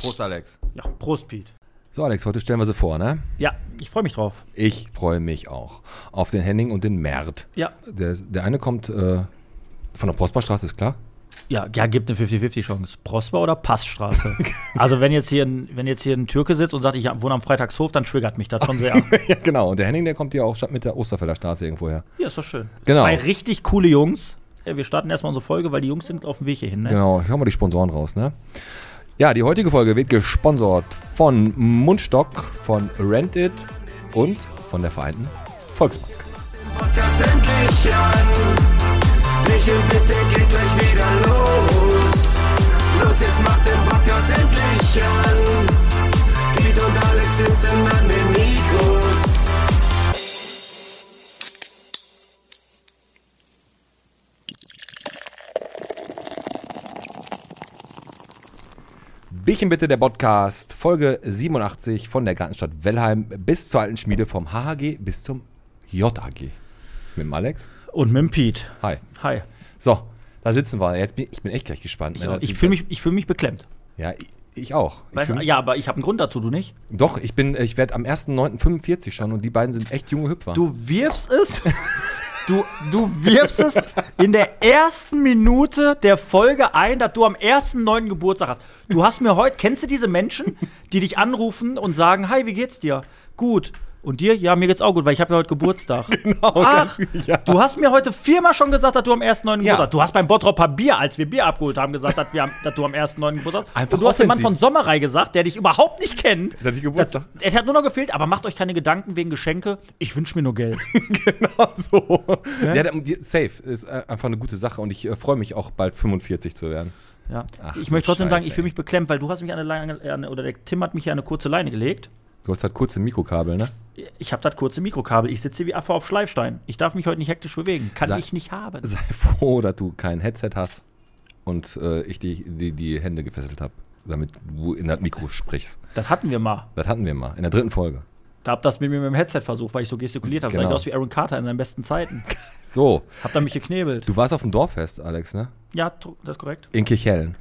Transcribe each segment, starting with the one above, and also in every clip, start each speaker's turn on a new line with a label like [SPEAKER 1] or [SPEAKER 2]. [SPEAKER 1] Prost, Alex.
[SPEAKER 2] Ja, Prost, Piet.
[SPEAKER 1] So, Alex, heute stellen wir sie vor, ne?
[SPEAKER 2] Ja, ich freue mich drauf.
[SPEAKER 1] Ich freue mich auch. Auf den Henning und den Mert.
[SPEAKER 2] Ja,
[SPEAKER 1] Der, der eine kommt äh, von der Prosperstraße, ist klar.
[SPEAKER 2] ja, ja gibt eine 50-50-Chance. Prosper oder Passstraße? also, wenn jetzt, hier ein, wenn jetzt hier ein Türke sitzt und sagt, ich wohne am Freitagshof, dann triggert mich das schon sehr.
[SPEAKER 1] ja, genau. Und der Henning, der kommt ja auch statt mit der Osterfelder Straße irgendwo her.
[SPEAKER 2] ja, ist doch schön.
[SPEAKER 1] Genau.
[SPEAKER 2] Zwei richtig coole Jungs. Ja, Wir starten erstmal unsere Folge, weil die Jungs sind auf dem Weg hierhin. Ne?
[SPEAKER 1] Genau, ich hau mal die Sponsoren raus, ne? Ja, die heutige Folge wird gesponsert von Mundstock, von Rentit und von der Vereinten Volksbank.
[SPEAKER 3] Macht das endlich an. Lächelt bitte, geht gleich wieder los. Los, jetzt macht den Podcast endlich an. Piet und Alex sitzen an den Mikros.
[SPEAKER 1] Bierchen bitte der Podcast, Folge 87 von der Gartenstadt Wellheim bis zur alten Schmiede vom HHG bis zum JAG. Mit dem Alex.
[SPEAKER 2] Und mit dem Piet.
[SPEAKER 1] Hi.
[SPEAKER 2] Hi.
[SPEAKER 1] So, da sitzen wir. Jetzt bin, ich bin echt gleich gespannt.
[SPEAKER 2] Ich,
[SPEAKER 1] ne?
[SPEAKER 2] ich fühle mich, ich fühl mich beklemmt.
[SPEAKER 1] Ja, ich, ich auch. Ich
[SPEAKER 2] Weißt
[SPEAKER 1] fühl
[SPEAKER 2] du,
[SPEAKER 1] mich,
[SPEAKER 2] ja, aber ich habe einen Grund dazu, du nicht?
[SPEAKER 1] Doch, ich bin, ich werde am 1.9.45 schon und die beiden sind echt junge Hüpfer.
[SPEAKER 2] Du wirfst es. Du, du wirfst es in der ersten Minute der Folge ein, dass du am ersten neuen Geburtstag hast. Du hast mir heute, kennst du diese Menschen, die dich anrufen und sagen, hi, wie geht's dir? Gut. Und dir? Ja, mir geht's auch gut, weil ich habe ja heute Geburtstag. Genau. Ach,
[SPEAKER 1] ganz- ja.
[SPEAKER 2] du hast mir heute viermal schon gesagt, dass du am ersten neuen
[SPEAKER 1] Ja.
[SPEAKER 2] Geburtstag hast. Du hast beim Bottropper Bier, als wir Bier abgeholt haben, gesagt, dass, wir am, dass du am ersten neuen Geburtstag hast.
[SPEAKER 1] Einfach
[SPEAKER 2] und du hast dem Mann von
[SPEAKER 1] offensiv.
[SPEAKER 2] Sommerei gesagt, der dich überhaupt nicht kennt.
[SPEAKER 1] Dass ich Geburtstag-
[SPEAKER 2] dass- Es hat nur noch gefehlt, aber macht euch keine Gedanken wegen Geschenke. Ich wünsche mir nur Geld.
[SPEAKER 1] genau so. Ja, da- die- safe. Ist äh, einfach eine gute Sache und ich äh, freue mich auch bald 45 zu werden.
[SPEAKER 2] Ja.
[SPEAKER 1] Ach,
[SPEAKER 2] ich
[SPEAKER 1] du
[SPEAKER 2] möchte trotzdem sagen,
[SPEAKER 1] Scheiße,
[SPEAKER 2] ich
[SPEAKER 1] ey.
[SPEAKER 2] fühle mich beklemmt, weil du hast mich an eine lange, an- oder der Tim hat mich hier an eine kurze Leine gelegt.
[SPEAKER 1] Du hast halt kurze Mikrokabel, ne?
[SPEAKER 2] Ich habe das kurze Mikrokabel. Ich sitze hier wie Affe auf Schleifstein. Ich darf mich heute nicht hektisch bewegen. Kann
[SPEAKER 1] Sag-
[SPEAKER 2] ich nicht haben.
[SPEAKER 1] Sei froh, dass du kein Headset hast und äh, ich die, die, die Hände gefesselt habe, damit du in das Mikro sprichst.
[SPEAKER 2] Das hatten wir mal.
[SPEAKER 1] Das hatten wir mal in der dritten Folge.
[SPEAKER 2] Da hab das mit mir mit dem Headset versucht, weil ich so gestikuliert habe. Sah ich
[SPEAKER 1] Genau.
[SPEAKER 2] aus wie Aaron Carter in seinen besten Zeiten.
[SPEAKER 1] So,
[SPEAKER 2] Hab da mich geknebelt.
[SPEAKER 1] du warst auf dem Dorffest, Alex, ne?
[SPEAKER 2] Ja, tr- das ist korrekt.
[SPEAKER 1] In Kirchhellen.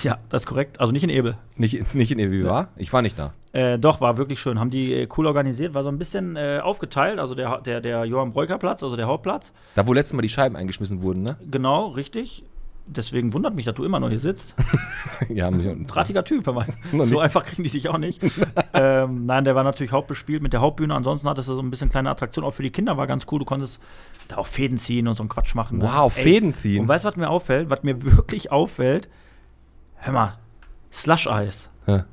[SPEAKER 2] Ja, das ist korrekt. Also nicht in Ebel.
[SPEAKER 1] Nicht, nicht in Ewi war? Ich war nicht da.
[SPEAKER 2] Äh, doch, war wirklich schön. Haben die äh, cool organisiert. War so ein bisschen äh, aufgeteilt. Also der, Ha- der, der Johann Breuker Platz, also der Hauptplatz.
[SPEAKER 1] Da, wo letztes Mal die Scheiben eingeschmissen wurden, ne?
[SPEAKER 2] Genau, richtig. Deswegen wundert mich, dass du immer noch hier sitzt.
[SPEAKER 1] Ja, mich unten.
[SPEAKER 2] drahtiger Typ. Aber
[SPEAKER 1] Noch
[SPEAKER 2] so
[SPEAKER 1] nicht.
[SPEAKER 2] einfach kriegen die dich auch nicht. ähm, nein, der war natürlich hauptbespielt mit der Hauptbühne. Ansonsten hattest du so ein bisschen kleine Attraktion. Auch für die Kinder war ganz cool. Du konntest da auch Fäden ziehen und so einen Quatsch machen. ne?
[SPEAKER 1] Wow,
[SPEAKER 2] Ey,
[SPEAKER 1] Fäden ziehen.
[SPEAKER 2] Und weißt du, was mir auffällt? Was mir wirklich auffällt? Hör mal, Slush-Eis.
[SPEAKER 1] Ja,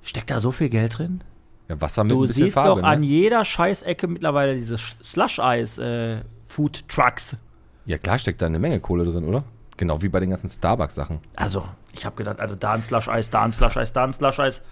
[SPEAKER 2] Steckt da so viel Geld drin?
[SPEAKER 1] Ja, Wasser mit
[SPEAKER 2] Du
[SPEAKER 1] ein bisschen
[SPEAKER 2] siehst
[SPEAKER 1] Farbe,
[SPEAKER 2] doch an
[SPEAKER 1] ne?
[SPEAKER 2] jeder Scheißecke mittlerweile diese äh, Slush-Eis-Food-Trucks.
[SPEAKER 1] Ja, klar steckt da eine Menge Kohle drin, oder? Genau wie bei den ganzen Starbucks-Sachen.
[SPEAKER 2] Also, ich habe gedacht, also da ein Slush-Eis, da ein Slush-Eis, da ein Slush-Eis.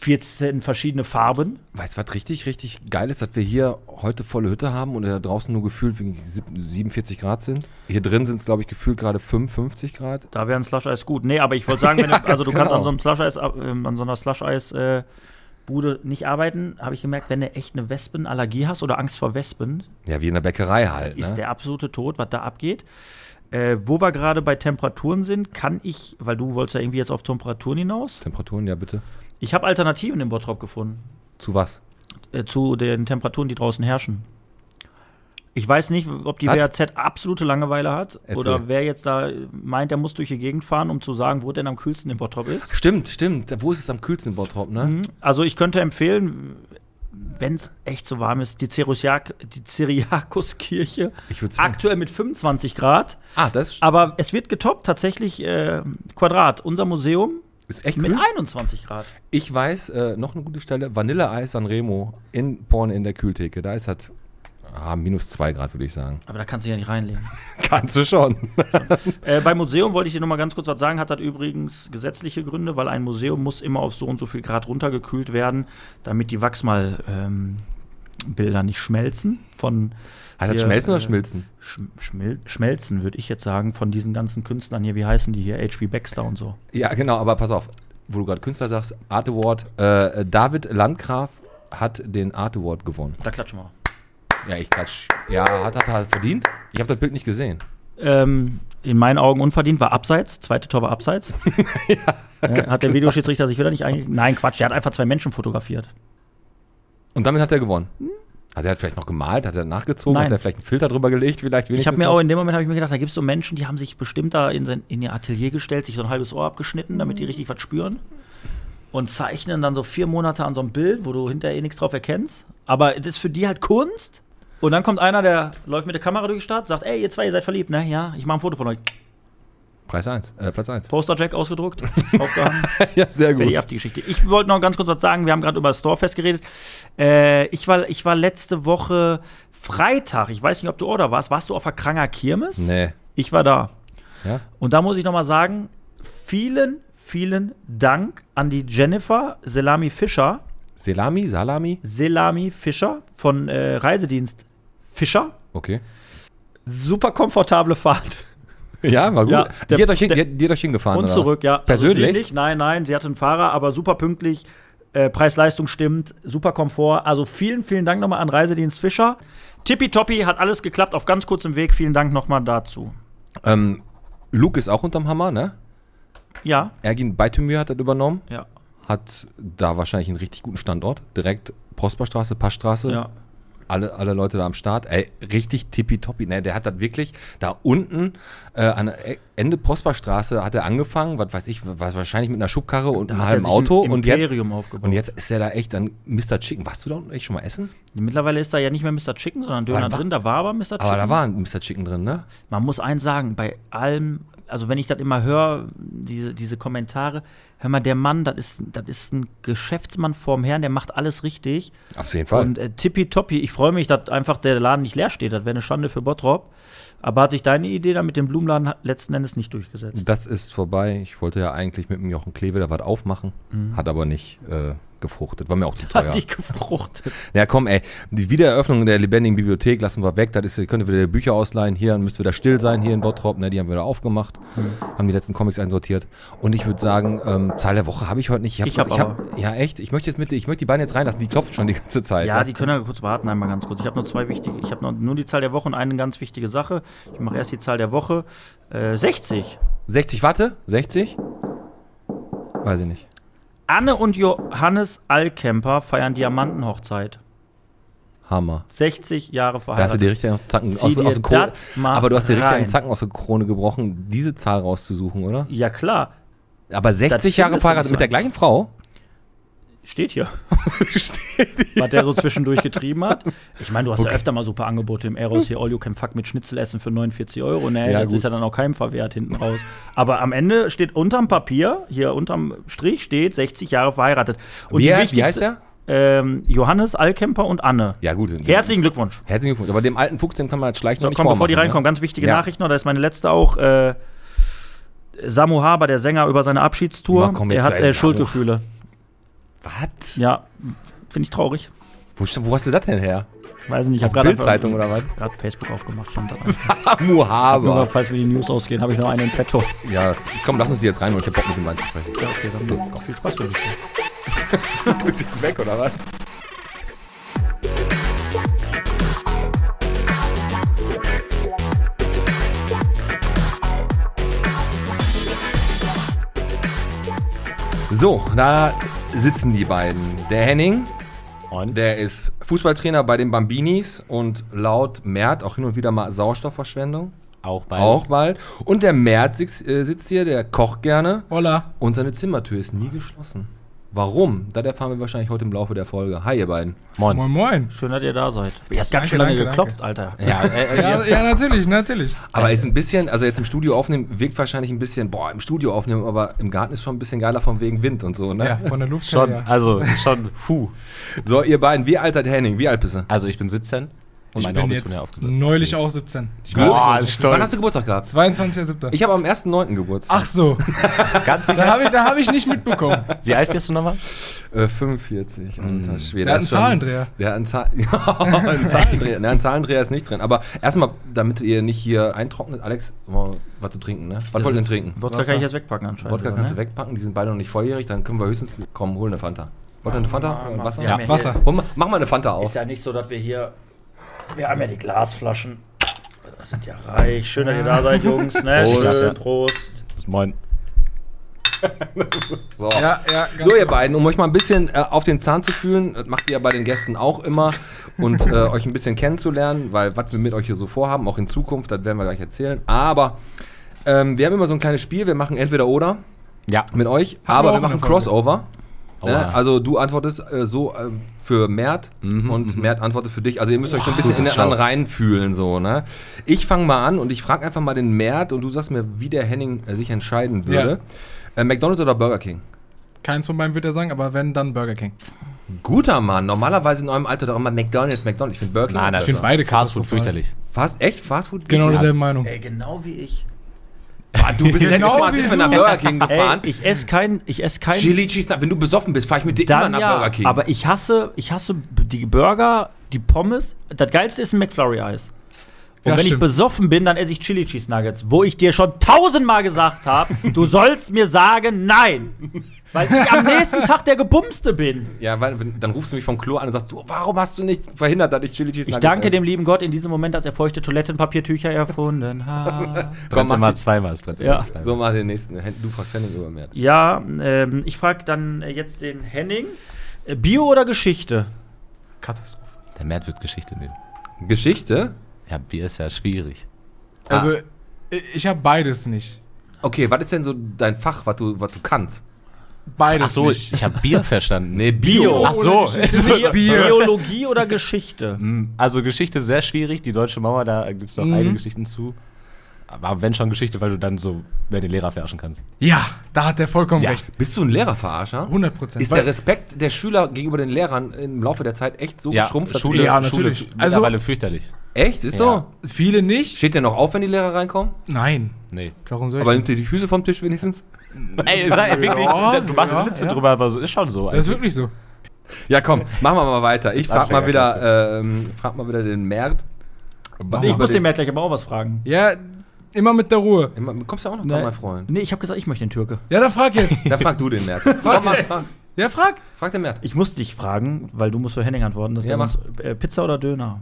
[SPEAKER 2] 14 verschiedene Farben.
[SPEAKER 1] Weißt du, was richtig, richtig geil ist, dass wir hier heute volle Hütte haben und da draußen nur gefühlt wie sieb- 47 Grad sind? Hier drin sind es, glaube ich, gefühlt gerade 55 Grad.
[SPEAKER 2] Da wäre ein Slush-Eis gut. Nee, aber ich wollte sagen, wenn
[SPEAKER 1] Ja,
[SPEAKER 2] du, also du
[SPEAKER 1] ganz
[SPEAKER 2] kannst an so
[SPEAKER 1] genau.
[SPEAKER 2] einem Slush-Eis, äh, ähm, an so einer Slush-Eis-Bude nicht arbeiten, habe ich gemerkt, wenn du echt eine Wespenallergie hast oder Angst vor Wespen,
[SPEAKER 1] Ja, wie in der Bäckerei halt,
[SPEAKER 2] ist
[SPEAKER 1] ne?
[SPEAKER 2] der absolute Tod, was da abgeht. Äh, wo wir gerade bei Temperaturen sind, kann ich, weil du wolltest ja irgendwie jetzt auf Temperaturen hinaus.
[SPEAKER 1] Temperaturen, ja bitte.
[SPEAKER 2] Ich habe Alternativen im Bottrop gefunden
[SPEAKER 1] Zu was?
[SPEAKER 2] äh, zu den Temperaturen, die draußen herrschen. Ich weiß nicht, ob die
[SPEAKER 1] Was?
[SPEAKER 2] WAZ absolute Langeweile hat
[SPEAKER 1] Erzähl.
[SPEAKER 2] oder wer jetzt da meint, der muss durch die Gegend fahren, um zu sagen, wo denn am kühlsten im Bottrop ist.
[SPEAKER 1] Stimmt, stimmt. Wo ist es am kühlsten in Bottrop, ne?
[SPEAKER 2] Also ich könnte empfehlen, wenn es echt so warm ist, die Cerusiak- die Cyriakuskirche.
[SPEAKER 1] Ich würde sagen.
[SPEAKER 2] Aktuell mit 25 Grad.
[SPEAKER 1] Ah, das
[SPEAKER 2] Aber es wird getoppt, tatsächlich äh, Quadrat, unser Museum
[SPEAKER 1] ist echt
[SPEAKER 2] mit
[SPEAKER 1] kühl.
[SPEAKER 2] 21 Grad.
[SPEAKER 1] Ich weiß, äh, noch eine gute Stelle, Vanilleeis an Remo in Porn in der Kühltheke. Da ist halt ah, minus 2 Grad, würde ich sagen.
[SPEAKER 2] Aber da kannst du dich ja nicht reinlegen.
[SPEAKER 1] Kannst du schon.
[SPEAKER 2] äh, beim Museum wollte ich dir noch mal ganz kurz was sagen, hat das übrigens gesetzliche Gründe, weil ein Museum muss immer auf so und so viel Grad runtergekühlt werden, damit die Wachsmal ähm, Bilder nicht schmelzen von
[SPEAKER 1] Heißt das
[SPEAKER 2] hier,
[SPEAKER 1] schmelzen oder
[SPEAKER 2] äh,
[SPEAKER 1] schmilzen?
[SPEAKER 2] Schm- Schmil schmelzen, würde ich jetzt sagen, von diesen ganzen Künstlern hier. Wie heißen die hier? H.P. Baxter und so.
[SPEAKER 1] Ja, genau, aber pass auf. Wo du gerade Künstler sagst, Art Award. Äh, David Landgraf hat den Art Award gewonnen.
[SPEAKER 2] Da klatschen wir.
[SPEAKER 1] Ja, ich klatsch. Ja, hat er halt verdient. Ich habe das Bild nicht gesehen.
[SPEAKER 2] Ähm, in meinen Augen unverdient war abseits. Zweite Tor war abseits. Ja,
[SPEAKER 1] genau.
[SPEAKER 2] hat der Videoschiedsrichter sich wieder nicht eigentlich. Nein, Quatsch, der hat einfach zwei Menschen fotografiert.
[SPEAKER 1] Und damit hat er gewonnen. Hm? Hat er vielleicht noch gemalt? Hat er nachgezogen?
[SPEAKER 2] Nein.
[SPEAKER 1] Hat er vielleicht einen Filter drüber gelegt? Vielleicht
[SPEAKER 2] Ich habe
[SPEAKER 1] wenigstens
[SPEAKER 2] mir
[SPEAKER 1] noch?
[SPEAKER 2] auch in dem Moment habe ich mir gedacht, da gibt es so Menschen, die haben sich bestimmt da in, sein, in ihr Atelier gestellt, sich so ein halbes Ohr abgeschnitten, damit die
[SPEAKER 1] Mhm.
[SPEAKER 2] richtig was spüren und zeichnen dann so vier Monate an so einem Bild, wo du hinterher eh nichts drauf erkennst. Aber das ist für die halt Kunst. Und dann kommt einer, der läuft mit der Kamera durch die Stadt, sagt, ey, ihr zwei, ihr seid verliebt, ne? Ja, ich mache ein Foto von euch.
[SPEAKER 1] Preis 1, äh, Platz 1.
[SPEAKER 2] Posterjack ausgedruckt, aufgehangen.
[SPEAKER 1] ja, sehr
[SPEAKER 2] Fertig ab die Geschichte. Ich wollte noch ganz kurz was sagen. Wir haben gerade über das Storefest geredet. Äh, ich, war, ich war letzte Woche Freitag. Ich weiß nicht, ob du auch da warst. Warst du auf der Kranger Kirmes?
[SPEAKER 1] Nee.
[SPEAKER 2] Ich war da.
[SPEAKER 1] Ja?
[SPEAKER 2] Und da muss ich nochmal sagen, vielen, vielen Dank an die Jennifer Selami Fischer.
[SPEAKER 1] Selami, Salami?
[SPEAKER 2] Selami Fischer von äh, Reisedienst Fischer.
[SPEAKER 1] Okay.
[SPEAKER 2] Super komfortable Fahrt.
[SPEAKER 1] Ja, war gut.
[SPEAKER 2] Ja, der-
[SPEAKER 1] die, hat euch hin,
[SPEAKER 2] der-
[SPEAKER 1] die, hat- die hat euch hingefahren.
[SPEAKER 2] Und
[SPEAKER 1] oder
[SPEAKER 2] zurück,
[SPEAKER 1] was?
[SPEAKER 2] ja.
[SPEAKER 1] Persönlich?
[SPEAKER 2] Also sie nicht, nein, nein, sie hatte einen Fahrer, aber super pünktlich. Äh, Preis-Leistung stimmt, super Komfort. Also vielen, vielen Dank nochmal an Reisedienst Fischer. Tippitoppi hat alles geklappt auf ganz kurzem Weg. Vielen Dank nochmal dazu.
[SPEAKER 1] Ähm, Luke ist auch unterm Hammer, ne?
[SPEAKER 2] Ja,
[SPEAKER 1] Ergin Beitemir hat das übernommen.
[SPEAKER 2] ja,
[SPEAKER 1] Hat da wahrscheinlich einen richtig guten Standort. Direkt Prosperstraße, Passstraße.
[SPEAKER 2] ja.
[SPEAKER 1] alle, alle Leute da am Start. Ey, richtig tippitoppi. Ne, der hat das wirklich da unten äh, an der E- Ende Prosperstraße hat er angefangen, was weiß ich, was wahrscheinlich mit einer Schubkarre und einem
[SPEAKER 2] hat er
[SPEAKER 1] halben
[SPEAKER 2] sich
[SPEAKER 1] Auto.
[SPEAKER 2] ein
[SPEAKER 1] und, jetzt,
[SPEAKER 2] Imperium aufgebaut.
[SPEAKER 1] und jetzt ist er da echt ein Mr. Chicken. Warst du da unten echt schon mal essen?
[SPEAKER 2] Mittlerweile ist da ja nicht mehr Mr. Chicken, sondern Döner
[SPEAKER 1] da war-
[SPEAKER 2] drin. Da war aber Mr. Chicken.
[SPEAKER 1] Aber da war ein Mr. Chicken drin, ne?
[SPEAKER 2] Man muss eins sagen, bei allem, also wenn ich das immer höre, diese, diese Kommentare, hör mal, der Mann, das ist, das ist ein Geschäftsmann vorm Herrn, der macht alles richtig.
[SPEAKER 1] Auf jeden
[SPEAKER 2] Und äh, tippitoppi, ich freue mich, dass einfach der Laden nicht leer steht. Das wäre eine Schande für Bottrop. Aber hat sich deine Idee da mit dem Blumenladen ha- letzten Endes nicht durchgesetzt?
[SPEAKER 1] das ist vorbei. Ich wollte ja eigentlich mit dem Jochen Kleve da was aufmachen, hat aber nicht äh, gefruchtet. War mir auch zu teuer.
[SPEAKER 2] Mhm. Hat dich gefruchtet.
[SPEAKER 1] Ja, komm, ey. Die Wiedereröffnung der lebendigen Bibliothek lassen wir weg. Das ist, könnt ihr wieder Bücher ausleihen. Hier dann müsst ihr wieder still sein, hier in Bottrop. Ne, die haben wir wieder aufgemacht.
[SPEAKER 2] Mhm.
[SPEAKER 1] Haben die letzten Comics einsortiert. Und ich würde sagen, ähm, Zahl der Woche habe ich heute nicht.
[SPEAKER 2] Ich hab
[SPEAKER 1] Ja, echt. Ich möchte jetzt mit, ich möchte die beiden jetzt reinlassen. Die klopfen schon die ganze Zeit.
[SPEAKER 2] Ja,
[SPEAKER 1] Lass-
[SPEAKER 2] Sie können ja kurz warten, einmal ganz kurz. Ich habe noch zwei wichtige. Ich habe noch nur die Zahl der Woche und eine ganz wichtige Sache. Ich mache erst die Zahl der Woche. Äh, 60.
[SPEAKER 1] 60 Watte? 60? Weiß ich nicht.
[SPEAKER 2] Anne und Johannes Allkemper feiern Diamantenhochzeit.
[SPEAKER 1] Hammer.
[SPEAKER 2] 60
[SPEAKER 1] Da
[SPEAKER 2] Jahre
[SPEAKER 1] hast du
[SPEAKER 2] verheiratet.
[SPEAKER 1] dir richtig aus, dem Zacken,
[SPEAKER 2] Zieh
[SPEAKER 1] aus, aus
[SPEAKER 2] dir
[SPEAKER 1] dem Krone,
[SPEAKER 2] das mal
[SPEAKER 1] Aber du hast dir richtig
[SPEAKER 2] rein.
[SPEAKER 1] einen Zacken aus der Krone gebrochen, diese Zahl rauszusuchen, oder?
[SPEAKER 2] ja, klar.
[SPEAKER 1] Aber 60 Jahre
[SPEAKER 2] findest du
[SPEAKER 1] verheiratet
[SPEAKER 2] nicht
[SPEAKER 1] mit
[SPEAKER 2] so
[SPEAKER 1] der gleichen Frau?
[SPEAKER 2] Steht hier. Steht hier. Was der so zwischendurch getrieben hat. Ich meine, du hast ja öfter mal super Angebote im Eros hier, All You Can Fuck mit Schnitzelessen für 49 Euro. Nee,
[SPEAKER 1] Ja,
[SPEAKER 2] das
[SPEAKER 1] gut.
[SPEAKER 2] ist ja dann auch keinem verwehrt hinten raus. Aber am Ende steht unterm Papier, hier unterm Strich steht 60 Jahre verheiratet. Und
[SPEAKER 1] Wie,
[SPEAKER 2] die
[SPEAKER 1] wie heißt
[SPEAKER 2] wichtigste-
[SPEAKER 1] der?
[SPEAKER 2] Ähm, Johannes, Allkemper und Anne.
[SPEAKER 1] Ja, gut.
[SPEAKER 2] Herzlichen Glückwunsch.
[SPEAKER 1] Herzlichen Glückwunsch. Aber dem alten Fuchs, dem kann man jetzt schlecht noch
[SPEAKER 2] So,
[SPEAKER 1] nicht
[SPEAKER 2] komm, bevor die
[SPEAKER 1] vormachen,
[SPEAKER 2] reinkommen,
[SPEAKER 1] ne?
[SPEAKER 2] ganz wichtige
[SPEAKER 1] Ja.
[SPEAKER 2] Nachricht noch. Da ist meine letzte auch. Äh, Samu Haber, der Sänger, über seine Abschiedstour.
[SPEAKER 1] Na, komm,
[SPEAKER 2] er
[SPEAKER 1] jetzt
[SPEAKER 2] hat
[SPEAKER 1] zu Ende,
[SPEAKER 2] äh, Schuldgefühle.
[SPEAKER 1] Was?
[SPEAKER 2] Ja, finde ich traurig.
[SPEAKER 1] Wo, wo hast du das denn her?
[SPEAKER 2] Weiß nicht, ich
[SPEAKER 1] Aus
[SPEAKER 2] habe gerade
[SPEAKER 1] Bild-Zeitung oder was?
[SPEAKER 2] Gerade Facebook aufgemacht, stand da.
[SPEAKER 1] Amu
[SPEAKER 2] Aber
[SPEAKER 1] Haber.
[SPEAKER 2] falls wir die News ausgehen, habe ich noch einen in petto.
[SPEAKER 1] Ja, komm, lass uns die jetzt rein, weil ich hab Bock mit dem Wein zu sprechen.
[SPEAKER 2] Ja, okay, dann viel Spaß für dich.
[SPEAKER 1] Bist du jetzt weg oder was? So, da sitzen die beiden. Der Henning, der ist Fußballtrainer bei den Bambinis und laut Mert auch hin und wieder mal Sauerstoffverschwendung.
[SPEAKER 4] Auch beides.
[SPEAKER 1] Auch bald. Und der Mert sitzt, äh, sitzt hier, der kocht gerne.
[SPEAKER 4] Holla.
[SPEAKER 1] Und seine Zimmertür ist nie geschlossen. Warum? Das erfahren wir wahrscheinlich heute im Laufe der Folge. Hi, ihr beiden.
[SPEAKER 4] Moin, moin.
[SPEAKER 2] Schön, dass ihr da seid. Ihr habt
[SPEAKER 4] Danke,
[SPEAKER 2] ganz schön lange
[SPEAKER 4] danke,
[SPEAKER 2] geklopft, Alter.
[SPEAKER 1] Ja,
[SPEAKER 4] Ja, ja, natürlich, natürlich.
[SPEAKER 1] aber ist ein bisschen, also jetzt im Studio aufnehmen, wirkt wahrscheinlich ein bisschen, boah, im Studio aufnehmen, aber im Garten ist schon ein bisschen geiler von wegen Wind und so, ne?
[SPEAKER 4] Ja, von der Luft
[SPEAKER 5] Schon,
[SPEAKER 4] her, ja.
[SPEAKER 5] also schon, puh.
[SPEAKER 1] So, ihr beiden, wie alt seid ihr, Henning? Wie alt bist du?
[SPEAKER 5] Also ich bin 17 und
[SPEAKER 4] Ich bin jetzt neulich auch 17. Ich
[SPEAKER 5] Boah,
[SPEAKER 4] weiß nicht,
[SPEAKER 1] Wann
[SPEAKER 5] stolz.
[SPEAKER 1] hast du Geburtstag gehabt?
[SPEAKER 4] 22.07.
[SPEAKER 1] Ich habe am 1.9. Geburtstag.
[SPEAKER 4] Ach so,
[SPEAKER 5] Ganz
[SPEAKER 4] da
[SPEAKER 5] sicher.
[SPEAKER 4] habe ich, da hab ich nicht mitbekommen.
[SPEAKER 5] Wie alt wirst du nochmal?
[SPEAKER 1] Äh, 45,
[SPEAKER 2] Hm.
[SPEAKER 1] alter Schwede.
[SPEAKER 4] Der hat
[SPEAKER 1] Das ist
[SPEAKER 4] einen
[SPEAKER 1] schon-
[SPEAKER 4] Zahlendreher.
[SPEAKER 1] Der hat einen, Zahl einen Zahlendreher. Nein, ein Zahlendreher ist nicht drin. Aber erstmal, damit ihr nicht hier eintrocknet, Alex, mal was zu trinken, ne? Was wollt ihr denn trinken?
[SPEAKER 2] Wodka
[SPEAKER 4] Wasser.
[SPEAKER 2] kann ich jetzt wegpacken anscheinend. ne?
[SPEAKER 1] Wodka kannst du wegpacken, die sind beide noch nicht volljährig, dann können wir höchstens kommen, holen eine Fanta. Wollt ihr eine Fanta? Äh, Wasser?
[SPEAKER 2] Ja.
[SPEAKER 1] Ja.
[SPEAKER 4] Wasser.
[SPEAKER 1] Hol, ma- mach mal eine Fanta auf.
[SPEAKER 2] Ist ja nicht so, dass wir hier. Wir haben ja die Glasflaschen. Das sind ja reich. Schön, dass ihr da seid, Jungs. Ne?
[SPEAKER 5] Prost.
[SPEAKER 2] Schön, Prost.
[SPEAKER 5] Moin.
[SPEAKER 1] So.
[SPEAKER 4] Ja, ja, ganz genau.
[SPEAKER 1] So, ihr beiden, um euch mal ein bisschen äh, auf den Zahn zu fühlen, das macht ihr ja bei den Gästen auch immer, und äh, euch ein bisschen kennenzulernen, weil was wir mit euch hier so vorhaben, auch in Zukunft, das werden wir gleich erzählen. Aber ähm, wir haben immer so ein kleines Spiel, wir machen entweder oder
[SPEAKER 5] Ja.
[SPEAKER 1] mit euch,
[SPEAKER 4] wir
[SPEAKER 1] aber
[SPEAKER 4] auch
[SPEAKER 1] wir
[SPEAKER 4] in
[SPEAKER 1] machen
[SPEAKER 4] der Folge. Oh,
[SPEAKER 1] Crossover. Ne?
[SPEAKER 5] Aua.
[SPEAKER 1] Also du antwortest äh, so ähm, für Mert
[SPEAKER 4] Mhm,
[SPEAKER 1] und Mert antwortet für dich. Also ihr müsst euch so ein bisschen in den
[SPEAKER 5] Schau.
[SPEAKER 1] anderen reinfühlen. So, ne? Ich fange mal an und ich frage einfach mal den Mert und du sagst mir, wie der Henning äh, sich entscheiden würde. Äh, McDonald's oder Burger King?
[SPEAKER 4] Keins von beiden wird er sagen, aber wenn, dann Burger King.
[SPEAKER 1] Guter Mann. Normalerweise in eurem Alter doch immer McDonald's, McDonald's. Ich finde Burger King.
[SPEAKER 5] Nein,
[SPEAKER 1] auch
[SPEAKER 5] das
[SPEAKER 1] besser.
[SPEAKER 4] find beide
[SPEAKER 5] Fast Food
[SPEAKER 4] katastrophal.
[SPEAKER 5] fürchterlich.
[SPEAKER 1] Fast, echt? Fastfood?
[SPEAKER 4] Genau
[SPEAKER 1] Ja.
[SPEAKER 4] dieselbe Meinung.
[SPEAKER 2] Ey, genau wie ich.
[SPEAKER 1] Ah, du bist
[SPEAKER 4] Genau
[SPEAKER 1] letztes Mal
[SPEAKER 4] wie
[SPEAKER 1] sind wir
[SPEAKER 4] du.
[SPEAKER 1] nach Burger King
[SPEAKER 2] Ey,
[SPEAKER 1] gefahren.
[SPEAKER 2] ich esse kein, ich esse kein
[SPEAKER 1] Chili Cheese, wenn du besoffen bist, fahre ich mit dir
[SPEAKER 2] dann
[SPEAKER 1] immer nach
[SPEAKER 2] ja,
[SPEAKER 1] Burger King.
[SPEAKER 2] aber ich hasse, ich hasse die Burger, die Pommes. Das geilste ist ein McFlurry Eis. Und
[SPEAKER 4] Ja,
[SPEAKER 2] wenn ich
[SPEAKER 4] stimmt.
[SPEAKER 2] besoffen bin, dann esse ich Chili Cheese Nuggets, wo ich dir schon tausendmal gesagt habe, du sollst mir sagen, nein, weil ich am nächsten Tag der gebumste bin.
[SPEAKER 1] ja, weil wenn- dann rufst du mich vom Klo an und sagst, du, warum hast du nicht verhindert, dass ich Chili Cheese
[SPEAKER 2] Ich
[SPEAKER 1] Nuggets
[SPEAKER 2] danke
[SPEAKER 1] esse?
[SPEAKER 2] dem lieben Gott in diesem Moment, dass er feuchte Toilettenpapiertücher erfunden hat.
[SPEAKER 1] Komm,
[SPEAKER 5] Brennt
[SPEAKER 1] mach
[SPEAKER 5] immer
[SPEAKER 1] die-
[SPEAKER 5] zweimal. Es brennt
[SPEAKER 2] Ja.
[SPEAKER 5] immer zweimal.
[SPEAKER 1] So, mal den nächsten. Du fragst Henning über mehr.
[SPEAKER 2] Ja, ähm, ich frage dann äh, jetzt den Henning. Äh, Bio oder Geschichte?
[SPEAKER 4] Katastrophe.
[SPEAKER 5] Der Mert wird Geschichte nehmen.
[SPEAKER 1] Geschichte?
[SPEAKER 5] Ja, Bier ist ja schwierig.
[SPEAKER 4] Also, ich, ich habe beides nicht.
[SPEAKER 1] Okay, was ist denn so dein Fach, was du, was du kannst?
[SPEAKER 4] Beides
[SPEAKER 5] Ach so, ich,
[SPEAKER 4] nicht.
[SPEAKER 5] ich habe Bier verstanden.
[SPEAKER 1] Nee, Bio.
[SPEAKER 5] Ach so.
[SPEAKER 2] Bio Biologie oder Geschichte?
[SPEAKER 5] Hm, Also Geschichte ist sehr schwierig. Die deutsche Mauer, da gibt es noch
[SPEAKER 4] Mhm.
[SPEAKER 5] einige Geschichten zu. Aber wenn schon Geschichte, weil du dann so mehr den Lehrer verarschen kannst.
[SPEAKER 4] Ja, da hat er vollkommen recht.
[SPEAKER 1] Bist du ein Lehrerverarscher?
[SPEAKER 4] 100 Prozent.
[SPEAKER 1] Ist der Respekt der Schüler gegenüber den Lehrern im Laufe der Zeit echt so geschrumpft? dass-
[SPEAKER 5] Schule,
[SPEAKER 4] Ja,
[SPEAKER 5] Schule
[SPEAKER 4] natürlich.
[SPEAKER 5] f-
[SPEAKER 4] Also-
[SPEAKER 5] mittlerweile fürchterlich.
[SPEAKER 1] Echt? Ist
[SPEAKER 5] Ja.
[SPEAKER 1] so?
[SPEAKER 4] Viele nicht.
[SPEAKER 1] Steht der noch auf, wenn die Lehrer reinkommen?
[SPEAKER 4] Nein.
[SPEAKER 5] Nee.
[SPEAKER 4] Warum soll ich
[SPEAKER 1] Aber nimmt ihr die Füße vom Tisch wenigstens?
[SPEAKER 5] Ey, sei, wirklich,
[SPEAKER 4] Ja,
[SPEAKER 5] du machst
[SPEAKER 4] ja,
[SPEAKER 5] jetzt Witze
[SPEAKER 4] ja.
[SPEAKER 5] drüber, aber so ist schon so.
[SPEAKER 4] Das ist wirklich so.
[SPEAKER 1] Ja, komm, machen wir mal weiter. Ich frag mal wieder,
[SPEAKER 5] Anfängerklasse.
[SPEAKER 1] ähm, frag mal wieder den Mert.
[SPEAKER 2] Nee, ich muss dem
[SPEAKER 1] Mert.
[SPEAKER 2] Mert gleich aber auch was fragen.
[SPEAKER 4] Ja, immer mit der Ruhe.
[SPEAKER 1] Kommst du auch noch dran, mein Freund?
[SPEAKER 2] Nee, ich habe gesagt, ich möchte den Türke.
[SPEAKER 4] Ja, dann frag jetzt.
[SPEAKER 1] Dann frag du den Mert. Frag, mal, frag,
[SPEAKER 4] Ja, frag.
[SPEAKER 1] frag den Mert.
[SPEAKER 2] Ich muss dich fragen, weil du musst für Henning antworten. Das
[SPEAKER 1] Ja,
[SPEAKER 2] wär
[SPEAKER 1] mach.
[SPEAKER 2] sonst, äh, Pizza oder Döner?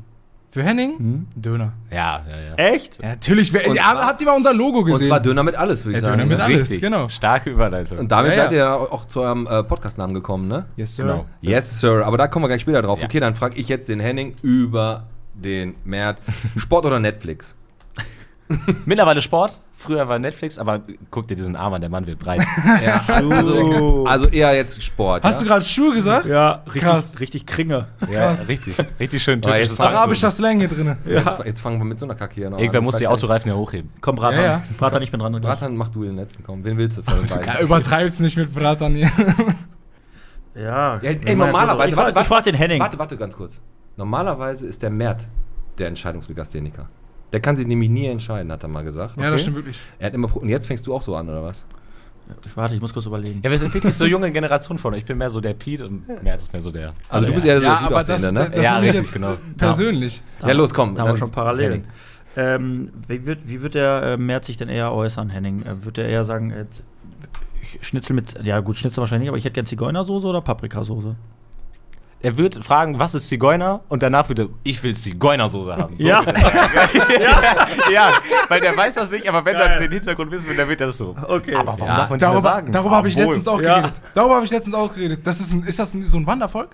[SPEAKER 4] Für Henning? Döner.
[SPEAKER 5] Ja, ja, ja.
[SPEAKER 2] Echt?
[SPEAKER 4] Ja, natürlich. Wer,
[SPEAKER 1] Hm? Und
[SPEAKER 4] ja,
[SPEAKER 1] zwar-
[SPEAKER 4] habt ihr mal unser Logo
[SPEAKER 1] Und
[SPEAKER 4] gesehen?
[SPEAKER 1] zwar Döner mit alles, würde ich
[SPEAKER 4] Ja,
[SPEAKER 1] sagen.
[SPEAKER 4] Döner mit
[SPEAKER 1] ne?
[SPEAKER 4] alles, genau.
[SPEAKER 5] Starke Überleitung.
[SPEAKER 1] Und damit
[SPEAKER 4] Ja, ja.
[SPEAKER 1] seid ihr dann auch zu eurem äh, Podcastnamen gekommen, ne?
[SPEAKER 4] yes, sir.
[SPEAKER 5] genau.
[SPEAKER 1] Yes, Sir. Aber da kommen wir gleich später drauf.
[SPEAKER 5] Ja.
[SPEAKER 1] Okay, dann frage ich jetzt den Henning über den Mert. Sport oder Netflix?
[SPEAKER 5] Mittlerweile Sport. Früher war Netflix, aber guck dir diesen Arm an, der Mann wird breit.
[SPEAKER 1] Ja, also, also eher jetzt Sport.
[SPEAKER 4] Hast du
[SPEAKER 1] ja?
[SPEAKER 4] gerade Schuhe gesagt?
[SPEAKER 2] Ja, richtig,
[SPEAKER 4] Krass.
[SPEAKER 2] richtig Kringe.
[SPEAKER 5] ja,
[SPEAKER 4] Krass.
[SPEAKER 5] richtig. Richtig schön
[SPEAKER 1] Aber
[SPEAKER 5] türkisches
[SPEAKER 1] jetzt mach-
[SPEAKER 5] Wachtum.
[SPEAKER 4] Arabischer Slang hier drin.
[SPEAKER 1] jetzt, jetzt fangen wir mit so einer Kacke hier noch
[SPEAKER 5] Irgendwer
[SPEAKER 1] an.
[SPEAKER 5] muss die
[SPEAKER 1] Ich weiß gar nicht.
[SPEAKER 5] Autoreifen ja hochheben.
[SPEAKER 2] Komm, Bratan.
[SPEAKER 4] Ja, ja.
[SPEAKER 2] Bratan, ich bin dran. gleich.
[SPEAKER 1] Bratan, mach du den letzten, komm. Wen willst du von den
[SPEAKER 4] Ja,
[SPEAKER 1] beiden?
[SPEAKER 4] übertreib's nicht mit Bratan hier.
[SPEAKER 2] Ja.
[SPEAKER 1] ey, normalerweise- warte,
[SPEAKER 2] Ich frage
[SPEAKER 1] warte.
[SPEAKER 2] frag den Henning.
[SPEAKER 1] Warte, warte, ganz kurz. Normalerweise ist der Mert der Entscheidungslegastheniker. Der kann sich nämlich nie entscheiden, hat er mal gesagt.
[SPEAKER 4] Ja, Ah, das stimmt wirklich.
[SPEAKER 1] Er hat immer Pro- und jetzt fängst du auch so an, oder was?
[SPEAKER 2] Ich, warte, ich muss kurz überlegen.
[SPEAKER 5] Ja, wir sind wirklich so junge Generation von euch. Ich bin mehr so der Pete und Mert ist mehr so der.
[SPEAKER 1] Also du bist
[SPEAKER 5] ja.
[SPEAKER 1] eher so
[SPEAKER 4] Ja,
[SPEAKER 1] der
[SPEAKER 4] aber das, das,
[SPEAKER 1] Gutaussehende,
[SPEAKER 4] das
[SPEAKER 5] Ja,
[SPEAKER 4] nehme ich
[SPEAKER 5] richtig,
[SPEAKER 4] jetzt
[SPEAKER 5] genau.
[SPEAKER 4] äh, persönlich.
[SPEAKER 1] ne? Ja, los, komm,
[SPEAKER 2] Da haben wir
[SPEAKER 1] dann
[SPEAKER 2] schon parallel.
[SPEAKER 1] Henning.
[SPEAKER 2] Ähm, wie, wird, wie wird der äh, Mert sich denn eher äußern, Henning? Äh, wird er eher sagen, äh, ich schnitzel mit, ja gut, schnitzel wahrscheinlich nicht, aber ich hätte gern Zigeunersoße oder Paprikasoße?
[SPEAKER 5] Er wird fragen, was ist Zigeuner? Und danach wird er, ich will Zigeunersoße haben. So
[SPEAKER 2] Ja.
[SPEAKER 5] wird er- ja. ja, weil der weiß das nicht, aber wenn er
[SPEAKER 2] Geil.
[SPEAKER 5] den Hintergrund wissen will, dann wird er das so.
[SPEAKER 2] Okay.
[SPEAKER 5] Aber warum darf man das
[SPEAKER 4] Darüber,
[SPEAKER 5] sagen?
[SPEAKER 4] darüber habe ich
[SPEAKER 5] Obwohl.
[SPEAKER 4] letztens auch
[SPEAKER 2] Ja.
[SPEAKER 4] geredet. Darüber habe ich letztens auch geredet. Das ist, ein, ist das ein, so ein Wandervolk?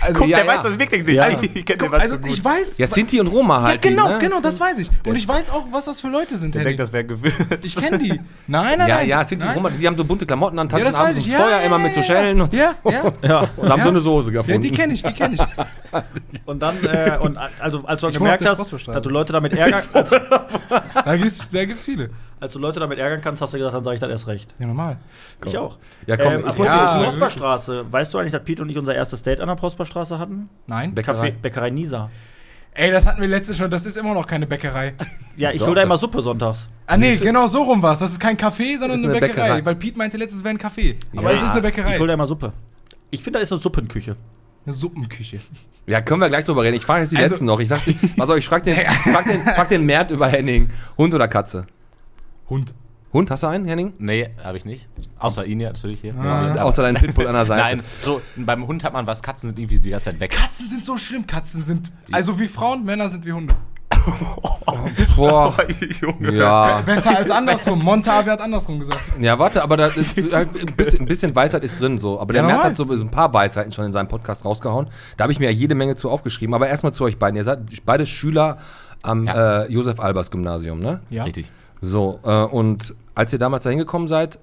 [SPEAKER 4] Also,
[SPEAKER 5] Guck,
[SPEAKER 1] Ja,
[SPEAKER 5] der
[SPEAKER 1] ja.
[SPEAKER 5] weiß das wirklich nicht.
[SPEAKER 4] Ja.
[SPEAKER 5] Also, ich kenn den
[SPEAKER 4] guck,
[SPEAKER 5] Mann
[SPEAKER 4] also
[SPEAKER 5] zu gut.
[SPEAKER 4] ich weiß.
[SPEAKER 1] Ja, Sinti und Roma
[SPEAKER 4] ja
[SPEAKER 1] halt.
[SPEAKER 4] genau,
[SPEAKER 1] die, ne?
[SPEAKER 4] genau, das weiß ich. Und ich weiß auch, was das für Leute sind,
[SPEAKER 5] Ich
[SPEAKER 4] Henning.
[SPEAKER 5] denke, das wäre gewürzt.
[SPEAKER 4] Ich kenne die. Nein, nein,
[SPEAKER 1] Ja,
[SPEAKER 4] nein.
[SPEAKER 1] ja, Sinti und
[SPEAKER 4] nein.
[SPEAKER 1] Roma, die haben so bunte Klamotten an,
[SPEAKER 4] Ja,
[SPEAKER 1] tanzen
[SPEAKER 4] das
[SPEAKER 1] abends
[SPEAKER 4] weiß
[SPEAKER 1] ums
[SPEAKER 4] ich. Ja,
[SPEAKER 1] Feuer
[SPEAKER 4] ja,
[SPEAKER 1] immer
[SPEAKER 4] ja,
[SPEAKER 1] mit so
[SPEAKER 4] ja.
[SPEAKER 1] Schellen und,
[SPEAKER 4] Ja, ja.
[SPEAKER 2] Ja.
[SPEAKER 1] und haben
[SPEAKER 4] Ja.
[SPEAKER 1] so eine Soße gefunden.
[SPEAKER 4] Ja, die kenne ich, die kenne ich.
[SPEAKER 2] Und dann, äh, und a- also als du dann
[SPEAKER 4] Ich wohne auf
[SPEAKER 2] gemerkt
[SPEAKER 4] der
[SPEAKER 2] hast,
[SPEAKER 4] Prosperstraße.
[SPEAKER 2] als du Leute damit ärgern, als,
[SPEAKER 4] Da gibt's, da gibt's viele.
[SPEAKER 2] als du Leute damit ärgern kannst, hast du gesagt, dann sage ich das erst recht.
[SPEAKER 4] Ja, normal.
[SPEAKER 2] Ich auch.
[SPEAKER 1] Ja, also komm,
[SPEAKER 4] Äh,
[SPEAKER 2] ähm,
[SPEAKER 1] ich-
[SPEAKER 2] apropos
[SPEAKER 4] ja.
[SPEAKER 2] die Prosperstraße. Weißt du eigentlich, dass Pete und ich unser erstes Date an der Prosperstraße hatten?
[SPEAKER 4] Nein.
[SPEAKER 2] Café,
[SPEAKER 1] Bäckerei.
[SPEAKER 2] Bäckerei Nisa.
[SPEAKER 4] Ey, das hatten wir letztes schon. Das ist immer noch keine Bäckerei.
[SPEAKER 2] Ja, ich
[SPEAKER 1] Doch,
[SPEAKER 2] hol da
[SPEAKER 1] das-
[SPEAKER 2] immer Suppe sonntags.
[SPEAKER 4] Ah, nee, genau so rum war's. Das ist kein Café, sondern
[SPEAKER 1] Ist
[SPEAKER 4] eine,
[SPEAKER 1] eine
[SPEAKER 4] Bäckerei.
[SPEAKER 1] Bäckerei.
[SPEAKER 4] Weil Pete meinte letztes wäre ein Café. Aber
[SPEAKER 1] Ja.
[SPEAKER 4] es ist eine
[SPEAKER 2] Ich hol
[SPEAKER 4] Bäckerei.
[SPEAKER 2] da immer Suppe. Ich finde, da ist eine Suppenküche.
[SPEAKER 4] Eine Suppenküche.
[SPEAKER 1] Ja, können wir gleich drüber reden. Ich frage jetzt die
[SPEAKER 4] Also-
[SPEAKER 1] letzten noch. Ich dachte, pass auf, ich frage den, frag den, frag den Mert über Henning. Hund oder Katze?
[SPEAKER 4] Hund.
[SPEAKER 1] Hund, hast du einen, Henning?
[SPEAKER 5] Nee, habe ich nicht. Außer ihn ja natürlich hier.
[SPEAKER 4] Ah.
[SPEAKER 5] Aber-
[SPEAKER 1] Außer deinen Pitbull an der Seite.
[SPEAKER 5] Nein, so, beim Hund hat man was, Katzen sind irgendwie die ganze Zeit halt weg.
[SPEAKER 4] Katzen sind so schlimm. Katzen sind. Also wie Frauen, Männer sind wie Hunde.
[SPEAKER 1] Boah.
[SPEAKER 5] Oh, Junge.
[SPEAKER 1] Ja.
[SPEAKER 4] Besser als andersrum. Montavi hat andersrum gesagt.
[SPEAKER 1] ja, warte, aber da ist halt ein, bisschen, ein bisschen Weisheit ist drin so. Aber der
[SPEAKER 4] Ja,
[SPEAKER 1] Mert
[SPEAKER 4] normal.
[SPEAKER 1] hat so ein paar Weisheiten schon in seinem Podcast rausgehauen. Da habe ich mir ja jede Menge zu aufgeschrieben. Aber erstmal zu euch beiden. Ihr seid beide Schüler am
[SPEAKER 5] Ja.
[SPEAKER 1] äh, Josef-Albers-Gymnasium, ne?
[SPEAKER 4] Ja.
[SPEAKER 5] Richtig.
[SPEAKER 1] So, äh, und als ihr damals da hingekommen seid,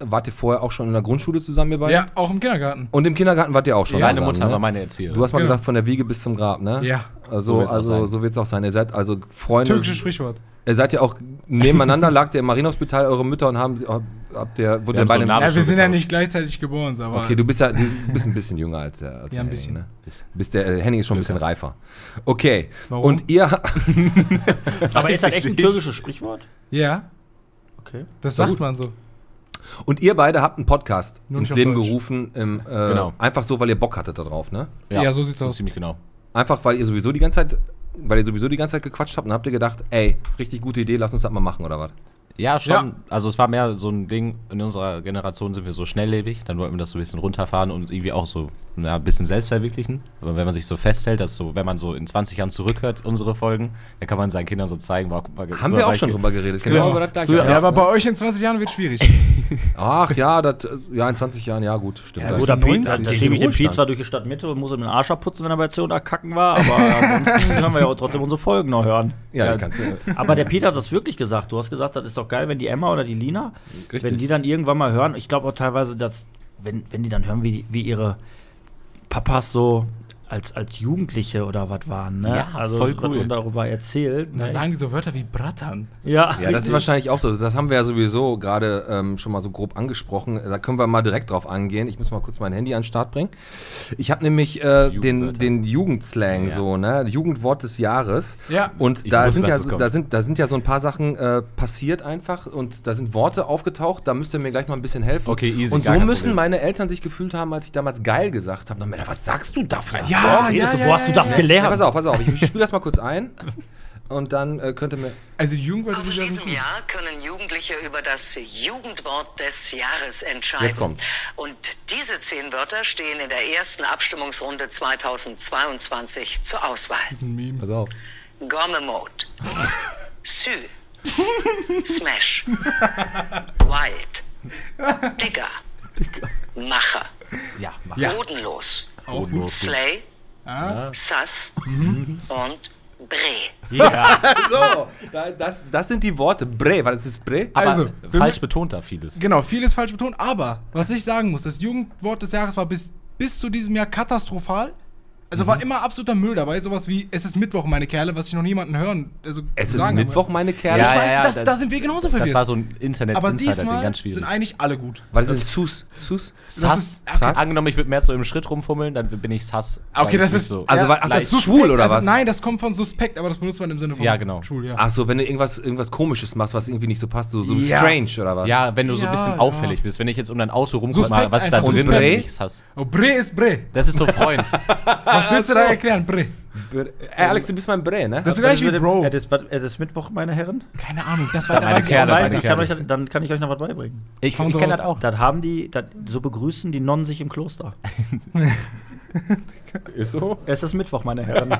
[SPEAKER 1] wart ihr vorher auch schon in der Grundschule zusammen, ihr beiden?
[SPEAKER 4] Ja, auch im Kindergarten.
[SPEAKER 1] Und im Kindergarten wart ihr auch schon
[SPEAKER 5] Seine
[SPEAKER 1] zusammen,
[SPEAKER 5] Mutter
[SPEAKER 1] ne?
[SPEAKER 5] war meine Erzieherin.
[SPEAKER 1] Du hast mal
[SPEAKER 4] Genau.
[SPEAKER 1] gesagt, von der Wiege bis zum Grab, ne?
[SPEAKER 4] Ja.
[SPEAKER 1] Also, so
[SPEAKER 5] wird's auch
[SPEAKER 1] also,
[SPEAKER 5] sein.
[SPEAKER 1] so wird's auch sein. Ihr seid also Freunde.
[SPEAKER 4] Türkisches Sprichwort.
[SPEAKER 1] Ihr Äh, seid ja auch nebeneinander, lagt ihr im Marienhospital, eure Mütter und haben, habt ihr, wurde
[SPEAKER 5] haben so
[SPEAKER 1] bei
[SPEAKER 5] einen Namen.
[SPEAKER 4] Ja, wir
[SPEAKER 5] schon
[SPEAKER 4] sind ja
[SPEAKER 5] getauscht.
[SPEAKER 4] nicht gleichzeitig geboren, so, aber.
[SPEAKER 1] Okay, du bist ja du bist ein bisschen jünger als der. Als
[SPEAKER 4] Ja, ein
[SPEAKER 1] der
[SPEAKER 4] bisschen.
[SPEAKER 1] Henning, ne? Bist der äh, Henning ist schon ein bisschen reifer. Okay.
[SPEAKER 4] Warum?
[SPEAKER 1] Und ihr,
[SPEAKER 2] Aber ist das
[SPEAKER 5] ich
[SPEAKER 2] echt ein
[SPEAKER 5] nicht.
[SPEAKER 2] türkisches Sprichwort?
[SPEAKER 4] Ja,
[SPEAKER 5] okay.
[SPEAKER 4] das sagt man so.
[SPEAKER 1] und ihr beide habt einen Podcast
[SPEAKER 4] Nur
[SPEAKER 1] ins
[SPEAKER 4] nicht auf
[SPEAKER 1] Leben
[SPEAKER 4] Deutsch.
[SPEAKER 1] gerufen, im, äh,
[SPEAKER 5] Genau.
[SPEAKER 1] einfach so, weil ihr Bock hattet darauf, ne?
[SPEAKER 4] Ja, so sieht's aus.
[SPEAKER 5] Ziemlich genau.
[SPEAKER 1] Einfach, weil ihr sowieso die ganze Zeit, weil ihr sowieso die ganze Zeit gequatscht habt und habt ihr gedacht, ey, richtig gute Idee, lass uns das mal machen oder was?
[SPEAKER 5] Ja, schon.
[SPEAKER 4] Ja.
[SPEAKER 5] Also es war mehr so ein Ding, in unserer Generation sind wir so schnelllebig, dann wollten wir das so ein bisschen runterfahren und irgendwie auch so na, ein bisschen selbst verwirklichen. Aber wenn man sich so festhält, dass so, wenn man so in 20 Jahren zurückhört, unsere Folgen, dann kann man seinen Kindern so zeigen, boah, guck mal,
[SPEAKER 1] Haben
[SPEAKER 5] früher
[SPEAKER 1] wir
[SPEAKER 5] war
[SPEAKER 1] auch
[SPEAKER 5] ich
[SPEAKER 1] schon
[SPEAKER 5] ge-
[SPEAKER 1] drüber geredet.
[SPEAKER 4] Genau.
[SPEAKER 1] gleiche.
[SPEAKER 4] Ja, aber bei euch in 20 Jahren wird schwierig.
[SPEAKER 1] Ach ja, das, äh, ja, in 20 Jahren, ja gut, stimmt.
[SPEAKER 4] Ja,
[SPEAKER 1] Da
[SPEAKER 4] gut,
[SPEAKER 1] ist-
[SPEAKER 4] aber
[SPEAKER 2] Oder Piet,
[SPEAKER 4] 90,
[SPEAKER 2] da
[SPEAKER 1] das ist
[SPEAKER 2] schiebe ich den Piet
[SPEAKER 1] Ruhestand.
[SPEAKER 2] zwar durch die Stadtmitte und muss ihm den Arsch abputzen, wenn er bei C&A kacken war, aber ansonsten können wir ja auch trotzdem unsere Folgen noch hören.
[SPEAKER 1] ja, dann kannst du.
[SPEAKER 2] Aber der Peter hat das wirklich gesagt. Du hast gesagt, das ist doch geil, wenn die Emma oder die Lina,
[SPEAKER 1] Richtig.
[SPEAKER 2] wenn die dann irgendwann mal hören. Ich glaube auch teilweise, dass, wenn, wenn die dann hören, wie, wie ihre Papas so als, als Jugendliche oder was waren. Ne?
[SPEAKER 5] Ja,
[SPEAKER 2] also,
[SPEAKER 5] voll
[SPEAKER 2] was
[SPEAKER 5] cool.
[SPEAKER 2] man darüber erzählt.
[SPEAKER 4] Und dann
[SPEAKER 2] ne?
[SPEAKER 4] sagen die so Wörter wie Brattern.
[SPEAKER 2] ja,
[SPEAKER 1] Ja, das ist wahrscheinlich auch so. Das haben wir ja sowieso gerade ähm, schon mal so grob angesprochen. Da können wir mal direkt drauf angehen. Ich muss mal kurz mein Handy an den Start bringen. Ich habe nämlich äh, den,
[SPEAKER 5] Jugendwörter.
[SPEAKER 1] den Jugendslang
[SPEAKER 5] Ja.
[SPEAKER 1] so, ne? Jugendwort des Jahres.
[SPEAKER 4] Ja.
[SPEAKER 1] Und
[SPEAKER 5] Ich
[SPEAKER 1] da
[SPEAKER 5] wusste,
[SPEAKER 1] sind, ja,
[SPEAKER 5] dass das kommt.
[SPEAKER 1] da, sind, da sind ja so ein paar Sachen äh, passiert einfach und da sind Worte aufgetaucht. Da müsst ihr mir gleich mal ein bisschen helfen.
[SPEAKER 5] Okay, easy,
[SPEAKER 1] Und
[SPEAKER 5] gar
[SPEAKER 1] so
[SPEAKER 5] kein
[SPEAKER 1] müssen
[SPEAKER 5] Problem.
[SPEAKER 1] meine Eltern sich gefühlt haben, als ich damals geil gesagt habe. Na, Männer, was sagst du da für ein Wort?
[SPEAKER 2] Ah, jetzt, wo hast du das
[SPEAKER 1] Ja,
[SPEAKER 2] gelernt?
[SPEAKER 1] pass auf, pass auf. Ich spiele das mal kurz ein und dann äh, könnt ihr mir.
[SPEAKER 4] Also die Jugendwörter,
[SPEAKER 6] Auch
[SPEAKER 4] die
[SPEAKER 6] in
[SPEAKER 4] da sind.
[SPEAKER 6] diesem
[SPEAKER 4] gut.
[SPEAKER 6] Jahr können Jugendliche über das Jugendwort des Jahres entscheiden.
[SPEAKER 1] Jetzt kommt's.
[SPEAKER 6] Und diese zehn Wörter stehen in der ersten Abstimmungsrunde 2022 zur Auswahl.
[SPEAKER 4] Das ist ein Meme.
[SPEAKER 1] Pass auf.
[SPEAKER 6] Gomme Mode, Sü, Smash, Wild, Digger, Macher,
[SPEAKER 5] Ja, mach
[SPEAKER 4] Ja.
[SPEAKER 6] Bodenlos,
[SPEAKER 5] bodenlos.
[SPEAKER 6] Slay, Sass
[SPEAKER 1] Mhm.
[SPEAKER 6] und Bre.
[SPEAKER 1] So, da- das, das sind die Worte. Bre, was ist Bre?
[SPEAKER 5] Aber
[SPEAKER 4] Also, wir
[SPEAKER 5] falsch betont da vieles.
[SPEAKER 4] Genau, vieles falsch betont, aber was ich sagen muss, das Jugendwort des Jahres war bis, bis zu diesem Jahr katastrophal. Also war immer absoluter Müll dabei, sowas wie Es ist Mittwoch, meine Kerle, was ich noch niemanden hören. Also
[SPEAKER 1] Es ist
[SPEAKER 4] sagen habe.
[SPEAKER 1] Mittwoch, meine Kerle.
[SPEAKER 4] Ja, ja, das- da sind wir genauso
[SPEAKER 5] Das
[SPEAKER 4] verwirrt.
[SPEAKER 5] war Genau so ein internet
[SPEAKER 4] Aber
[SPEAKER 5] insider ding
[SPEAKER 4] diesmal
[SPEAKER 5] ganz
[SPEAKER 4] sind
[SPEAKER 5] schwierig.
[SPEAKER 4] eigentlich alle gut.
[SPEAKER 1] Was ist denn Sus? Sus?
[SPEAKER 4] Das
[SPEAKER 5] Sass.
[SPEAKER 4] ist,
[SPEAKER 1] Sass?
[SPEAKER 4] okay,
[SPEAKER 5] Angenommen, ich würde mehr so im Schritt rumfummeln, dann bin ich Sass. weil
[SPEAKER 4] okay, das
[SPEAKER 5] ich mich
[SPEAKER 4] ist
[SPEAKER 5] so.
[SPEAKER 1] Also, ach, das
[SPEAKER 5] leicht-
[SPEAKER 1] ist schwul oder
[SPEAKER 4] also,
[SPEAKER 1] was?
[SPEAKER 4] Nein, das kommt von Suspekt, aber das benutzt man im Sinne von
[SPEAKER 5] Ja, genau.
[SPEAKER 4] schwul, ja.
[SPEAKER 1] Ach so, wenn du irgendwas, irgendwas Komisches machst, was irgendwie nicht so passt, so, so
[SPEAKER 4] Ja.
[SPEAKER 1] strange oder was?
[SPEAKER 5] Ja, wenn du so
[SPEAKER 4] Ja,
[SPEAKER 5] ein bisschen
[SPEAKER 4] ja.
[SPEAKER 5] auffällig bist. Wenn ich jetzt um dein Auto rumkomme,
[SPEAKER 4] Suspekt
[SPEAKER 5] was ist da
[SPEAKER 4] einfach.
[SPEAKER 5] drin,
[SPEAKER 1] Und
[SPEAKER 5] dann
[SPEAKER 1] Bre?
[SPEAKER 5] bin ich Sass.
[SPEAKER 4] Oh, Bre ist Bre.
[SPEAKER 5] Das ist so Freund.
[SPEAKER 4] Was willst du da erklären, Bre?
[SPEAKER 1] Bre- Ey, Alex, du bist mein Bre, ne?
[SPEAKER 4] Das ist gleich wie Bro.
[SPEAKER 2] Es ist, es ist Mittwoch, meine Herren.
[SPEAKER 4] Keine Ahnung, das war
[SPEAKER 5] Meine
[SPEAKER 4] weiß ich auch
[SPEAKER 5] Kerle,
[SPEAKER 4] nicht.
[SPEAKER 5] meine
[SPEAKER 2] Weiß, ich kann
[SPEAKER 5] Kerle.
[SPEAKER 2] euch, dann kann ich euch noch was beibringen.
[SPEAKER 5] Ich,
[SPEAKER 4] Hauen
[SPEAKER 5] ich
[SPEAKER 4] Sie
[SPEAKER 5] kenne
[SPEAKER 4] raus.
[SPEAKER 5] das auch.
[SPEAKER 2] Das haben die, das, so begrüßen die Nonnen sich im Kloster.
[SPEAKER 1] ist so.
[SPEAKER 2] Es ist Mittwoch, meine Herren.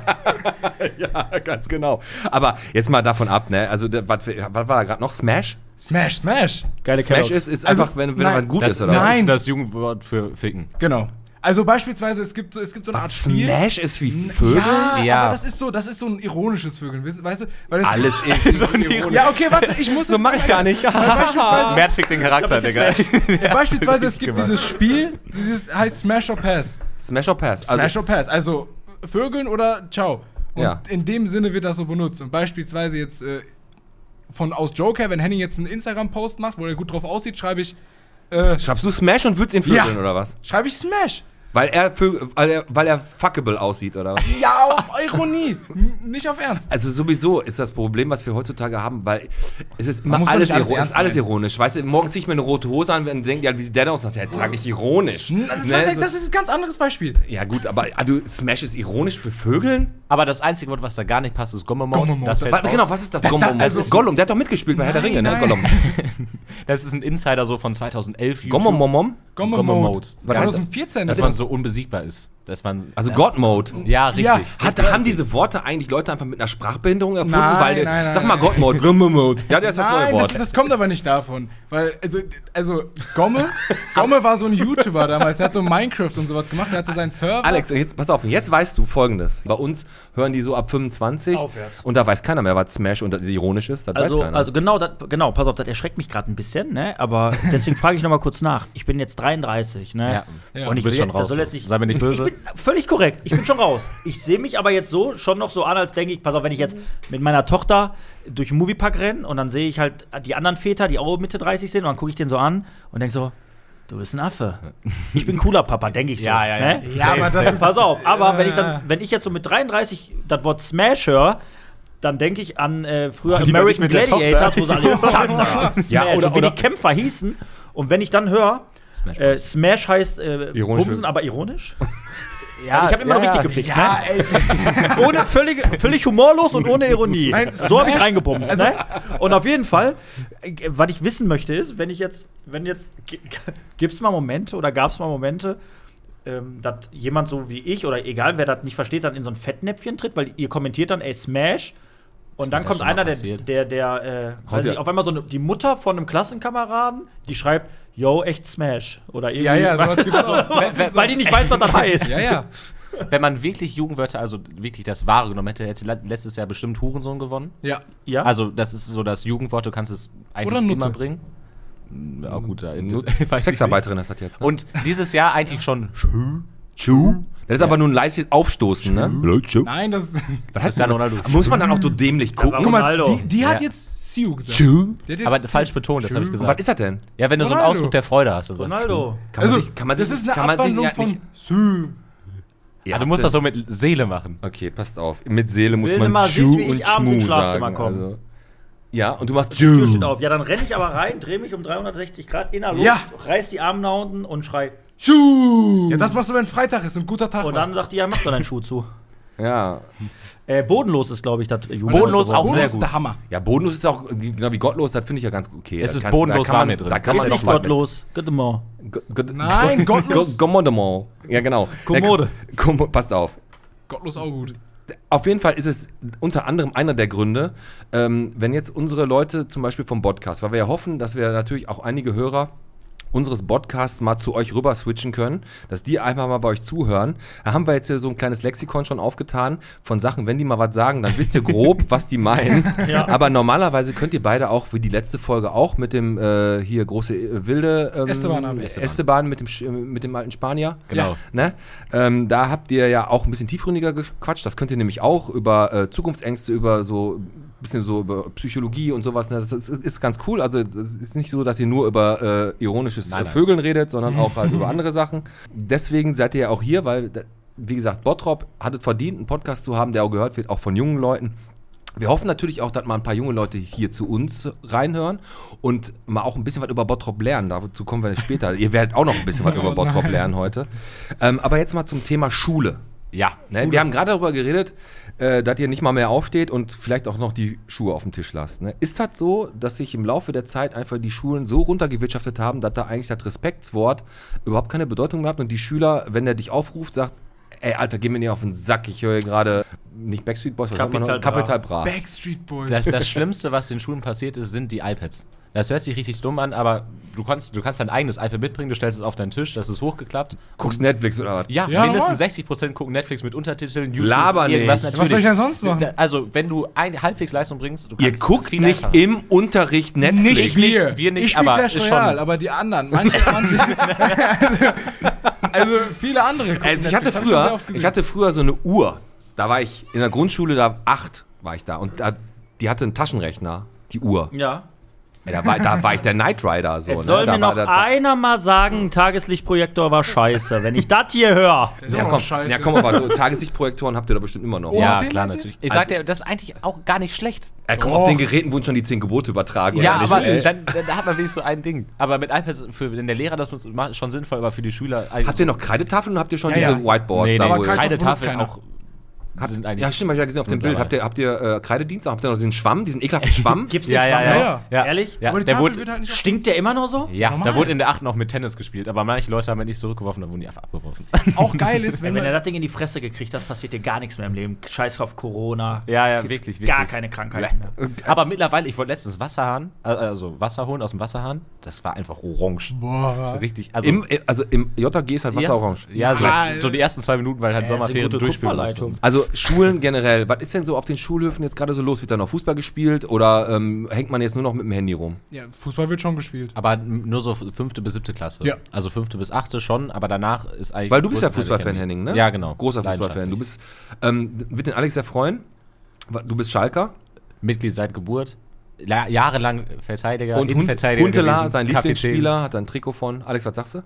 [SPEAKER 1] Ja, ganz genau. Aber jetzt mal davon ab, ne? Also, da- was was war da gerade noch? Smash?
[SPEAKER 4] Smash, Smash.
[SPEAKER 2] Geile
[SPEAKER 1] Smash
[SPEAKER 2] Kelloggs.
[SPEAKER 1] ist, ist
[SPEAKER 4] Also,
[SPEAKER 1] einfach, wenn, wenn
[SPEAKER 4] nein.
[SPEAKER 1] man gut
[SPEAKER 5] Das,
[SPEAKER 1] ist oder
[SPEAKER 5] das
[SPEAKER 1] was?
[SPEAKER 4] nein.
[SPEAKER 5] ist das Jugendwort für Ficken.
[SPEAKER 4] Genau. Also beispielsweise, es gibt, so- es gibt so eine Art Spiel.
[SPEAKER 1] Smash ist wie Vögel?
[SPEAKER 4] Ja,
[SPEAKER 5] Ja.
[SPEAKER 4] aber das ist so, das ist so ein ironisches Vögeln, weißt weißt du? Weil das
[SPEAKER 1] Alles ist so ironisch.
[SPEAKER 4] Ja, okay, warte, ich muss
[SPEAKER 1] So mach ich gar nicht.
[SPEAKER 4] Beispielsweise,
[SPEAKER 5] Mert fickt den Charakter, Digga.
[SPEAKER 4] beispielsweise es gibt
[SPEAKER 5] gemacht.
[SPEAKER 4] dieses Spiel, dieses heißt Smash or Pass.
[SPEAKER 1] Smash or Pass? Also,
[SPEAKER 4] Smash or Pass, also Vögeln oder Ciao. Und
[SPEAKER 1] Ja.
[SPEAKER 4] in dem Sinne wird das so benutzt. Und beispielsweise jetzt äh, von aus Joker, wenn Henning jetzt einen Instagram-Post macht, wo er gut drauf aussieht, schreibe ich, äh,
[SPEAKER 1] Schreibst du Smash und würdest ihn
[SPEAKER 4] Ja.
[SPEAKER 1] vögeln oder was?
[SPEAKER 4] schreibe ich Smash.
[SPEAKER 1] Weil er, Vögel, weil er, weil er fuckable aussieht oder was?
[SPEAKER 4] Ja, auf Ironie, n- nicht auf Ernst.
[SPEAKER 1] Also sowieso ist das Problem, was wir heutzutage haben, weil es ist immer
[SPEAKER 4] muss doch
[SPEAKER 1] alles,
[SPEAKER 4] nicht alles
[SPEAKER 1] iro- es ist
[SPEAKER 4] ernst
[SPEAKER 1] alles
[SPEAKER 4] meinen.
[SPEAKER 1] ironisch. Weißt du, morgens ziehe ich mir eine rote Hose an und denke, ja, wie sieht der denn aus? Und sag ich, Ja, trage ich ironisch.
[SPEAKER 4] Hm, Das ist,
[SPEAKER 1] Ne, so-
[SPEAKER 4] das ist ein ganz anderes Beispiel.
[SPEAKER 1] ja gut, aber ah, du, Smash ist ironisch für Vögeln?
[SPEAKER 5] Aber das einzige Wort, was da gar nicht passt, ist Gommemond.
[SPEAKER 4] Gommemond.
[SPEAKER 5] Das fällt
[SPEAKER 1] Wa-
[SPEAKER 5] raus.
[SPEAKER 1] genau, was ist das? Gollum,
[SPEAKER 4] da- also-
[SPEAKER 1] Gollum, der hat doch mitgespielt bei Herr der
[SPEAKER 4] Nein,
[SPEAKER 1] Ringe, ne?
[SPEAKER 4] nein.
[SPEAKER 1] Gollum.
[SPEAKER 5] Das ist ein Insider so von 2011. YouTube.
[SPEAKER 1] Gommom, Mom, Mom?
[SPEAKER 4] Gomme
[SPEAKER 5] Gomme
[SPEAKER 4] Mode.
[SPEAKER 5] Mode.
[SPEAKER 1] heißt das?
[SPEAKER 4] 2014
[SPEAKER 5] Dass
[SPEAKER 4] ist
[SPEAKER 5] man
[SPEAKER 4] das.
[SPEAKER 5] so unbesiegbar ist. dass man.
[SPEAKER 1] Also God-Mode.
[SPEAKER 5] Ja, richtig.
[SPEAKER 4] Ja,
[SPEAKER 1] Hat, haben diese Worte eigentlich Leute einfach mit einer Sprachbehinderung erfunden?
[SPEAKER 4] Nein,
[SPEAKER 1] weil,
[SPEAKER 4] nein, nein,
[SPEAKER 1] sag mal
[SPEAKER 4] nein.
[SPEAKER 1] God-Mode, Grimme-Mode. Ja, das ist das neue
[SPEAKER 4] Nein, das,
[SPEAKER 1] Wort.
[SPEAKER 4] das kommt aber nicht davon. Weil, also, also Gomme, Gomme war so ein YouTuber damals, der hat so Minecraft und sowas gemacht, der hatte seinen Server.
[SPEAKER 1] Alex, jetzt, pass auf, jetzt weißt du folgendes. Bei uns hören die so ab 25
[SPEAKER 2] Aufwärts.
[SPEAKER 1] und da weiß keiner mehr, was Smash und das ironisch ist. Das
[SPEAKER 2] Also,
[SPEAKER 1] weiß keiner.
[SPEAKER 2] also genau, das, genau, pass auf, das erschreckt mich gerade ein bisschen, ne? Aber deswegen frage ich nochmal kurz nach. Ich bin jetzt 33, ne?
[SPEAKER 5] Ja.
[SPEAKER 2] Und
[SPEAKER 5] Du
[SPEAKER 2] ich
[SPEAKER 5] bist
[SPEAKER 2] will-
[SPEAKER 5] schon
[SPEAKER 2] das
[SPEAKER 5] raus,
[SPEAKER 2] soll
[SPEAKER 5] so.
[SPEAKER 2] jetzt nicht,
[SPEAKER 5] Sei mir nicht böse.
[SPEAKER 2] Ich bin völlig korrekt. Ich bin schon raus. Ich sehe mich aber jetzt so schon noch so an, als denke ich, pass auf, wenn ich jetzt mit meiner Tochter durch den Moviepark renne und dann sehe ich halt die anderen Väter, die auch Mitte 30 sind, und dann gucke ich den so an und denke so, du bist ein Affe. Ich bin cooler Papa, denke ich so.
[SPEAKER 5] Ja, ja, ja.
[SPEAKER 2] Ne?
[SPEAKER 4] ja, aber das ist.
[SPEAKER 2] Pass auf, aber wenn ich
[SPEAKER 4] Ja.
[SPEAKER 2] dann, wenn ich jetzt so mit 33 das Wort Smash höre, dann denke ich an äh, früher
[SPEAKER 5] Lieber
[SPEAKER 2] American
[SPEAKER 5] nicht mit der
[SPEAKER 2] Gladiators,
[SPEAKER 5] Tochter.
[SPEAKER 2] wo sie alle Thunder, Smash,
[SPEAKER 1] Ja, oder-
[SPEAKER 2] und wie
[SPEAKER 1] oder-
[SPEAKER 2] die Kämpfer hießen. Und wenn ich dann höre,
[SPEAKER 5] Smash
[SPEAKER 2] äh,
[SPEAKER 5] Bros.
[SPEAKER 2] Smash heißt äh,
[SPEAKER 1] Ironisch.
[SPEAKER 2] Bumsen, aber ironisch.
[SPEAKER 5] Ja,
[SPEAKER 2] ich habe immer noch richtig
[SPEAKER 5] gefickt.
[SPEAKER 2] gefickt, ne? Ohne völlig, völlig humorlos und ohne Ironie.
[SPEAKER 4] Nein,
[SPEAKER 2] so habe ich
[SPEAKER 4] Smash-
[SPEAKER 2] reingebumst, ne? Und auf jeden Fall, äh, was ich wissen möchte, ist, wenn ich jetzt, wenn jetzt, gibt es mal Momente oder gab es mal Momente, ähm, dass jemand so wie ich oder egal wer das nicht versteht, dann in so ein Fettnäpfchen tritt, weil ihr kommentiert dann, ey, Smash. Und dann
[SPEAKER 5] mir
[SPEAKER 2] kommt
[SPEAKER 5] schon mal
[SPEAKER 2] einer, der,
[SPEAKER 5] passiert.
[SPEAKER 2] der, der, äh,
[SPEAKER 1] Haut
[SPEAKER 2] weiß
[SPEAKER 1] ihr-
[SPEAKER 2] ich, auf einmal so eine, die Mutter von einem Klassenkameraden, die schreibt, yo, echt Smash. Oder irgendwie.
[SPEAKER 4] Ja, ja, sowas gibt's auch. Sowas gibt's
[SPEAKER 2] weil die nicht weiß, was das heißt.
[SPEAKER 4] Ja, ja.
[SPEAKER 5] Wenn man wirklich Jugendwörter, also wirklich das wahre genommen hätte, hätte le- letztes Jahr bestimmt Hurensohn gewonnen.
[SPEAKER 4] Ja.
[SPEAKER 2] Ja?
[SPEAKER 5] Also, das ist so das Jugendwort, du kannst es eigentlich
[SPEAKER 4] Oder Nutte.
[SPEAKER 5] immer bringen. Hm, Ja, gut, da
[SPEAKER 1] Nu-
[SPEAKER 5] das, weiß ich nicht.
[SPEAKER 1] Hm? Sexarbeiterin ist das jetzt. Ne?
[SPEAKER 5] Und dieses Jahr eigentlich schon Schü.
[SPEAKER 1] Tschu? Das ist aber nur ein leises Aufstoßen, ne? Tschu.
[SPEAKER 4] Nein, das.
[SPEAKER 1] Was heißt
[SPEAKER 5] Cristiano
[SPEAKER 1] denn?
[SPEAKER 5] Ronaldo.
[SPEAKER 1] Muss man dann auch so dämlich gucken?
[SPEAKER 4] Guck mal,
[SPEAKER 2] Ronaldo.
[SPEAKER 4] die, die hat
[SPEAKER 5] Ja.
[SPEAKER 4] jetzt Siu gesagt.
[SPEAKER 1] Tschu.
[SPEAKER 4] Die hat jetzt
[SPEAKER 5] Aber
[SPEAKER 4] Siu.
[SPEAKER 5] falsch betont, das habe ich
[SPEAKER 4] Schü.
[SPEAKER 1] Und was
[SPEAKER 5] gesagt.
[SPEAKER 1] ist das denn?
[SPEAKER 5] Ja, wenn du so einen
[SPEAKER 4] Ronaldo.
[SPEAKER 5] Ausdruck der Freude hast. dann sagst du
[SPEAKER 2] Ronaldo.
[SPEAKER 1] Kann man
[SPEAKER 4] Also,
[SPEAKER 1] sich- kann man
[SPEAKER 4] das
[SPEAKER 1] sich-
[SPEAKER 4] ist eine
[SPEAKER 1] kann man sich-
[SPEAKER 4] Abwandlung
[SPEAKER 1] ja,
[SPEAKER 4] von
[SPEAKER 1] nicht-
[SPEAKER 4] Siu.
[SPEAKER 1] Ja,
[SPEAKER 5] Ah, du musst das so mit Seele machen.
[SPEAKER 1] Okay, passt auf. Mit Seele muss
[SPEAKER 2] Will
[SPEAKER 1] man
[SPEAKER 2] nimmer
[SPEAKER 1] Tschu
[SPEAKER 2] siehst, wie ich
[SPEAKER 1] und
[SPEAKER 2] abends
[SPEAKER 1] Schmu
[SPEAKER 2] ins Schlafzimmer
[SPEAKER 1] sagen.
[SPEAKER 2] komm.
[SPEAKER 1] Also, ja, und du machst
[SPEAKER 2] Die Tür steht
[SPEAKER 1] Tschu.
[SPEAKER 2] auf. Ja, dann renne ich aber rein, drehe mich um 360 Grad in der Luft,
[SPEAKER 4] Ja.
[SPEAKER 2] reiß die Arme nach unten und schrei.
[SPEAKER 4] Ja, das machst du, wenn Freitag ist und guter Tag
[SPEAKER 2] Und
[SPEAKER 4] war.
[SPEAKER 2] dann sagt die, ja, mach doch deinen Schuh zu.
[SPEAKER 1] Ja.
[SPEAKER 2] Äh, bodenlos ist, glaube ich, das Jugend.
[SPEAKER 4] Das ist
[SPEAKER 5] Bodenlos
[SPEAKER 4] aber-
[SPEAKER 5] auch sehr
[SPEAKER 4] ist
[SPEAKER 5] gut.
[SPEAKER 4] der Hammer.
[SPEAKER 1] ja, bodenlos ist auch, genau wie gottlos, das finde ich ja ganz okay.
[SPEAKER 5] Es
[SPEAKER 1] Das
[SPEAKER 5] ist
[SPEAKER 1] kannst-
[SPEAKER 5] bodenlos
[SPEAKER 1] da kann
[SPEAKER 5] Name
[SPEAKER 1] man,
[SPEAKER 5] drin.
[SPEAKER 1] Da kann
[SPEAKER 5] Ist
[SPEAKER 1] man
[SPEAKER 2] Ist
[SPEAKER 1] noch
[SPEAKER 2] nicht
[SPEAKER 1] was mit.
[SPEAKER 2] gottlos. Gute Morgen.
[SPEAKER 1] Go- go-
[SPEAKER 4] Nein,
[SPEAKER 1] go-
[SPEAKER 4] gottlos.
[SPEAKER 1] go- Gommodemont. Ja, genau.
[SPEAKER 2] Kommode.
[SPEAKER 1] Ja, Kom- passt auf.
[SPEAKER 4] Gottlos auch gut.
[SPEAKER 1] Auf jeden Fall ist es unter anderem einer der Gründe, ähm, wenn jetzt unsere Leute zum Beispiel vom Podcast, weil wir ja hoffen, dass wir natürlich auch einige Hörer unseres Podcasts mal zu euch rüber switchen können, dass die einfach mal bei euch zuhören. Da haben wir jetzt hier so ein kleines Lexikon schon aufgetan von Sachen, wenn die mal was sagen, dann wisst ihr grob, was die meinen.
[SPEAKER 2] Ja.
[SPEAKER 1] Aber normalerweise könnt ihr beide auch, wie die letzte Folge auch, mit dem äh, hier große äh, Wilde ähm,
[SPEAKER 4] Esteban haben wir.
[SPEAKER 1] Esteban. mit, dem, Sch- äh, mit dem alten Spanier.
[SPEAKER 5] Genau.
[SPEAKER 4] Ja.
[SPEAKER 1] Ne? Ähm, da habt ihr ja auch ein bisschen tiefgründiger gequatscht. Das könnt ihr nämlich auch über äh, Zukunftsängste, über so ein bisschen so über Psychologie und sowas. Ne? Das ist, ist ganz cool. Also es ist nicht so, dass ihr nur über äh, ironisches
[SPEAKER 5] Nein, nein.
[SPEAKER 1] Vögeln redet, sondern auch halt über andere Sachen. Deswegen seid ihr ja auch hier, weil, da- wie gesagt, Bottrop hat es verdient, einen Podcast zu haben, der auch gehört wird, auch von jungen Leuten. Wir hoffen natürlich auch, dass mal ein paar junge Leute hier zu uns reinhören und mal auch ein bisschen was über Bottrop lernen. Dazu kommen wir später. Ihr werdet auch noch ein bisschen was über Bottrop lernen heute. Ähm, aber jetzt mal zum Thema Schule.
[SPEAKER 5] Ja.
[SPEAKER 1] Ne? Wir haben gerade darüber geredet, äh, dass ihr nicht mal mehr aufsteht und vielleicht auch noch die Schuhe auf dem Tisch lasst. Ne? Ist das so, dass sich im Laufe der Zeit einfach die Schulen so runtergewirtschaftet haben, dass da eigentlich das Respektswort überhaupt keine Bedeutung mehr hat und die Schüler, wenn der dich aufruft, sagt, ey, Alter, geh mir nicht auf den Sack, ich höre gerade, nicht Backstreet Boys, was hört man
[SPEAKER 2] Capital
[SPEAKER 1] noch? Capital Bra.
[SPEAKER 4] Backstreet Boys.
[SPEAKER 5] Das, das Schlimmste, was den Schulen passiert ist, sind die iPads. Das hört sich richtig dumm an, aber du kannst, du kannst dein eigenes iPad mitbringen, du stellst es auf deinen Tisch, das ist hochgeklappt.
[SPEAKER 1] Guckst Netflix oder was?
[SPEAKER 5] Ja,
[SPEAKER 4] Ja,
[SPEAKER 5] mindestens 60% gucken Netflix mit Untertiteln, YouTube,
[SPEAKER 1] Laber nicht.
[SPEAKER 5] irgendwas
[SPEAKER 1] Was
[SPEAKER 5] natürlich.
[SPEAKER 4] soll ich denn sonst machen?
[SPEAKER 5] Da- Also, wenn du ein, halbwegs Leistung bringst, du
[SPEAKER 1] Ihr
[SPEAKER 5] kannst
[SPEAKER 1] guckt
[SPEAKER 5] viel
[SPEAKER 1] nicht
[SPEAKER 5] einfacher.
[SPEAKER 1] im Unterricht Netflix.
[SPEAKER 4] nicht
[SPEAKER 5] nicht,
[SPEAKER 4] wir.
[SPEAKER 5] wir nicht,
[SPEAKER 4] ich spiel
[SPEAKER 5] aber
[SPEAKER 4] Clash
[SPEAKER 5] ist
[SPEAKER 4] Royale,
[SPEAKER 5] schon-
[SPEAKER 4] aber die anderen. Manche, manche also, also viele andere. gucken
[SPEAKER 1] Also ich hatte
[SPEAKER 4] Netflix, hab schon sehr
[SPEAKER 1] früher,
[SPEAKER 4] oft gesehen.
[SPEAKER 1] ich hatte früher so eine Uhr. Da war ich in der Grundschule, da acht war ich da und da, die hatte einen Taschenrechner, die Uhr.
[SPEAKER 2] Ja.
[SPEAKER 1] Ey, Da war, da war ich der Knight Rider so. ne?
[SPEAKER 2] Jetzt soll
[SPEAKER 1] da
[SPEAKER 2] mir noch
[SPEAKER 1] war das-
[SPEAKER 2] einer mal sagen, Tageslichtprojektor war scheiße, wenn ich das hier höre.
[SPEAKER 4] Das ist
[SPEAKER 1] ja
[SPEAKER 4] auch
[SPEAKER 1] komm,
[SPEAKER 4] scheiße.
[SPEAKER 1] ja komm, aber so Tageslichtprojektoren habt ihr da bestimmt immer noch.
[SPEAKER 4] Oh,
[SPEAKER 5] Ja,
[SPEAKER 4] den
[SPEAKER 5] klar,
[SPEAKER 4] meint ihr?
[SPEAKER 5] natürlich. Ich sag dir, das ist eigentlich auch gar nicht schlecht.
[SPEAKER 1] Ja, komm, auf den Geräten wurden schon die zehn Gebote übertragen.
[SPEAKER 5] Ja,
[SPEAKER 1] oder nicht?
[SPEAKER 5] aber
[SPEAKER 1] Ey.
[SPEAKER 5] dann, dann hat man wenigstens so ein Ding. Aber mit iPads, für, wenn der Lehrer das macht, ist schon sinnvoll, aber für die Schüler.
[SPEAKER 1] habt ihr noch Kreidetafeln oder habt ihr schon
[SPEAKER 4] Ja,
[SPEAKER 1] diese
[SPEAKER 4] ja.
[SPEAKER 1] Whiteboards?
[SPEAKER 5] nee,
[SPEAKER 1] da,
[SPEAKER 5] nee,
[SPEAKER 1] wo
[SPEAKER 4] aber
[SPEAKER 1] ihr-
[SPEAKER 4] Kreide-
[SPEAKER 5] keine Tafel
[SPEAKER 4] keiner.
[SPEAKER 5] auch
[SPEAKER 1] Hat,
[SPEAKER 5] sind eigentlich.
[SPEAKER 1] ja, stimmt, hab ich ja gesehen auf dem
[SPEAKER 5] mit
[SPEAKER 1] Bild.
[SPEAKER 5] dabei.
[SPEAKER 1] Habt ihr, habt ihr äh, Kreidedienst? Habt ihr noch diesen Schwamm, diesen ekelhaften Schwamm?
[SPEAKER 2] Gibt's den
[SPEAKER 5] Ja, ja,
[SPEAKER 2] Schwamm
[SPEAKER 5] ja,
[SPEAKER 2] noch?
[SPEAKER 5] ja, ja.
[SPEAKER 2] Ehrlich?
[SPEAKER 5] Ja,
[SPEAKER 4] Aber die
[SPEAKER 5] der
[SPEAKER 4] Tafel
[SPEAKER 5] wurde,
[SPEAKER 4] wird halt nicht auf-
[SPEAKER 2] Stinkt der immer noch so?
[SPEAKER 5] ja
[SPEAKER 4] Normal.
[SPEAKER 5] da wurde in der 8 noch mit Tennis gespielt, aber manche Leute haben halt nicht zurückgeworfen, dann wurden die einfach abgeworfen.
[SPEAKER 4] auch geil ist,
[SPEAKER 2] Wenn,
[SPEAKER 4] wenn,
[SPEAKER 2] wenn er
[SPEAKER 4] man,
[SPEAKER 2] das Ding in die Fresse gekriegt hat, passiert dir gar nichts mehr im Leben. Scheiß auf Corona.
[SPEAKER 5] Ja, ja,
[SPEAKER 2] Gibt's
[SPEAKER 5] wirklich, wirklich. äh,
[SPEAKER 2] Gar keine Krankheiten mehr.
[SPEAKER 5] Aber mittlerweile, ich wollte letztens Wasserhahn, äh, also Wasser holen aus dem Wasserhahn, das war einfach orange.
[SPEAKER 4] Boah.
[SPEAKER 5] Richtig, also
[SPEAKER 1] Im, äh, also im JG ist halt Wasserorange.
[SPEAKER 5] Ja, so,
[SPEAKER 4] Ah,
[SPEAKER 5] so die ersten zwei Minuten, weil halt
[SPEAKER 2] Ja,
[SPEAKER 5] Sommerferien
[SPEAKER 2] sind gute
[SPEAKER 5] durchführen
[SPEAKER 2] Kupferleitung.
[SPEAKER 5] müssen.
[SPEAKER 1] Also Schulen generell, was ist denn so auf den Schulhöfen jetzt gerade so los? Wird da noch Fußball gespielt oder ähm, hängt man jetzt nur noch mit dem Handy rum?
[SPEAKER 4] Ja, Fußball wird schon gespielt.
[SPEAKER 5] Aber nur so fünfte bis siebte Klasse.
[SPEAKER 4] Ja.
[SPEAKER 5] Also fünfte bis achte schon, aber danach ist eigentlich.
[SPEAKER 1] Weil du bist ja
[SPEAKER 5] größtenteils
[SPEAKER 1] Fußballfan,
[SPEAKER 5] Handy.
[SPEAKER 1] Henning, ne?
[SPEAKER 5] Ja, genau.
[SPEAKER 1] Großer Fußballfan. Du
[SPEAKER 5] Leidenschaftlich.
[SPEAKER 1] bist, ähm, wird den Alex sehr freuen. Du bist Schalker
[SPEAKER 5] Mitglied seit Geburt, la jahrelang Verteidiger,
[SPEAKER 1] und Hund,
[SPEAKER 5] Innenverteidiger
[SPEAKER 1] Huntela,
[SPEAKER 5] gewesen,
[SPEAKER 1] sein
[SPEAKER 5] Kapitän.
[SPEAKER 1] Lieblingsspieler, hat da ein Trikot von. Alex, was sagst du?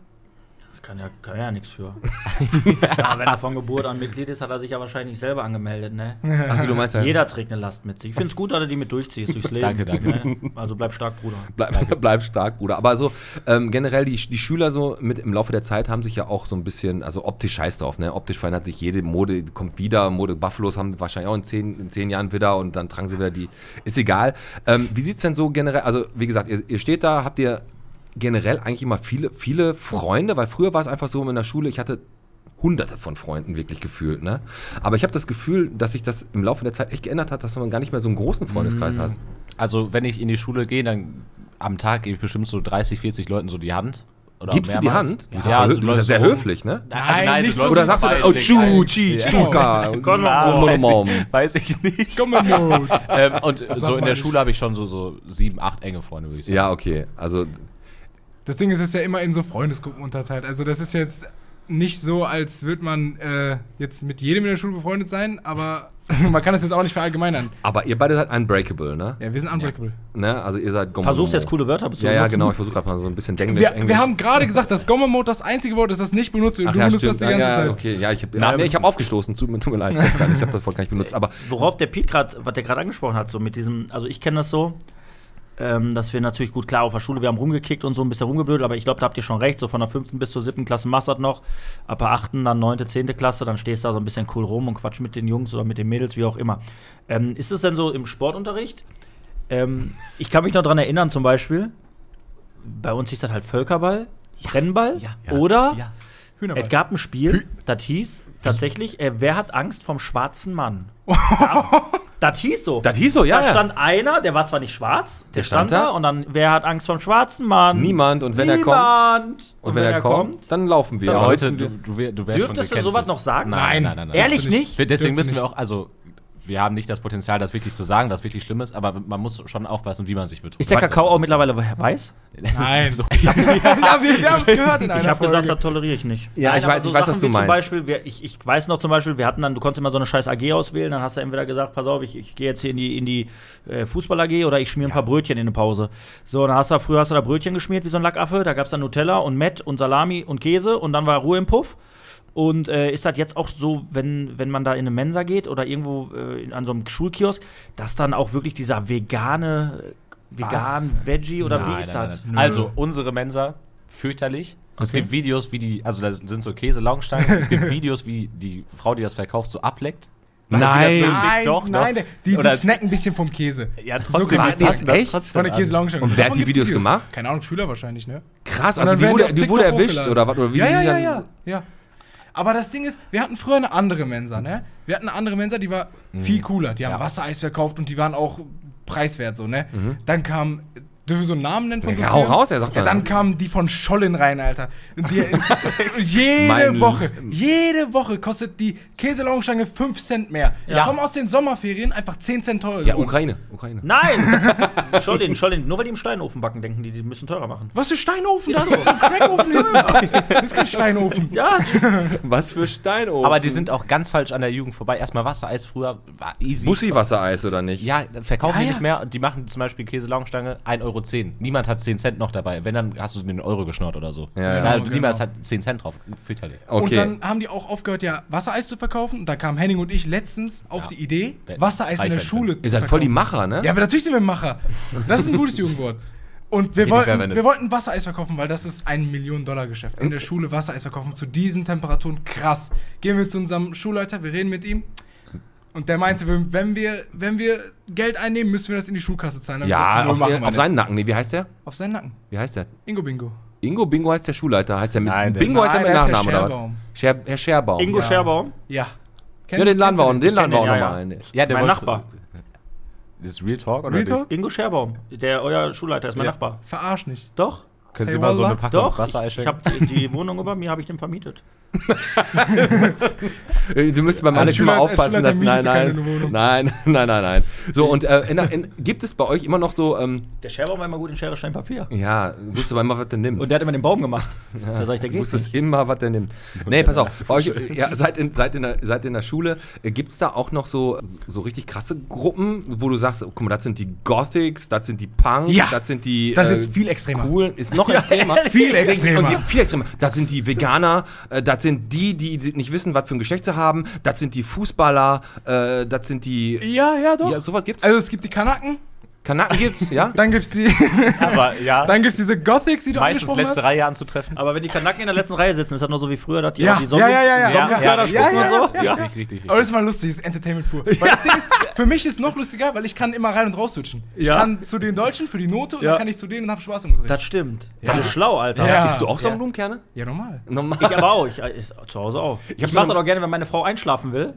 [SPEAKER 2] Kann ja, kann ja nichts für. ja, wenn er von Geburt an Mitglied ist, hat er sich ja wahrscheinlich selber angemeldet, ne?
[SPEAKER 1] Achso, du meinst ja.
[SPEAKER 2] Jeder trägt eine Last mit sich. Ich finde es gut, dass du die mit durchziehst durchs Leben.
[SPEAKER 5] Danke, danke.
[SPEAKER 2] Ne? Also bleib stark, Bruder.
[SPEAKER 1] Bleib, bleib stark, Bruder. Aber so ähm, generell, die, die Schüler so mit im Laufe der Zeit haben sich ja auch so ein bisschen, also optisch scheiß drauf, ne? Optisch verändert sich jede Mode, kommt wieder. Mode Buffalos haben wahrscheinlich auch in zehn, in zehn Jahren wieder und dann tragen sie wieder die. Ist egal. Ähm, wie sieht's denn so generell? Also, wie gesagt, ihr, ihr steht da, habt ihr generell eigentlich immer viele, viele Freunde, weil früher war es einfach so in der Schule, ich hatte hunderte von Freunden wirklich gefühlt, ne? Aber ich habe das Gefühl, dass sich das im Laufe der Zeit echt geändert hat, dass man gar nicht mehr so einen großen Freundeskreis hat.
[SPEAKER 5] Also, wenn ich in die Schule gehe, dann am Tag gebe ich bestimmt so 30, 40 Leuten so die Hand. Oder
[SPEAKER 1] Gibst du die
[SPEAKER 5] mehrmals.
[SPEAKER 1] Hand? Du bist
[SPEAKER 5] Ja,
[SPEAKER 1] ja,
[SPEAKER 5] also
[SPEAKER 1] verhö- du bist ja
[SPEAKER 5] läufst
[SPEAKER 1] sehr
[SPEAKER 5] so rum.
[SPEAKER 1] höflich, ne?
[SPEAKER 5] Also,
[SPEAKER 4] Nein,
[SPEAKER 5] nein,
[SPEAKER 4] nicht so.
[SPEAKER 5] läufst
[SPEAKER 1] Oder
[SPEAKER 5] so
[SPEAKER 1] sagst du
[SPEAKER 5] vorbei,
[SPEAKER 1] das? Oh,
[SPEAKER 5] schlägst
[SPEAKER 1] tschu,
[SPEAKER 5] ein.
[SPEAKER 1] tschi,
[SPEAKER 5] Ja.
[SPEAKER 1] tschuka. Ah,
[SPEAKER 5] Weiß
[SPEAKER 1] Monomom.
[SPEAKER 5] ich- Weiß ich nicht.
[SPEAKER 4] Komm mal,
[SPEAKER 5] ähm, und so in
[SPEAKER 4] mal
[SPEAKER 5] der
[SPEAKER 4] nicht.
[SPEAKER 5] Schule habe ich schon so, so sieben, acht enge Freunde, würde ich sagen.
[SPEAKER 1] Ja, okay. Also,
[SPEAKER 4] Das Ding ist, es ist ja immer in so Freundesgruppen unterteilt. Also das ist jetzt nicht so, als würde man äh, jetzt mit jedem in der Schule befreundet sein, aber man kann das jetzt auch nicht verallgemeinern.
[SPEAKER 1] aber ihr beide seid unbreakable, ne?
[SPEAKER 4] Ja, wir sind unbreakable.
[SPEAKER 1] ne? Also ihr seid Gommomo.
[SPEAKER 2] Versuchst jetzt coole Wörter zu
[SPEAKER 1] Ja, ja,
[SPEAKER 2] benutzen.
[SPEAKER 1] genau. Ich versuche gerade mal so ein bisschen Englisch.
[SPEAKER 4] Wir,
[SPEAKER 1] Englisch.
[SPEAKER 4] wir haben gerade gesagt, dass Gommemod das einzige Wort ist, das nicht benutzt wird.
[SPEAKER 1] Ach
[SPEAKER 4] du
[SPEAKER 1] ja,
[SPEAKER 4] benutzt
[SPEAKER 1] stimmt. Ah,
[SPEAKER 4] das die ganze
[SPEAKER 1] ja, ja,
[SPEAKER 4] Zeit.
[SPEAKER 1] okay. Ja, ich habe
[SPEAKER 5] Na,
[SPEAKER 1] ja, nee, ich hab aufgestoßen. Tut mir, tut mir leid. Ich habe das Wort gar nicht benutzt. Aber
[SPEAKER 2] Worauf der Pete gerade, was der gerade angesprochen hat, so mit diesem, also ich kenne das so, ähm, dass wir natürlich gut, klar, auf der Schule, wir haben rumgekickt und so ein bisschen rumgeblödelt, aber ich glaube, da habt ihr schon recht, so von der fünften bis zur siebten Klasse machst du das noch, ab der achten, dann neunte, zehnte Klasse, dann stehst du da so ein bisschen cool rum und quatsch mit den Jungs oder mit den Mädels, wie auch immer. Ähm, ist es denn so im Sportunterricht? Ähm, ich kann mich noch daran erinnern, zum Beispiel, bei uns hieß das halt Völkerball, Rennball oder
[SPEAKER 5] Ja.
[SPEAKER 4] Hühnerball.
[SPEAKER 2] es gab ein Spiel, das hieß tatsächlich, äh, wer hat Angst vom schwarzen Mann? Da- das hieß so.
[SPEAKER 1] das hieß so, ja.
[SPEAKER 2] da
[SPEAKER 1] ja.
[SPEAKER 2] stand einer, der war zwar nicht schwarz, der,
[SPEAKER 1] stand
[SPEAKER 2] stand,
[SPEAKER 1] da.
[SPEAKER 2] da und dann, wer hat Angst vom schwarzen Mann?
[SPEAKER 1] Niemand. Und wenn er kommt,
[SPEAKER 2] Niemand.
[SPEAKER 1] und wenn, er kommt, dann laufen wir.
[SPEAKER 2] Dann
[SPEAKER 1] Aber
[SPEAKER 5] Leute,
[SPEAKER 1] hüpfen wir-
[SPEAKER 5] du, du, wär- du wärst
[SPEAKER 2] Dürftest
[SPEAKER 5] schon
[SPEAKER 2] du sowas
[SPEAKER 5] gekennzeichnet.
[SPEAKER 2] noch sagen?
[SPEAKER 5] Nein, nein, nein. nein.
[SPEAKER 2] Ehrlich
[SPEAKER 4] Dürfte nicht.
[SPEAKER 2] nicht?
[SPEAKER 5] Wir, deswegen
[SPEAKER 4] Dürfte
[SPEAKER 5] müssen wir
[SPEAKER 4] nicht.
[SPEAKER 5] auch, also, wir haben nicht das Potenzial, das wirklich zu sagen, das wirklich schlimm ist, aber man muss schon aufpassen, wie man sich betrifft.
[SPEAKER 2] Ist der Kakao auch mittlerweile we- weiß?
[SPEAKER 4] Nein.
[SPEAKER 5] So.
[SPEAKER 4] ja, wir, wir haben es gehört in einer
[SPEAKER 2] Ich habe
[SPEAKER 4] Folge.
[SPEAKER 2] gesagt, das toleriere ich nicht.
[SPEAKER 1] Ja, ich
[SPEAKER 2] aber
[SPEAKER 1] weiß- ich weiß, was
[SPEAKER 2] Sachen
[SPEAKER 1] du
[SPEAKER 2] wie
[SPEAKER 1] meinst.
[SPEAKER 2] Zum Beispiel, wir, ich, ich weiß noch zum Beispiel, wir hatten dann, du konntest immer so eine scheiß AG auswählen, dann hast du entweder gesagt, pass auf, ich, ich gehe jetzt hier in die, in die äh, Fußball-AG oder ich schmier ein paar Brötchen in eine Pause. So, dann hast du, früher hast du da Brötchen geschmiert wie so ein Lackaffe, da gab es dann Nutella und Met und Salami und Käse und dann war Ruhe im Puff. Und äh, ist das jetzt auch so, wenn, wenn man da in eine Mensa geht oder irgendwo äh, in- an so einem Schulkiosk, dass dann auch wirklich dieser vegane, vegan, Veggie oder wie ist das?
[SPEAKER 5] nein. Also, unsere Mensa, fürchterlich. Es gibt Videos, wie die, also da sind so Käse-Laugenstangen, es gibt Videos, wie die Frau, die das verkauft, so ableckt.
[SPEAKER 1] Nein.
[SPEAKER 5] Wie das so
[SPEAKER 4] nein,
[SPEAKER 5] liegt,
[SPEAKER 1] ne?
[SPEAKER 5] doch,
[SPEAKER 4] nein,
[SPEAKER 5] doch.
[SPEAKER 4] die, die
[SPEAKER 5] Oder-
[SPEAKER 4] snacken ein bisschen vom Käse.
[SPEAKER 5] Ja,
[SPEAKER 4] kann
[SPEAKER 5] trotzdem.
[SPEAKER 4] man
[SPEAKER 5] die
[SPEAKER 4] sagen,
[SPEAKER 5] passen das
[SPEAKER 1] echt?
[SPEAKER 5] trotzdem
[SPEAKER 4] Von der
[SPEAKER 5] an.
[SPEAKER 4] Käse-Laugenstange.
[SPEAKER 1] Und wer hat
[SPEAKER 4] Davon
[SPEAKER 1] die
[SPEAKER 4] gibt's
[SPEAKER 1] Videos gemacht?
[SPEAKER 4] Keine Ahnung, Schüler wahrscheinlich, ne?
[SPEAKER 1] krass,
[SPEAKER 4] Und
[SPEAKER 1] also
[SPEAKER 4] dann
[SPEAKER 1] die
[SPEAKER 4] werden
[SPEAKER 1] wurde,
[SPEAKER 4] auf
[SPEAKER 1] die
[SPEAKER 4] TikTok
[SPEAKER 1] wurde erwischt
[SPEAKER 4] hochgeladen.
[SPEAKER 1] oder was? Oder wie
[SPEAKER 4] ja, ja,
[SPEAKER 1] die
[SPEAKER 4] ja,
[SPEAKER 1] dann-
[SPEAKER 4] ja, ja. Aber das Ding ist, wir hatten früher eine andere Mensa, ne? Wir hatten eine andere Mensa, die war
[SPEAKER 1] Mhm.
[SPEAKER 4] viel cooler. Die haben Wassereis verkauft und die waren auch preiswert, so, ne? Dann kam. Dürfen wir so einen Namen nennen von
[SPEAKER 1] Mhm. Ja,
[SPEAKER 4] so
[SPEAKER 1] hau
[SPEAKER 4] Firmen?
[SPEAKER 1] raus, er sagt
[SPEAKER 4] ja,
[SPEAKER 1] ja.
[SPEAKER 4] Dann kamen die von Schollen rein, Alter. Und die, jede
[SPEAKER 1] Mein-
[SPEAKER 4] Woche, jede Woche kostet die Käselaugenstange 5 Cent mehr. Ich
[SPEAKER 2] Ja.
[SPEAKER 4] komme aus den Sommerferien einfach 10 Cent teurer.
[SPEAKER 1] Ja,
[SPEAKER 4] geworden.
[SPEAKER 1] Ukraine. Ukraine.
[SPEAKER 2] Nein! Schollin, Schollin, nur weil die im Steinofen backen, denken die, die müssen teurer machen.
[SPEAKER 4] Was für Steinofen? Da ist doch so ein Crackofen hin. Das ist kein Steinofen.
[SPEAKER 2] Ja,
[SPEAKER 1] Was für Steinofen.
[SPEAKER 5] Aber die sind auch ganz falsch an der Jugend vorbei. Erstmal Wassereis früher war easy.
[SPEAKER 1] Bussi-Wassereis oder nicht?
[SPEAKER 5] Ja, dann verkaufen die
[SPEAKER 4] ja.
[SPEAKER 5] nicht mehr und die machen zum Beispiel Käselaugenstange 1,10 Euro. Niemand hat 10 Cent noch dabei. Wenn, dann hast du den Euro geschnurrt oder so.
[SPEAKER 1] Ja, Oh, ja.
[SPEAKER 5] Na,
[SPEAKER 4] Genau,
[SPEAKER 5] Niemals
[SPEAKER 4] genau.
[SPEAKER 5] hat 10 Cent drauf. Fürchterlich.
[SPEAKER 1] Okay.
[SPEAKER 4] Und dann haben die auch aufgehört, ja, Wassereis zu verkaufen. Und da kamen Henning und ich letztens auf die Idee,
[SPEAKER 5] Wer-
[SPEAKER 4] Wassereis in der
[SPEAKER 5] Eichhörnchen.
[SPEAKER 4] Schule
[SPEAKER 1] Ihr seid voll die Macher, ne?
[SPEAKER 4] Ja, aber natürlich sind wir Macher. Das ist ein gutes Jugendwort. Und wir
[SPEAKER 5] Richtig
[SPEAKER 4] wollten,
[SPEAKER 5] verwendet.
[SPEAKER 4] wir wollten Wassereis verkaufen, weil das ist ein Millionen-Dollar-Geschäft.
[SPEAKER 1] Äh,
[SPEAKER 4] In der Schule Wassereis verkaufen zu diesen Temperaturen, krass. Gehen wir zu unserem Schulleiter, wir reden mit ihm. Und der meinte, wenn wenn wir, wenn wir Geld einnehmen, müssen wir das in die Schulkasse zahlen. Hab ich gesagt,
[SPEAKER 1] Ja,
[SPEAKER 4] nö,
[SPEAKER 1] auf,
[SPEAKER 4] machen wir
[SPEAKER 1] auf
[SPEAKER 4] nicht.
[SPEAKER 1] seinen Nacken. Nee, wie heißt der?
[SPEAKER 4] auf seinen Nacken.
[SPEAKER 1] Wie heißt der?
[SPEAKER 4] Ingo Bingo.
[SPEAKER 1] Ingo Bingo heißt der Schulleiter. Heißt der mit
[SPEAKER 5] Nein, der-
[SPEAKER 1] Bingo heißt er mit
[SPEAKER 4] Nein, der ist
[SPEAKER 1] Nachnamen
[SPEAKER 4] Herr
[SPEAKER 1] oder was?
[SPEAKER 4] Scherbaum.
[SPEAKER 1] Scher, Herr Scherbaum.
[SPEAKER 2] Ingo
[SPEAKER 1] ja.
[SPEAKER 2] Scherbaum.
[SPEAKER 4] Ja. Kenn,
[SPEAKER 1] ja, den laden
[SPEAKER 4] kennst du
[SPEAKER 1] wir auch, den laden wir auch
[SPEAKER 2] den, ja,
[SPEAKER 1] nochmal ein.
[SPEAKER 5] Ja, der
[SPEAKER 2] Mein
[SPEAKER 5] wollte-
[SPEAKER 2] Nachbar.
[SPEAKER 5] Das ist Real Talk oder
[SPEAKER 4] Real
[SPEAKER 5] nicht?
[SPEAKER 4] Talk?
[SPEAKER 2] Ingo Scherbaum, der euer Schulleiter ist mein
[SPEAKER 5] Ja.
[SPEAKER 2] Nachbar.
[SPEAKER 4] Verarsch nicht.
[SPEAKER 2] Doch?
[SPEAKER 5] Können
[SPEAKER 4] Say
[SPEAKER 5] Sie mal so
[SPEAKER 4] Wallah?
[SPEAKER 5] eine Packung
[SPEAKER 2] Doch,
[SPEAKER 5] Wasser
[SPEAKER 2] ich, ich
[SPEAKER 5] einschenken?
[SPEAKER 2] habe die, die Wohnung über mir, habe ich dem vermietet.
[SPEAKER 1] Äh, Du müsst beim
[SPEAKER 4] Als
[SPEAKER 1] Alex immer
[SPEAKER 4] Also Schüler- als
[SPEAKER 1] aufpassen,
[SPEAKER 4] Schüler
[SPEAKER 1] dass nein,
[SPEAKER 4] vermietest du
[SPEAKER 1] nein,
[SPEAKER 4] keine Wohnung.
[SPEAKER 1] nein, nein, nein, nein. So und äh, in, in, gibt es bei euch immer noch so, ähm,
[SPEAKER 2] Der Scherbaum war immer gut in Schere, Stein, Papier.
[SPEAKER 1] ja, wusstest du immer, was der nimmt?
[SPEAKER 2] Und der hat immer den Baum gemacht. Da sag
[SPEAKER 1] Du
[SPEAKER 2] ich, der geht nicht.
[SPEAKER 1] wusstest immer, was der nimmt. Nee, pass auf. Bei euch, äh, ja, seid, in, seid, in der, seid in der Schule. Gibt es da auch noch so, so richtig krasse Gruppen, wo du sagst, oh, guck mal, das sind die Gothics, das sind die Punks,
[SPEAKER 4] Ja.
[SPEAKER 1] das sind die äh,
[SPEAKER 4] Das ist jetzt viel extremer.
[SPEAKER 1] coolen, ist noch extremer.
[SPEAKER 4] Viel
[SPEAKER 1] Und die-
[SPEAKER 4] extremer.
[SPEAKER 1] viel extremer. Das sind die Veganer, äh, das sind die, die nicht wissen, was für ein Geschlecht sie haben, das sind die Fußballer, äh, das sind die...
[SPEAKER 4] Ja, ja, doch.
[SPEAKER 1] Ja, sowas gibt's.
[SPEAKER 4] also es gibt die Kanaken,
[SPEAKER 1] Kanaken gibt's, ja?
[SPEAKER 4] dann gibt's die,
[SPEAKER 5] Aber ja,
[SPEAKER 4] dann gibt's diese Gothics, die du
[SPEAKER 5] meistens
[SPEAKER 4] angesprochen
[SPEAKER 5] letzte
[SPEAKER 4] hast.
[SPEAKER 5] Reihe anzutreffen.
[SPEAKER 2] Aber wenn die Kanaken in der letzten Reihe sitzen, ist das nur so wie früher, dass die
[SPEAKER 4] Ja,
[SPEAKER 2] auf die Zombie-
[SPEAKER 4] ja, ja, ja, ja.
[SPEAKER 2] Zombie-Kleider
[SPEAKER 4] Ja, ja,
[SPEAKER 2] spucken
[SPEAKER 4] ja,
[SPEAKER 2] und so.
[SPEAKER 5] Ja, richtig,
[SPEAKER 4] Aber
[SPEAKER 5] richtig. richtig.
[SPEAKER 4] das ist mal lustig, das ist Entertainment pur. Weil das Ding ist, für mich ist es noch lustiger, weil ich kann immer rein und raus switchen. Ich
[SPEAKER 2] Ja.
[SPEAKER 4] kann zu den Deutschen für die Note und
[SPEAKER 2] Ja.
[SPEAKER 4] dann kann ich zu denen und hab Spaß im Unterricht.
[SPEAKER 2] Das stimmt. Das ist schlau, Alter.
[SPEAKER 4] Ja.
[SPEAKER 1] Bist du auch so
[SPEAKER 4] Ja.
[SPEAKER 1] ein Blumenkerne?
[SPEAKER 4] ja, normal.
[SPEAKER 1] Normal.
[SPEAKER 2] Ich aber auch. Ich, ich, zu Hause auch. Ich,
[SPEAKER 1] hab so
[SPEAKER 2] mache
[SPEAKER 1] eine-
[SPEAKER 2] das auch gerne, wenn meine Frau einschlafen will,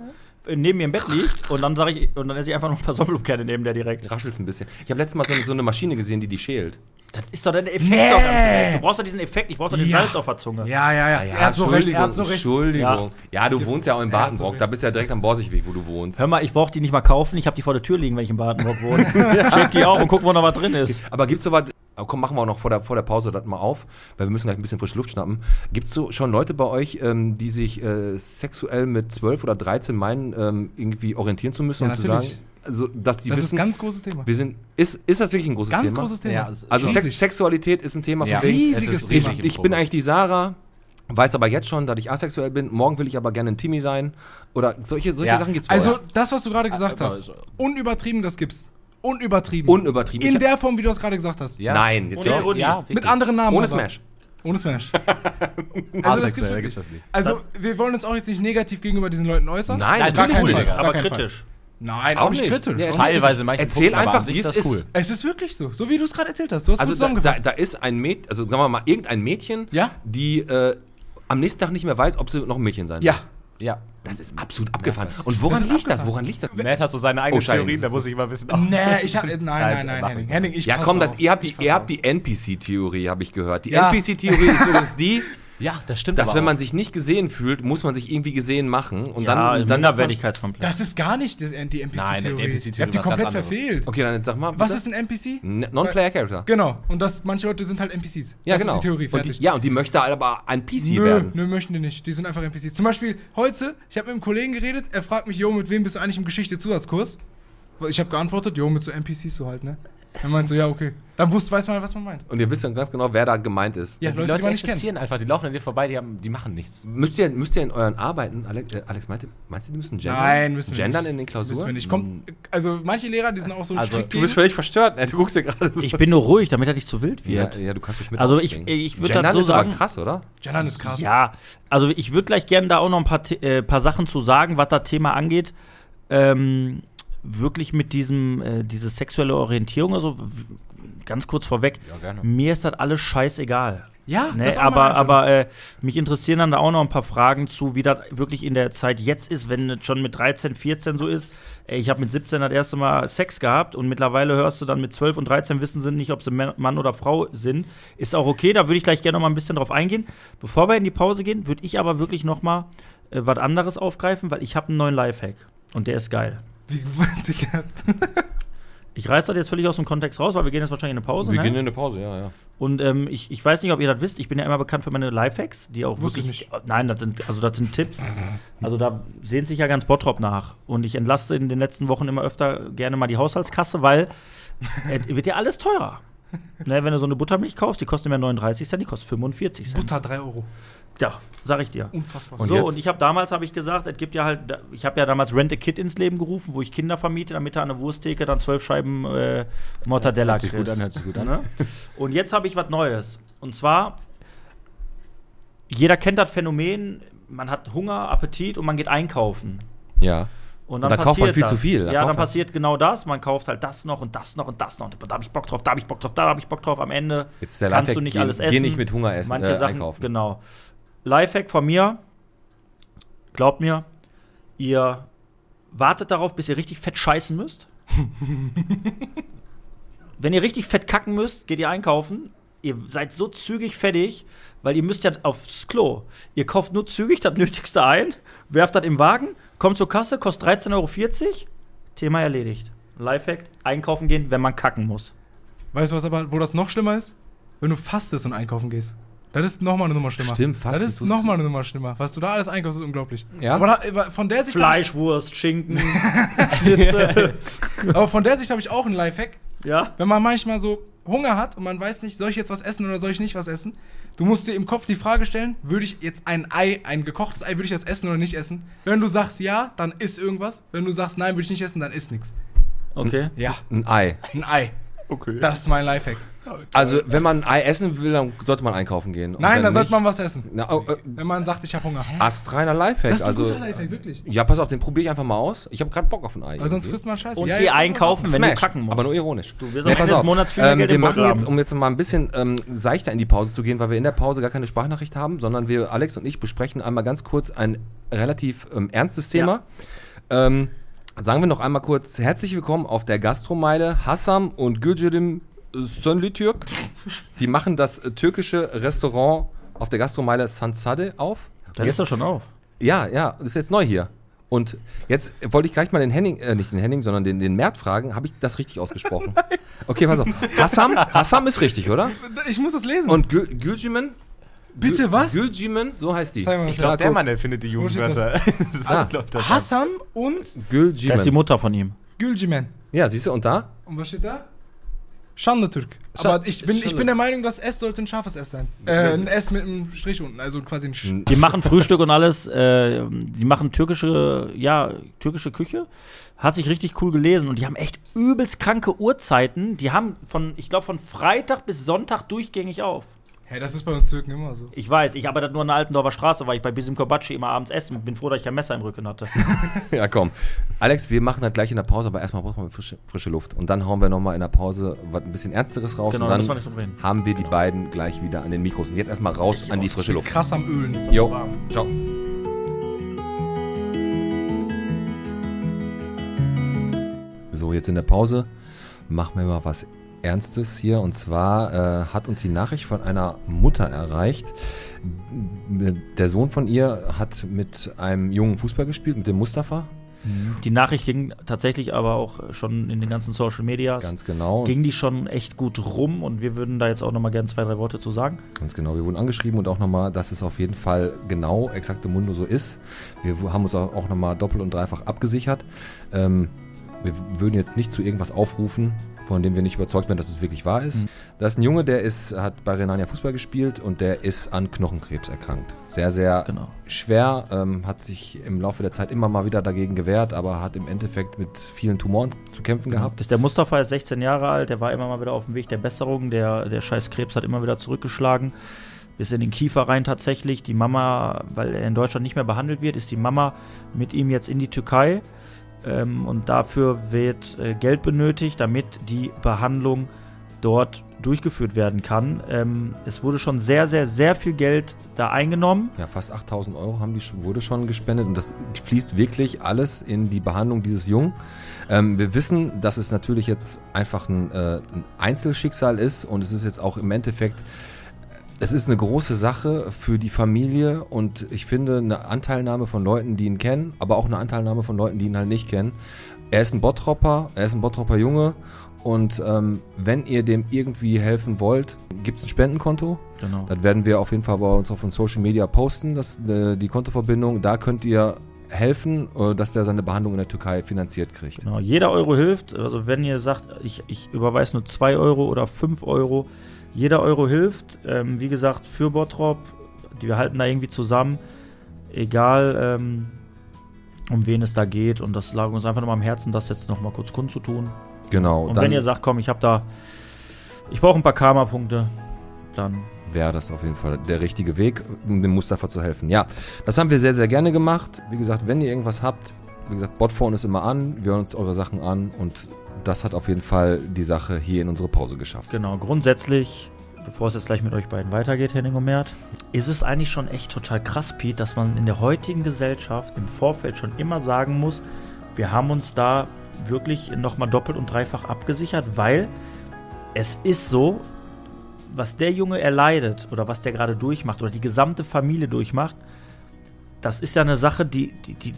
[SPEAKER 2] äh, neben mir im Bett liegt und dann sage ich, und dann esse ich einfach noch ein paar Sonnenblumenkerne neben der direkt.
[SPEAKER 1] Raschelst ein bisschen. Ich habe letztes Mal so, so eine Maschine gesehen, die die schält.
[SPEAKER 2] Das ist doch der Effekt
[SPEAKER 4] Nee.
[SPEAKER 2] doch ganz ehrlich. Du brauchst doch diesen Effekt, ich brauch doch den
[SPEAKER 4] Ja.
[SPEAKER 2] Salz auf der Zunge.
[SPEAKER 4] Ja, ja, ja. er hat so recht, er hat so recht.
[SPEAKER 1] Entschuldigung. Ja, du wohnst ja auch in
[SPEAKER 4] Er hat so
[SPEAKER 1] Badenbrock.
[SPEAKER 4] recht.
[SPEAKER 1] da bist du ja direkt am Borsigweg, wo du wohnst.
[SPEAKER 2] Hör mal, ich brauch die nicht mal kaufen, ich habe die vor der Tür liegen, wenn ich in Badenburg wohne. Ich heb die auf und guck, wo noch was drin ist.
[SPEAKER 1] Aber gibt's sowas, aber komm, machen wir auch noch vor der, vor der Pause das mal auf, weil wir müssen gleich ein bisschen frische Luft schnappen. Gibt's so schon Leute bei euch, ähm, die sich äh, sexuell mit 12 oder 13 meinen, ähm, irgendwie orientieren zu müssen
[SPEAKER 4] Ja,
[SPEAKER 1] und zu sagen,
[SPEAKER 4] natürlich.
[SPEAKER 1] also, dass die
[SPEAKER 4] Das ist
[SPEAKER 1] wissen,
[SPEAKER 4] ein ganz großes Thema.
[SPEAKER 1] wir sind, ist, ist das wirklich ein großes
[SPEAKER 4] Ganz
[SPEAKER 1] Thema?
[SPEAKER 4] großes Thema.
[SPEAKER 5] Ja, also-
[SPEAKER 1] also Sex,
[SPEAKER 4] Riesig.
[SPEAKER 1] Sexualität ist ein Thema
[SPEAKER 5] Ja.
[SPEAKER 1] von wegen,
[SPEAKER 4] riesiges
[SPEAKER 5] Es ist
[SPEAKER 4] Thema.
[SPEAKER 5] riesig im
[SPEAKER 1] Ich bin
[SPEAKER 5] Fokus.
[SPEAKER 1] eigentlich die Sarah, weiß aber jetzt schon, dass ich asexuell bin. Morgen will ich aber gerne ein Timmy sein. Oder solche, solche
[SPEAKER 5] Ja.
[SPEAKER 1] Sachen gibt's bei
[SPEAKER 4] Also,
[SPEAKER 1] euch.
[SPEAKER 4] das, was du gerade gesagt
[SPEAKER 5] Aber-
[SPEAKER 4] hast, unübertrieben, das gibt's. Unübertrieben.
[SPEAKER 1] unübertrieben.
[SPEAKER 4] In
[SPEAKER 1] Ich-
[SPEAKER 4] der Form, wie du es gerade gesagt hast.
[SPEAKER 5] Ja.
[SPEAKER 1] Nein, jetzt
[SPEAKER 2] Ohne
[SPEAKER 1] ja.
[SPEAKER 2] Ironie.
[SPEAKER 5] Ja,
[SPEAKER 4] Mit anderen Namen.
[SPEAKER 1] ohne
[SPEAKER 4] aber.
[SPEAKER 1] Smash.
[SPEAKER 4] Ohne Smash. also, das gibt's
[SPEAKER 5] Asexuell
[SPEAKER 4] wirklich.
[SPEAKER 5] gibt's das nicht.
[SPEAKER 4] Also, wir wollen uns auch jetzt nicht negativ gegenüber diesen Leuten äußern.
[SPEAKER 1] Nein,
[SPEAKER 5] Nein,
[SPEAKER 4] gar
[SPEAKER 5] natürlich
[SPEAKER 4] keinen
[SPEAKER 5] nicht.
[SPEAKER 4] Fall. Gar
[SPEAKER 2] Aber
[SPEAKER 4] keinen Fall.
[SPEAKER 2] kritisch.
[SPEAKER 4] Nein,
[SPEAKER 1] Auch
[SPEAKER 4] auch nicht
[SPEAKER 1] nicht.
[SPEAKER 4] kritisch.
[SPEAKER 1] Ja,
[SPEAKER 4] Auch nicht.
[SPEAKER 5] Teilweise manche
[SPEAKER 1] Erzähl
[SPEAKER 5] aber
[SPEAKER 1] einfach,
[SPEAKER 5] an sich
[SPEAKER 1] wie es ist.
[SPEAKER 5] cool.
[SPEAKER 4] Es ist wirklich so. So wie du es gerade erzählt hast. Du hast
[SPEAKER 1] Also
[SPEAKER 4] gut
[SPEAKER 1] da, da,
[SPEAKER 4] zusammengefasst.
[SPEAKER 1] da ist ein Mädchen, also sagen wir mal, irgendein Mädchen,
[SPEAKER 4] Ja?
[SPEAKER 1] die äh, am nächsten Tag nicht mehr weiß, ob sie noch ein Mädchen sein
[SPEAKER 4] ja.
[SPEAKER 1] will.
[SPEAKER 5] Ja.
[SPEAKER 1] Das ist absolut abgefahren. Und woran liegt das? Woran liegt das?
[SPEAKER 5] Matt hat so seine eigenen
[SPEAKER 1] Oh, Scheiße.
[SPEAKER 5] Theorien, da muss ich mal wissen.
[SPEAKER 4] Nee, ich hab. Nein, nein, nein,
[SPEAKER 5] mach
[SPEAKER 4] Henning.
[SPEAKER 5] ich.
[SPEAKER 4] Henning, ich
[SPEAKER 1] Ja,
[SPEAKER 4] pass
[SPEAKER 1] komm, das,
[SPEAKER 4] auf.
[SPEAKER 1] ihr habt die,
[SPEAKER 4] Ich pass
[SPEAKER 1] ihr
[SPEAKER 4] auf.
[SPEAKER 1] habt die NPC-Theorie, habe ich gehört. Die
[SPEAKER 4] Ja.
[SPEAKER 1] NPC-Theorie ist übrigens die,
[SPEAKER 5] Ja, das stimmt.
[SPEAKER 1] dass
[SPEAKER 5] aber
[SPEAKER 1] wenn man
[SPEAKER 5] auch.
[SPEAKER 1] sich nicht gesehen fühlt, muss man sich irgendwie gesehen machen. Und dann,
[SPEAKER 2] ja,
[SPEAKER 1] dann sagt man-
[SPEAKER 2] Minderwertigkeitskomplex.
[SPEAKER 4] Das ist gar nicht das, die NPC-Theorie.
[SPEAKER 5] Nein, die NPC-Theorie
[SPEAKER 4] Ihr habt die
[SPEAKER 5] war was ganz
[SPEAKER 4] komplett
[SPEAKER 5] anderes.
[SPEAKER 4] verfehlt.
[SPEAKER 1] Okay, dann jetzt sag mal.
[SPEAKER 4] Was
[SPEAKER 1] bitte.
[SPEAKER 4] ist ein NPC?
[SPEAKER 1] N- Non-Player Character.
[SPEAKER 4] Genau. Und das, manche Leute sind halt NPCs.
[SPEAKER 1] Ja,
[SPEAKER 4] das
[SPEAKER 1] genau.
[SPEAKER 4] ist die Theorie.
[SPEAKER 1] und
[SPEAKER 4] Fertig.
[SPEAKER 1] die, ja, und die möchte aber ein PC
[SPEAKER 4] nö,
[SPEAKER 1] werden.
[SPEAKER 4] nö, möchten die nicht. Die sind einfach NPCs. Zum Beispiel heute, ich habe mit einem Kollegen geredet, er fragt mich, Jo, mit wem bist du eigentlich im Geschichte-Zusatzkurs? Ich habe geantwortet, Jo, mit so NPCs so halt, ne? Er meint so, ja, okay. Dann wusst, weiß man, was man meint.
[SPEAKER 1] Und ihr wisst dann ganz genau, wer da gemeint ist.
[SPEAKER 4] Ja,
[SPEAKER 5] die Leute, existieren einfach, die laufen an dir vorbei, die, haben, die machen nichts.
[SPEAKER 1] Müsst, ihr, müsst ihr in euren Arbeiten, Alex, äh, Alex meinte, meinst du, die müssen gendern?
[SPEAKER 4] Nein, müssen wir
[SPEAKER 1] gendern
[SPEAKER 4] nicht.
[SPEAKER 1] in den Klausuren?
[SPEAKER 4] Wissen wir nicht. Kommt, also manche Lehrer, die sind auch so
[SPEAKER 5] Also,
[SPEAKER 4] strikt
[SPEAKER 1] Hm. Du bist
[SPEAKER 4] gegen-
[SPEAKER 1] völlig verstört, ne? du guckst ja gerade so.
[SPEAKER 2] Ich bin nur ruhig, damit er nicht zu wild
[SPEAKER 1] ja,
[SPEAKER 2] wird.
[SPEAKER 1] ja, du kannst dich mit
[SPEAKER 2] Also ich-
[SPEAKER 1] aufregen.
[SPEAKER 2] ich würd
[SPEAKER 1] Gendern
[SPEAKER 2] dazu
[SPEAKER 1] ist
[SPEAKER 2] sagen-
[SPEAKER 1] aber krass, oder?
[SPEAKER 4] Gendern ist krass.
[SPEAKER 2] Ja, also ich würde gleich gerne da auch noch ein paar, The- äh, paar Sachen zu sagen, was das Thema angeht. Ähm, wirklich mit diesem, äh, diese sexuelle Orientierung, also w- ganz kurz vorweg,
[SPEAKER 5] Ja, gerne.
[SPEAKER 2] mir ist das alles scheißegal.
[SPEAKER 4] Ja,
[SPEAKER 2] Ne,
[SPEAKER 4] das ist auch meine
[SPEAKER 2] aber
[SPEAKER 4] Einstellung.
[SPEAKER 2] aber äh, mich interessieren dann da auch noch ein paar Fragen zu, wie das wirklich in der Zeit jetzt ist, wenn es schon mit 13, 14 so ist. Ey, Ich habe mit 17 das erste Mal Sex gehabt und mittlerweile hörst du dann mit 12 und 13 wissen sie nicht, ob sie Mä- Mann oder Frau sind. Ist auch okay, da würde ich gleich gerne noch mal ein bisschen drauf eingehen. Bevor wir in die Pause gehen, würde ich aber wirklich noch mal äh, was anderes aufgreifen, weil ich habe einen neuen Lifehack und der ist geil.
[SPEAKER 4] Wie gewohnt, Digga.
[SPEAKER 2] Ich reiß das jetzt völlig aus dem Kontext raus, weil wir gehen jetzt wahrscheinlich in eine Pause. ne?
[SPEAKER 1] eine Pause, ja, ja.
[SPEAKER 2] Und ähm, ich, ich weiß nicht, ob ihr das wisst. Ich bin ja immer bekannt für meine Lifehacks, die auch
[SPEAKER 4] Wusste ich
[SPEAKER 2] wirklich. Nein, das sind also das sind Tipps. Also da sehnt sich ja ganz Bottrop nach. Und ich entlaste in den letzten Wochen immer öfter gerne mal die Haushaltskasse, weil äh, wird ja alles teurer. Ne, wenn du so eine Buttermilch kaufst, die kostet mehr 39 Cent, die kostet 45 Cent.
[SPEAKER 4] Butter 3 Euro.
[SPEAKER 2] Ja, sag ich dir.
[SPEAKER 4] Unfassbar.
[SPEAKER 1] Und
[SPEAKER 2] so,
[SPEAKER 1] jetzt?
[SPEAKER 2] und ich habe damals, habe ich gesagt, es gibt ja halt, da- ich habe ja damals Rent a Kid ins Leben gerufen, wo ich Kinder vermiete, damit er an der Wursttheke dann zwölf Scheiben äh, Mortadella
[SPEAKER 5] Hört sich gut
[SPEAKER 2] kriegst.
[SPEAKER 5] an, hört sich gut an.
[SPEAKER 2] Ne? Und jetzt habe ich was Neues. Und zwar, jeder kennt das Phänomen, man hat Hunger, Appetit und man geht einkaufen.
[SPEAKER 1] Ja.
[SPEAKER 2] Und
[SPEAKER 1] da kauft man viel
[SPEAKER 2] das.
[SPEAKER 1] zu viel. Da
[SPEAKER 2] ja,
[SPEAKER 1] kauft
[SPEAKER 2] dann
[SPEAKER 1] man-
[SPEAKER 2] passiert genau das. Man kauft halt das noch und das noch und das noch. Da habe ich Bock drauf, da habe ich Bock drauf, da habe ich Bock drauf. Am Ende
[SPEAKER 1] Jetzt ist der
[SPEAKER 2] kannst
[SPEAKER 1] Lifehack,
[SPEAKER 2] du nicht
[SPEAKER 1] geh-
[SPEAKER 2] alles
[SPEAKER 1] geh
[SPEAKER 2] essen.
[SPEAKER 1] nicht mit Hunger essen,
[SPEAKER 2] Manche
[SPEAKER 1] äh,
[SPEAKER 2] Sachen,
[SPEAKER 1] einkaufen.
[SPEAKER 2] Genau. Lifehack von mir. Glaubt mir, ihr wartet darauf, bis ihr richtig fett scheißen müsst. Wenn ihr richtig fett kacken müsst, geht ihr einkaufen. Ihr seid so zügig fertig, weil ihr müsst ja aufs Klo. Ihr kauft nur zügig das Nötigste ein, werft das im Wagen, kommt zur Kasse, kostet 13,40 Euro. Thema erledigt. Lifehack, einkaufen gehen, wenn man kacken muss.
[SPEAKER 4] Weißt du was aber, wo das noch schlimmer ist? Wenn du fastest und einkaufen gehst. Das ist nochmal eine Nummer schlimmer.
[SPEAKER 1] Stimmt,
[SPEAKER 4] fast.
[SPEAKER 1] fasten
[SPEAKER 4] Das ist
[SPEAKER 1] tust du-
[SPEAKER 4] nochmal eine Nummer schlimmer. Was du da alles einkaufst, ist unglaublich.
[SPEAKER 1] Ja.
[SPEAKER 4] Aber, da, aber von der Sicht
[SPEAKER 2] Fleischwurst, Schinken, Pilze.
[SPEAKER 4] Hab ich, aber von der Sicht habe ich auch einen Lifehack.
[SPEAKER 2] ja.
[SPEAKER 4] Wenn man manchmal so Hunger hat und man weiß nicht, soll ich jetzt was essen oder soll ich nicht was essen? Du musst dir im Kopf die Frage stellen, würde ich jetzt ein Ei, ein gekochtes Ei, würde ich das essen oder nicht essen? Wenn du sagst ja, dann isst irgendwas. Wenn du sagst nein, würde ich nicht essen, dann isst nichts.
[SPEAKER 2] Okay.
[SPEAKER 4] Ja,
[SPEAKER 1] Ein Ei.
[SPEAKER 4] ein Ei. Okay. Das ist mein Lifehack.
[SPEAKER 1] Also, wenn man ein Ei essen will, dann sollte man einkaufen gehen. Und
[SPEAKER 4] Nein,
[SPEAKER 1] wenn
[SPEAKER 4] dann sollte
[SPEAKER 1] nicht-
[SPEAKER 4] man was essen.
[SPEAKER 1] Na, oh, äh,
[SPEAKER 4] Wenn man sagt, ich habe Hunger.
[SPEAKER 1] astreiner Lifehack.
[SPEAKER 4] Das ist ein
[SPEAKER 1] also,
[SPEAKER 4] guter Lifehack, Also, wirklich.
[SPEAKER 1] Ja, pass auf, den probiere ich einfach mal aus. Ich habe gerade Bock auf ein Ei.
[SPEAKER 4] Weil sonst
[SPEAKER 1] irgendwie.
[SPEAKER 4] frisst man Scheiße.
[SPEAKER 2] Und
[SPEAKER 4] Ja,
[SPEAKER 2] geh
[SPEAKER 4] jetzt muss man
[SPEAKER 2] einkaufen,
[SPEAKER 4] was
[SPEAKER 2] wenn
[SPEAKER 1] Smash,
[SPEAKER 2] du kacken musst.
[SPEAKER 1] aber nur ironisch.
[SPEAKER 2] Du wirst
[SPEAKER 1] Nee,
[SPEAKER 2] am Ende
[SPEAKER 1] pass
[SPEAKER 2] des
[SPEAKER 1] auf.
[SPEAKER 2] Monats viel mehr
[SPEAKER 1] ähm,
[SPEAKER 2] Geld
[SPEAKER 1] wir
[SPEAKER 2] im
[SPEAKER 1] machen
[SPEAKER 2] Beutel
[SPEAKER 1] jetzt,
[SPEAKER 2] haben.
[SPEAKER 1] um jetzt mal ein bisschen ähm, seichter in die Pause zu gehen, weil wir in der Pause gar keine Sprachnachricht haben, sondern wir, Alex und ich, besprechen einmal ganz kurz ein relativ ähm, ernstes Thema. Ähm, sagen wir noch einmal kurz herzlich willkommen auf der Gastromeile Hassam und Gürcürim Sönlitürk. Die machen das äh, türkische Restaurant auf der Gastromeile Sansade auf.
[SPEAKER 2] Dann
[SPEAKER 1] Und
[SPEAKER 2] ist das schon auf.
[SPEAKER 1] ja, ja, das ist jetzt neu hier. Und jetzt wollte ich gleich mal den Henning, äh, nicht den Henning, sondern den, den Mert fragen, habe ich das richtig ausgesprochen? okay, pass auf. Hassam, Hassam ist richtig, oder?
[SPEAKER 4] Ich muss das lesen.
[SPEAKER 1] Und Gül- Gülcimen?
[SPEAKER 4] Bitte was?
[SPEAKER 1] Gülcimen, so heißt die.
[SPEAKER 4] Zeig mal, was
[SPEAKER 1] Ich glaub, der Mann.
[SPEAKER 5] erfindet die
[SPEAKER 4] steht
[SPEAKER 1] Ah,
[SPEAKER 4] Hassam und
[SPEAKER 2] Das ist die
[SPEAKER 1] Gülcimen.
[SPEAKER 2] Mutter von ihm.
[SPEAKER 4] Gülcimen.
[SPEAKER 1] Ja, siehst du, und da?
[SPEAKER 4] Und was steht da? Schandetürk.
[SPEAKER 1] Scha-
[SPEAKER 4] Aber ich bin, ich
[SPEAKER 1] Schandetürk.
[SPEAKER 4] bin der Meinung, das S sollte ein scharfes S sein. Äh, ein S mit einem Strich unten, also quasi ein Sch.
[SPEAKER 2] Die machen Frühstück und alles. Äh, die machen türkische, ja, türkische Küche. Hat sich richtig cool gelesen und die haben echt übelst kranke Uhrzeiten. Die haben von, ich glaube, von Freitag bis Sonntag durchgängig auf.
[SPEAKER 4] Hä, das ist bei uns Türken immer so.
[SPEAKER 2] Ich weiß, ich arbeite nur an der Altendorfer Straße, weil ich bei Bisim Kobatschi immer abends essen. Bin froh, dass ich kein Messer im Rücken hatte.
[SPEAKER 1] Ja, komm. Alex, wir machen das gleich in der Pause, aber erstmal brauchen wir frische, frische Luft. Und dann hauen wir nochmal in der Pause was ein bisschen Ernsteres raus.
[SPEAKER 2] Genau,
[SPEAKER 1] und
[SPEAKER 2] müssen wir
[SPEAKER 1] dann
[SPEAKER 2] nicht drüber reden.
[SPEAKER 1] haben wir die beiden gleich wieder an den Mikros. Und jetzt erstmal raus an die frische Luft.
[SPEAKER 4] Krass am Ölen.
[SPEAKER 1] Jo, ciao. So, jetzt in der Pause machen wir mal was Ernstes hier. Und zwar äh, hat uns die Nachricht von einer Mutter erreicht. Der Sohn von ihr hat mit einem jungen Fußball gespielt, mit dem Mustafa.
[SPEAKER 2] Die Nachricht ging tatsächlich aber auch schon in den ganzen Social Medias.
[SPEAKER 1] Ganz genau.
[SPEAKER 2] ging die schon echt gut rum und wir würden da jetzt auch nochmal gerne zwei, drei Worte zu sagen.
[SPEAKER 1] Ganz genau, wir wurden angeschrieben und auch nochmal, dass es auf jeden Fall genau exakte Mundo so ist. Wir w- haben uns auch auch nochmal doppelt und dreifach abgesichert. Ähm, wir w- würden jetzt nicht zu irgendwas aufrufen, von dem wir nicht überzeugt wären, dass es wirklich wahr ist. Da ist ein Junge, der ist, hat bei Renania Fußball gespielt und der ist an Knochenkrebs erkrankt. Sehr, sehr
[SPEAKER 2] Genau.
[SPEAKER 1] schwer, ähm, hat sich im Laufe der Zeit immer mal wieder dagegen gewehrt, aber hat im Endeffekt mit vielen Tumoren zu kämpfen gehabt.
[SPEAKER 2] Der Mustafa ist 16 Jahre alt, der war immer mal wieder auf dem Weg der Besserung, der, der scheiß Krebs hat immer wieder zurückgeschlagen, bis in den Kiefer rein tatsächlich. Die Mama, weil er in Deutschland nicht mehr behandelt wird, ist die Mama mit ihm jetzt in die Türkei ähm, und dafür wird äh, Geld benötigt, damit die Behandlung dort durchgeführt werden kann. Ähm, es wurde schon sehr, sehr, sehr viel Geld da eingenommen.
[SPEAKER 1] Ja, fast 8000 Euro haben die, schon- wurde schon gespendet und das fließt wirklich alles in die Behandlung dieses Jungen. Ähm, wir wissen, dass es natürlich jetzt einfach ein, äh, ein Einzelschicksal ist und es ist jetzt auch im Endeffekt, es ist eine große Sache für die Familie und ich finde eine Anteilnahme von Leuten, die ihn kennen, aber auch eine Anteilnahme von Leuten, die ihn halt nicht kennen. Er ist ein Bottropper, er ist ein Bottropper Junge und ähm, wenn ihr dem irgendwie helfen wollt, gibt es ein Spendenkonto.
[SPEAKER 2] Genau.
[SPEAKER 1] Das werden wir auf jeden Fall bei uns auf den Social Media posten, das, äh, die Kontoverbindung. Da könnt ihr helfen, äh, dass der seine Behandlung in der Türkei finanziert kriegt.
[SPEAKER 2] Genau, jeder Euro hilft. Also wenn ihr sagt, ich, ich überweise nur 2 Euro oder 5 Euro, jeder Euro hilft. Ähm, wie gesagt, für Bottrop, die, wir halten da irgendwie zusammen, egal ähm, um wen es da geht. Und das lag uns einfach nochmal am Herzen, das jetzt nochmal kurz kundzutun.
[SPEAKER 1] Genau,
[SPEAKER 2] Und
[SPEAKER 1] dann
[SPEAKER 2] wenn ihr sagt, komm, ich habe da, ich brauche ein paar Karma-Punkte, dann
[SPEAKER 1] wäre das auf jeden Fall der richtige Weg, um dem Mustafa zu helfen. Ja, das haben wir sehr, sehr gerne gemacht. Wie gesagt, wenn ihr irgendwas habt, wie gesagt, Botphone ist immer an, wir hören uns eure Sachen an und das hat auf jeden Fall die Sache hier in unsere Pause geschafft.
[SPEAKER 2] Genau, grundsätzlich, bevor es jetzt gleich mit euch beiden weitergeht, Henning und Mert, ist es eigentlich schon echt total krass, Pete, dass man in der heutigen Gesellschaft im Vorfeld schon immer sagen muss, wir haben uns da wirklich nochmal doppelt und dreifach abgesichert, weil es ist so, was der Junge erleidet oder was der gerade durchmacht oder die gesamte Familie durchmacht, das ist ja eine Sache, die, die, die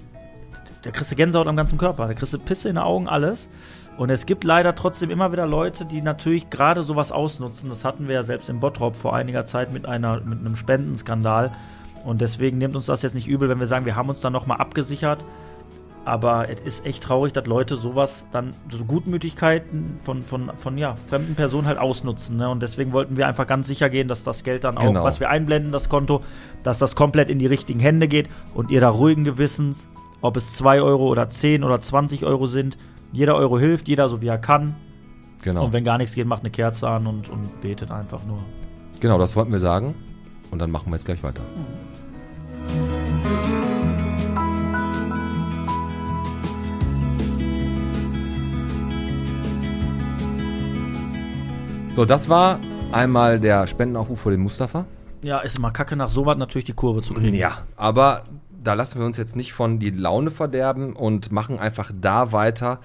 [SPEAKER 2] da kriegst du Gänsehaut am ganzen Körper, da kriegst du Pisse in den Augen, alles. Und es gibt leider trotzdem immer wieder Leute, die natürlich gerade sowas ausnutzen. Das hatten wir ja selbst in Bottrop vor einiger Zeit mit, einer, mit einem Spendenskandal. Und deswegen nimmt uns das jetzt nicht übel, wenn wir sagen, wir haben uns da nochmal abgesichert. Aber es ist echt traurig, dass Leute sowas dann, so Gutmütigkeiten von, von, von ja, fremden Personen halt ausnutzen. Ne? Und deswegen wollten wir einfach ganz sicher gehen, dass das Geld dann auch,
[SPEAKER 1] Genau.
[SPEAKER 2] was wir einblenden, das Konto, dass das komplett in die richtigen Hände geht und ihr da ruhigen Gewissens, ob es 2 Euro oder 10 oder 20 Euro sind, jeder Euro hilft, jeder so wie er kann.
[SPEAKER 1] Genau.
[SPEAKER 2] Und wenn gar nichts geht, macht eine Kerze an und, und betet einfach nur.
[SPEAKER 1] Genau, das wollten wir sagen. Und dann machen wir jetzt gleich weiter. So, das war einmal der Spendenaufruf für den Mustafa.
[SPEAKER 2] Ja, ist immer kacke, nach sowas natürlich die Kurve zu kriegen.
[SPEAKER 1] Ja, aber da lassen wir uns jetzt nicht von die Laune verderben und machen einfach da weiter,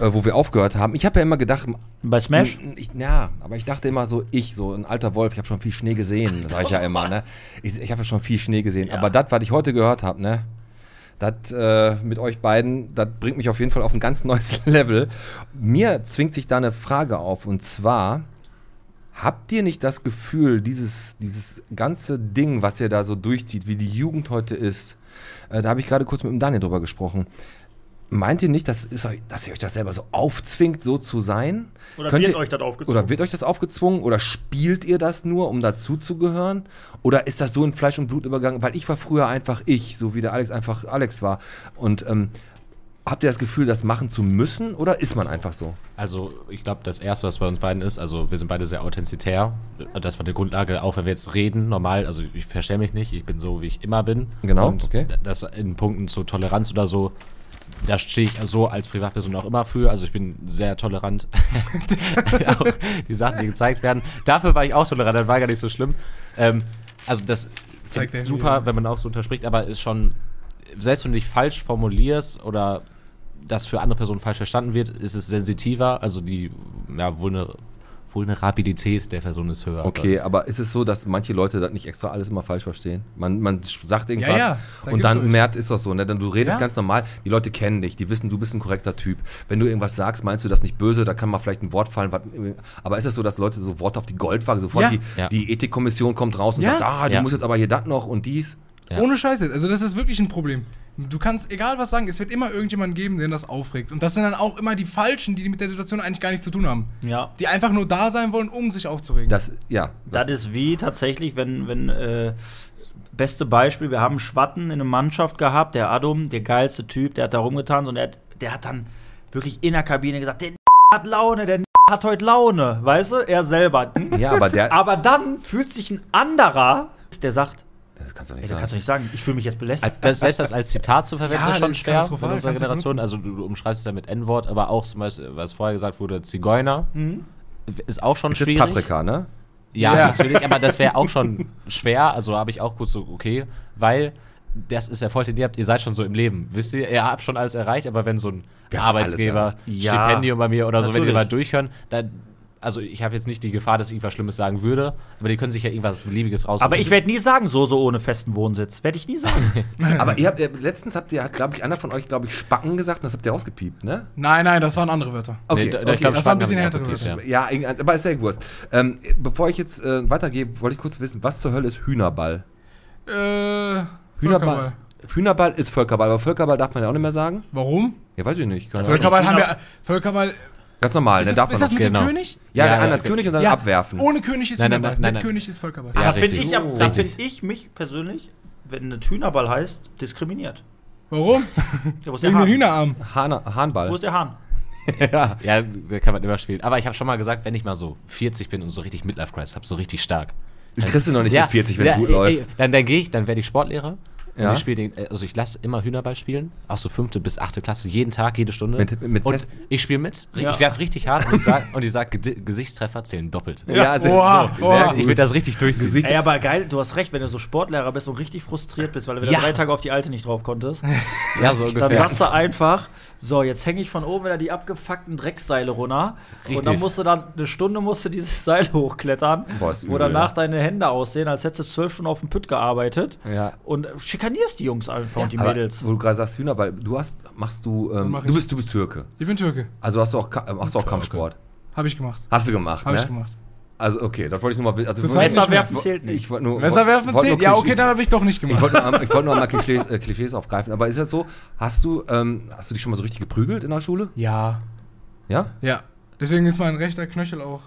[SPEAKER 1] äh, wo wir aufgehört haben. Ich habe ja immer gedacht,
[SPEAKER 2] Bei Smash?
[SPEAKER 1] N- Ich, ja, aber ich dachte immer so, ich, so ein alter Wolf, ich habe schon viel Schnee gesehen, sage ich ja immer. Ne? Ich, ich habe ja schon viel Schnee gesehen.
[SPEAKER 2] Ja.
[SPEAKER 1] Aber das, was ich heute gehört habe, ne? Das äh, mit euch beiden, das bringt mich auf jeden Fall auf ein ganz neues Level. Mir zwingt sich da eine Frage auf und zwar, habt ihr nicht das Gefühl, dieses, dieses ganze Ding, was ihr da so durchzieht, wie die Jugend heute ist, äh, da habe ich gerade kurz mit dem Daniel drüber gesprochen, meint ihr nicht, dass, ist euch, dass ihr euch das selber so aufzwingt, so zu sein?
[SPEAKER 2] Oder
[SPEAKER 1] Könnt
[SPEAKER 2] wird
[SPEAKER 1] ihr-
[SPEAKER 2] euch das aufgezogen?
[SPEAKER 1] Oder wird euch das aufgezwungen? Oder spielt ihr das nur, um dazuzugehören? Oder ist das so in Fleisch und Blut übergegangen? Weil ich war früher einfach ich, so wie der Alex einfach Alex war. Und ähm, habt ihr das Gefühl, das machen zu müssen? Oder ist man einfach so?
[SPEAKER 5] Also, ich glaube, das Erste, was bei uns beiden ist, also wir sind beide sehr authentizitär. Das war die Grundlage, auch wenn wir jetzt reden, normal. Also, ich verstell mich nicht, ich bin so, wie ich immer bin.
[SPEAKER 1] Genau,
[SPEAKER 5] Und
[SPEAKER 1] okay.
[SPEAKER 5] d- Das in Punkten zur Toleranz oder so, da stehe ich so als Privatperson auch immer für. Also, ich bin sehr tolerant. auch die Sachen, die gezeigt werden. Dafür war ich auch tolerant, das war gar nicht so schlimm. Ähm, also, das
[SPEAKER 4] Zeigt der
[SPEAKER 5] ist super, wenn man auch so unterspricht, aber ist schon, selbst wenn du dich falsch formulierst oder das für andere Personen falsch verstanden wird, ist es sensitiver, also die ja, Vulner Vulnerabilität der Person ist höher.
[SPEAKER 1] Okay, aber ist es so, dass manche Leute das nicht extra alles immer falsch verstehen? Man, man sch- sagt irgendwas
[SPEAKER 4] Ja, ja, da
[SPEAKER 1] und
[SPEAKER 4] gibt's
[SPEAKER 1] dann
[SPEAKER 4] so-
[SPEAKER 1] merkt, ist das so. Ne? Dann du redest
[SPEAKER 4] Ja.
[SPEAKER 1] ganz normal, die Leute kennen dich, die wissen, du bist ein korrekter Typ. Wenn du irgendwas sagst, meinst du das nicht böse, da kann mal vielleicht ein Wort fallen. Was, aber ist es so, dass Leute so Worte auf die Goldwaage, sofort
[SPEAKER 4] Ja.
[SPEAKER 1] die,
[SPEAKER 5] Ja.
[SPEAKER 1] die Ethikkommission kommt raus und
[SPEAKER 4] Ja.
[SPEAKER 1] sagt, ah, du
[SPEAKER 5] Ja.
[SPEAKER 1] musst jetzt aber hier das noch und dies.
[SPEAKER 5] Ja.
[SPEAKER 4] Ohne Scheiß jetzt. Also das ist wirklich ein Problem. Du kannst egal was sagen, es wird immer irgendjemanden geben, den das aufregt. Und das sind dann auch immer die Falschen, die mit der Situation eigentlich gar nichts zu tun haben.
[SPEAKER 2] Ja.
[SPEAKER 4] Die einfach nur da sein wollen, um sich aufzuregen.
[SPEAKER 1] Das, ja.
[SPEAKER 2] Das ist wie tatsächlich, wenn, wenn, äh, beste Beispiel, wir haben Schwatten in einer Mannschaft gehabt, der Adam, der geilste Typ, der hat da rumgetan und der, hat- der hat dann wirklich in der Kabine gesagt, der hat Laune, der hat heute Laune, weißt du, er selber.
[SPEAKER 1] ja, aber der.
[SPEAKER 2] Aber dann fühlt sich ein anderer, der sagt,
[SPEAKER 1] das kannst du
[SPEAKER 2] ey,
[SPEAKER 1] nicht
[SPEAKER 2] das kannst du
[SPEAKER 1] sagen.
[SPEAKER 2] nicht sagen, ich fühle mich jetzt belästigt.
[SPEAKER 5] Das, selbst das als Zitat zu verwenden,
[SPEAKER 4] Ja,
[SPEAKER 5] ist schon
[SPEAKER 4] das ist
[SPEAKER 5] schwer in
[SPEAKER 4] katastrophal,
[SPEAKER 5] unserer
[SPEAKER 4] kannst du nicht
[SPEAKER 5] Generation. Also du, du umschreibst es ja mit N-Wort, aber auch zum Beispiel, was vorher gesagt wurde, Zigeuner,
[SPEAKER 4] Mhm.
[SPEAKER 5] ist auch schon
[SPEAKER 1] Das ist
[SPEAKER 5] schwierig.
[SPEAKER 1] Paprika, ne?
[SPEAKER 5] Ja,
[SPEAKER 4] Ja.
[SPEAKER 5] natürlich, aber das wäre auch schon schwer. Also habe ich auch kurz so, okay, weil das ist Erfolg, den ihr habt. Ihr seid schon so im Leben. Wisst ihr, ihr habt schon alles erreicht, aber wenn so ein
[SPEAKER 1] Wir haben
[SPEAKER 5] Arbeitsgeber,
[SPEAKER 2] alles erreicht.
[SPEAKER 5] Stipendium bei mir oder so, wenn die
[SPEAKER 2] Natürlich.
[SPEAKER 5] mal durchhören, dann. Also ich habe jetzt nicht die Gefahr, dass ich irgendwas Schlimmes sagen würde, aber die können sich ja irgendwas Beliebiges raussuchen.
[SPEAKER 2] Aber ich werde nie sagen, so, so ohne festen Wohnsitz. Werde ich nie sagen.
[SPEAKER 1] Aber ihr habt, ihr- letztens habt ihr, hat, glaube ich, einer von euch, glaube ich, Spacken gesagt und das habt ihr rausgepiept, ne?
[SPEAKER 4] nein, nein, das waren andere Wörter.
[SPEAKER 5] Nee,
[SPEAKER 1] Okay,
[SPEAKER 5] da- da-
[SPEAKER 1] okay,
[SPEAKER 5] ich glaub,
[SPEAKER 4] das war ein bisschen
[SPEAKER 5] Schwaben
[SPEAKER 4] härter
[SPEAKER 5] haben wir auch
[SPEAKER 4] gewesen.
[SPEAKER 5] gekriegt,
[SPEAKER 1] Ja, irgendeins, aber ist ja Wurst. Ähm, bevor ich jetzt äh, weitergehe, wollte ich kurz wissen, was zur Hölle ist Hühnerball?
[SPEAKER 4] Äh,
[SPEAKER 1] Hühnerball. Hühnerball ist Völkerball, aber Völkerball darf man ja auch nicht mehr sagen.
[SPEAKER 4] Warum?
[SPEAKER 1] Ja, weiß ich nicht. Keine Ahnung.
[SPEAKER 4] Völkerball haben wir. Völkerball.
[SPEAKER 1] Ganz normal, ne?
[SPEAKER 4] Ist
[SPEAKER 1] Darf
[SPEAKER 4] das,
[SPEAKER 1] man
[SPEAKER 4] ist das
[SPEAKER 1] noch.
[SPEAKER 4] mit
[SPEAKER 5] Genau.
[SPEAKER 4] dem König?
[SPEAKER 1] Ja,
[SPEAKER 5] Ja,
[SPEAKER 1] der einer
[SPEAKER 5] ja,
[SPEAKER 1] ist König und dann abwerfen. Ah.
[SPEAKER 4] Ohne König ist
[SPEAKER 5] Nein, nein,
[SPEAKER 4] Hühnerball.
[SPEAKER 5] nein,
[SPEAKER 4] Mit
[SPEAKER 5] nein.
[SPEAKER 4] König ist Völkerball.
[SPEAKER 1] Ja,
[SPEAKER 2] das finde
[SPEAKER 1] richtig. Oh,
[SPEAKER 2] ich, ja- das
[SPEAKER 1] Richtig.
[SPEAKER 2] find ich mich persönlich, wenn ein Hühnerball heißt, diskriminiert.
[SPEAKER 4] Warum?
[SPEAKER 2] Ja, wo ist der
[SPEAKER 4] Wegen den
[SPEAKER 2] Hahn?
[SPEAKER 4] Hühnerarm.
[SPEAKER 1] Hahn, Hahnball.
[SPEAKER 2] Wo ist der Hahn?
[SPEAKER 5] Ja, ja da kann man immer spielen. Aber ich habe schon mal gesagt, wenn ich mal so 40 bin und so richtig Midlife Crisis habe, so richtig stark.
[SPEAKER 1] Den kriegst du noch nicht mit 40, wenn es gut
[SPEAKER 5] ey, ey,
[SPEAKER 1] läuft.
[SPEAKER 5] Dann, dann gehe ich, dann werde ich Sportlehrer.
[SPEAKER 7] Ja.
[SPEAKER 5] Und ich spiele den, äh, also ich lasse immer Hühnerball spielen, auch so fünfte bis achte Klasse, jeden Tag, jede Stunde.
[SPEAKER 1] Mit- mit
[SPEAKER 5] und
[SPEAKER 1] Test-
[SPEAKER 5] ich spiele mit,
[SPEAKER 2] Ja.
[SPEAKER 5] ich werfe richtig hart und ich sag, und ich sag Gedi- Gesichtstreffer zählen doppelt.
[SPEAKER 1] Ja, sehr,
[SPEAKER 4] Oha,
[SPEAKER 1] so,
[SPEAKER 4] oha.
[SPEAKER 1] sehr
[SPEAKER 5] Ich
[SPEAKER 1] gut.
[SPEAKER 5] will das richtig durchziehen.
[SPEAKER 2] Ey, aber geil, du hast recht, wenn du so Sportlehrer bist und richtig frustriert bist, weil du wieder
[SPEAKER 5] Ja.
[SPEAKER 2] drei Tage auf die alte nicht drauf konntest,
[SPEAKER 5] ja, so
[SPEAKER 2] dann
[SPEAKER 5] ungefähr.
[SPEAKER 2] sagst du einfach, so, jetzt hänge ich von oben wieder die abgefuckten Dreckseile runter. Und dann
[SPEAKER 5] Richtig.
[SPEAKER 2] musst du dann, eine Stunde musst du dieses Seil hochklettern,
[SPEAKER 1] Boah, ist
[SPEAKER 2] wo
[SPEAKER 1] übel,
[SPEAKER 2] danach
[SPEAKER 1] ja.
[SPEAKER 2] deine Hände aussehen, als hättest du zwölf Stunden auf dem Pütt gearbeitet.
[SPEAKER 1] Ja.
[SPEAKER 2] Und schikanierst die Jungs einfach und die
[SPEAKER 1] Aber
[SPEAKER 2] Mädels.
[SPEAKER 1] Wo du gerade sagst Hühnerball, du hast, machst du, ähm,
[SPEAKER 4] Mach ich.
[SPEAKER 1] du bist, du bist Türke.
[SPEAKER 4] Ich bin Türke.
[SPEAKER 1] Also hast du auch, Ka- äh, machst du auch Kampfsport.
[SPEAKER 4] Hab ich gemacht.
[SPEAKER 1] Hast du gemacht,
[SPEAKER 4] Hab
[SPEAKER 1] ne?
[SPEAKER 4] ich gemacht.
[SPEAKER 1] Also okay, das wollte ich nur mal. wi- Also,
[SPEAKER 4] Zur Zeit
[SPEAKER 2] Messer werfen
[SPEAKER 1] Ich-
[SPEAKER 2] zählt nicht.
[SPEAKER 1] Ich wollte nur.
[SPEAKER 4] Messerwerfen
[SPEAKER 1] wollte nur
[SPEAKER 4] 10? Ja,
[SPEAKER 1] Klischee-
[SPEAKER 4] okay, dann habe ich doch nicht
[SPEAKER 1] Ich
[SPEAKER 4] gemacht.
[SPEAKER 1] wollte nur, am- ich wollte nur mal Klischees, äh, Klischees aufgreifen. Aber ist das so? Hast du, ähm, hast du dich schon mal so richtig geprügelt in der Schule?
[SPEAKER 4] Ja.
[SPEAKER 1] Ja?
[SPEAKER 4] Ja. Deswegen ist mein rechter Knöchel auch.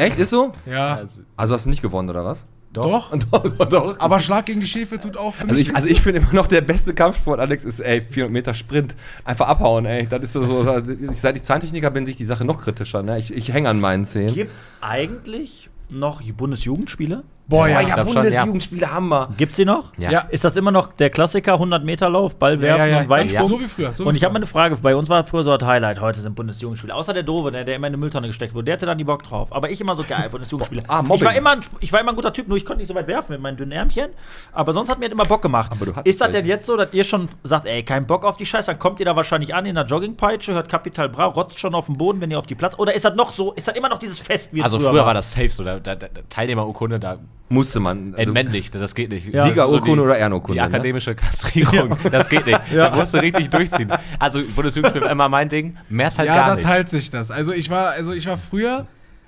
[SPEAKER 1] Echt? Ist so?
[SPEAKER 4] Ja.
[SPEAKER 1] Also hast du nicht gewonnen oder was?
[SPEAKER 4] Doch.
[SPEAKER 1] doch, doch.
[SPEAKER 4] Aber Schlag gegen die Schäfe tut auch für
[SPEAKER 1] Also
[SPEAKER 4] mich.
[SPEAKER 1] ich, also ich finde immer noch der beste Kampfsport, Alex, ist ey, 400 Meter Sprint. Einfach abhauen, ey. Das ist so, so seit ich Zahntechniker bin, sehe ich die Sache noch kritischer. Ne? Ich, ich hänge an meinen Zähnen.
[SPEAKER 2] Gibt's eigentlich noch die Bundesjugendspiele?
[SPEAKER 4] Boah,
[SPEAKER 1] Boah,
[SPEAKER 4] ja.
[SPEAKER 1] ja,
[SPEAKER 5] glaub schon, ja.
[SPEAKER 1] Bundesjugendspiele, Hammer.
[SPEAKER 2] Gibt's die noch?
[SPEAKER 5] Ja.
[SPEAKER 4] Ja.
[SPEAKER 2] Ist das immer noch der Klassiker 100 Meter Lauf, Ball
[SPEAKER 4] Ja,
[SPEAKER 2] werfen
[SPEAKER 4] ja, ja.
[SPEAKER 2] und Weitsprung?
[SPEAKER 4] So wie früher. So wie
[SPEAKER 2] Und ich habe
[SPEAKER 4] früher.
[SPEAKER 2] mal eine Frage. Bei uns war früher so ein Highlight. Heute sind Bundesjugendspiele. Außer der Dove, der, der immer in eine Mülltonne gesteckt wurde. Der hatte dann die Bock drauf. Aber ich immer so geil, Bundesjugendspiele.
[SPEAKER 1] Ah,
[SPEAKER 2] ich,
[SPEAKER 1] Mobbing.
[SPEAKER 2] war immer ein, ich war immer ein guter Typ, nur ich konnte nicht so weit werfen mit meinen dünnen Ärmchen. Aber sonst hat mir das immer Bock gemacht.
[SPEAKER 1] Aber du hattest
[SPEAKER 2] Ist das
[SPEAKER 1] welche.
[SPEAKER 2] denn jetzt so, dass ihr schon sagt, ey, kein Bock auf die Scheiße? Dann kommt ihr da wahrscheinlich an in der Joggingpeitsche, hört Kapital Bra, rotzt schon auf den Boden, wenn ihr auf die Platz. Oder ist das noch so? Ist das immer noch dieses Fest, wie es
[SPEAKER 5] Also früher
[SPEAKER 2] war?
[SPEAKER 5] war das safe so, da, da, da Teilnehmerurkunde, da
[SPEAKER 1] Musste man. Also,
[SPEAKER 5] entmännlicht, das geht nicht.
[SPEAKER 2] Ja.
[SPEAKER 5] Das ist so
[SPEAKER 1] Siegerurkunde
[SPEAKER 5] die-
[SPEAKER 1] oder Ehrenurkunde,
[SPEAKER 5] Die
[SPEAKER 1] ne?
[SPEAKER 5] akademische Kastrierung, das geht nicht. Da musst du richtig durchziehen. Also Bundesjugendspiel war immer mein Ding, mehr ist halt
[SPEAKER 4] ja,
[SPEAKER 5] gar
[SPEAKER 4] da
[SPEAKER 5] nicht.
[SPEAKER 4] teilt sich das. Also ich war, also ich war früher